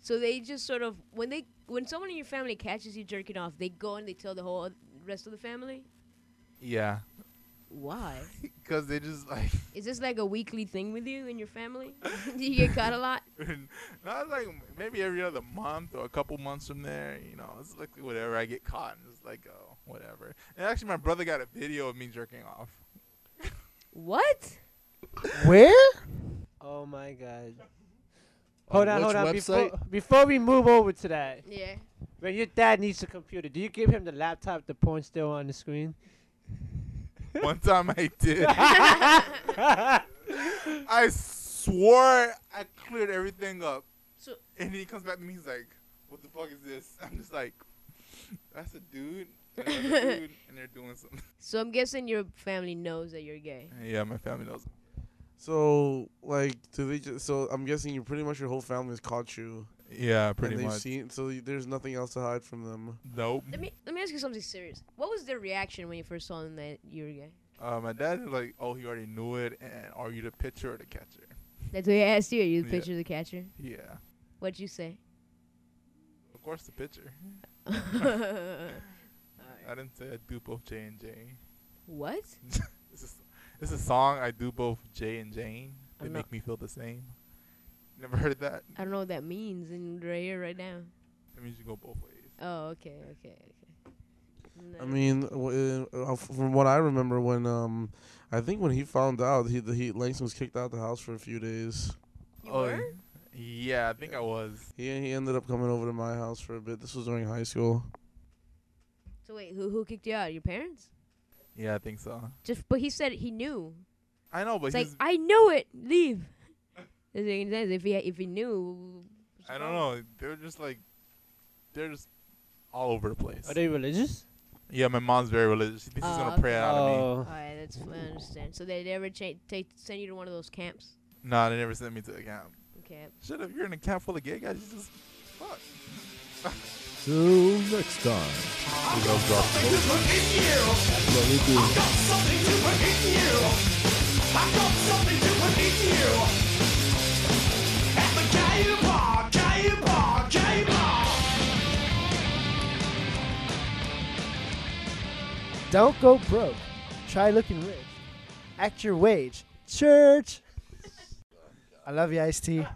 Speaker 4: so they just sort of when they when someone in your family catches you jerking off, they go and they tell the whole rest of the family.
Speaker 8: Yeah,
Speaker 4: Why?
Speaker 8: because they just like.
Speaker 4: Is this like a weekly thing with you in your family? Do you get caught a lot?
Speaker 8: Not like maybe every other month or a couple months from there. You know, it's like whatever. I get caught and it's like, oh, whatever. And actually, my brother got a video of me jerking off.
Speaker 4: What?
Speaker 2: Where?
Speaker 7: Oh my god. Hold on,
Speaker 5: which
Speaker 7: hold on. Before,
Speaker 5: website?
Speaker 7: before we move over to that,
Speaker 4: Yeah.
Speaker 7: when your dad needs a computer, do you give him the laptop the porn still on the screen?
Speaker 8: One time I did. I swore I cleared everything up.
Speaker 4: So-
Speaker 8: and then he comes back to me. He's like, "What the fuck is this?" I'm just like, "That's a dude." And, another dude, and they're doing something.
Speaker 4: So I'm guessing your family knows that you're gay.
Speaker 8: Yeah, my family knows.
Speaker 6: So like, do they just? So I'm guessing you pretty much your whole family has caught you.
Speaker 8: Yeah, pretty
Speaker 6: and they've
Speaker 8: much.
Speaker 6: Seen, so y- there's nothing else to hide from them.
Speaker 8: nope.
Speaker 4: Let me let me ask you something serious. What was their reaction when you first saw them that you were gay?
Speaker 8: Uh, my dad is like, "Oh, he already knew it." And are you the pitcher or the catcher?
Speaker 4: That's what he asked you. Are you the
Speaker 8: Yeah.
Speaker 4: picture of the catcher?
Speaker 8: Yeah.
Speaker 4: What'd you say?
Speaker 8: Of course, the pitcher. I didn't say I do both Jay and Jane.
Speaker 4: what?
Speaker 8: This is this is a song I do both Jay and Jane. They
Speaker 4: I'm
Speaker 8: make
Speaker 4: not-
Speaker 8: me feel the same. Never heard of that?
Speaker 4: I don't know what that means in right here, right now.
Speaker 8: That means you go both ways.
Speaker 4: Oh, okay, okay, okay.
Speaker 6: I
Speaker 4: No.
Speaker 6: mean, w- uh, from what I remember, when um, I think when he found out, he the he Langston was kicked out the house for a few days.
Speaker 4: You
Speaker 8: oh,
Speaker 4: were?
Speaker 8: yeah, I think I was.
Speaker 6: He he ended up coming over to my house for a bit. This was during high school.
Speaker 4: So wait, who who kicked you out? Your parents?
Speaker 8: Yeah, I think so.
Speaker 4: Just but he said he knew.
Speaker 8: I know, but
Speaker 4: It's like
Speaker 8: he's,
Speaker 4: I knew it. Leave. That's what he says. If he if he knew. what's
Speaker 8: I
Speaker 4: the
Speaker 8: don't
Speaker 4: problem?
Speaker 8: know. They're just like, they're just all over the place.
Speaker 7: Are they religious?
Speaker 8: Yeah, my mom's very religious. She thinks she's
Speaker 4: Oh,
Speaker 8: gonna pray it out of me.
Speaker 7: Oh,
Speaker 4: All right, that's I understand. So they never cha- they send you to one of those camps.
Speaker 8: Nah, they never sent me to a camp.
Speaker 4: Okay.
Speaker 8: Shit, if you're in a camp full of gay guys, you just fuck.
Speaker 9: Till next time.
Speaker 8: You know, bro.
Speaker 3: At the gay bar, gay bar, gay bar.
Speaker 2: Don't go broke. Try looking rich. Act your wage. Church. I love you, Ice T.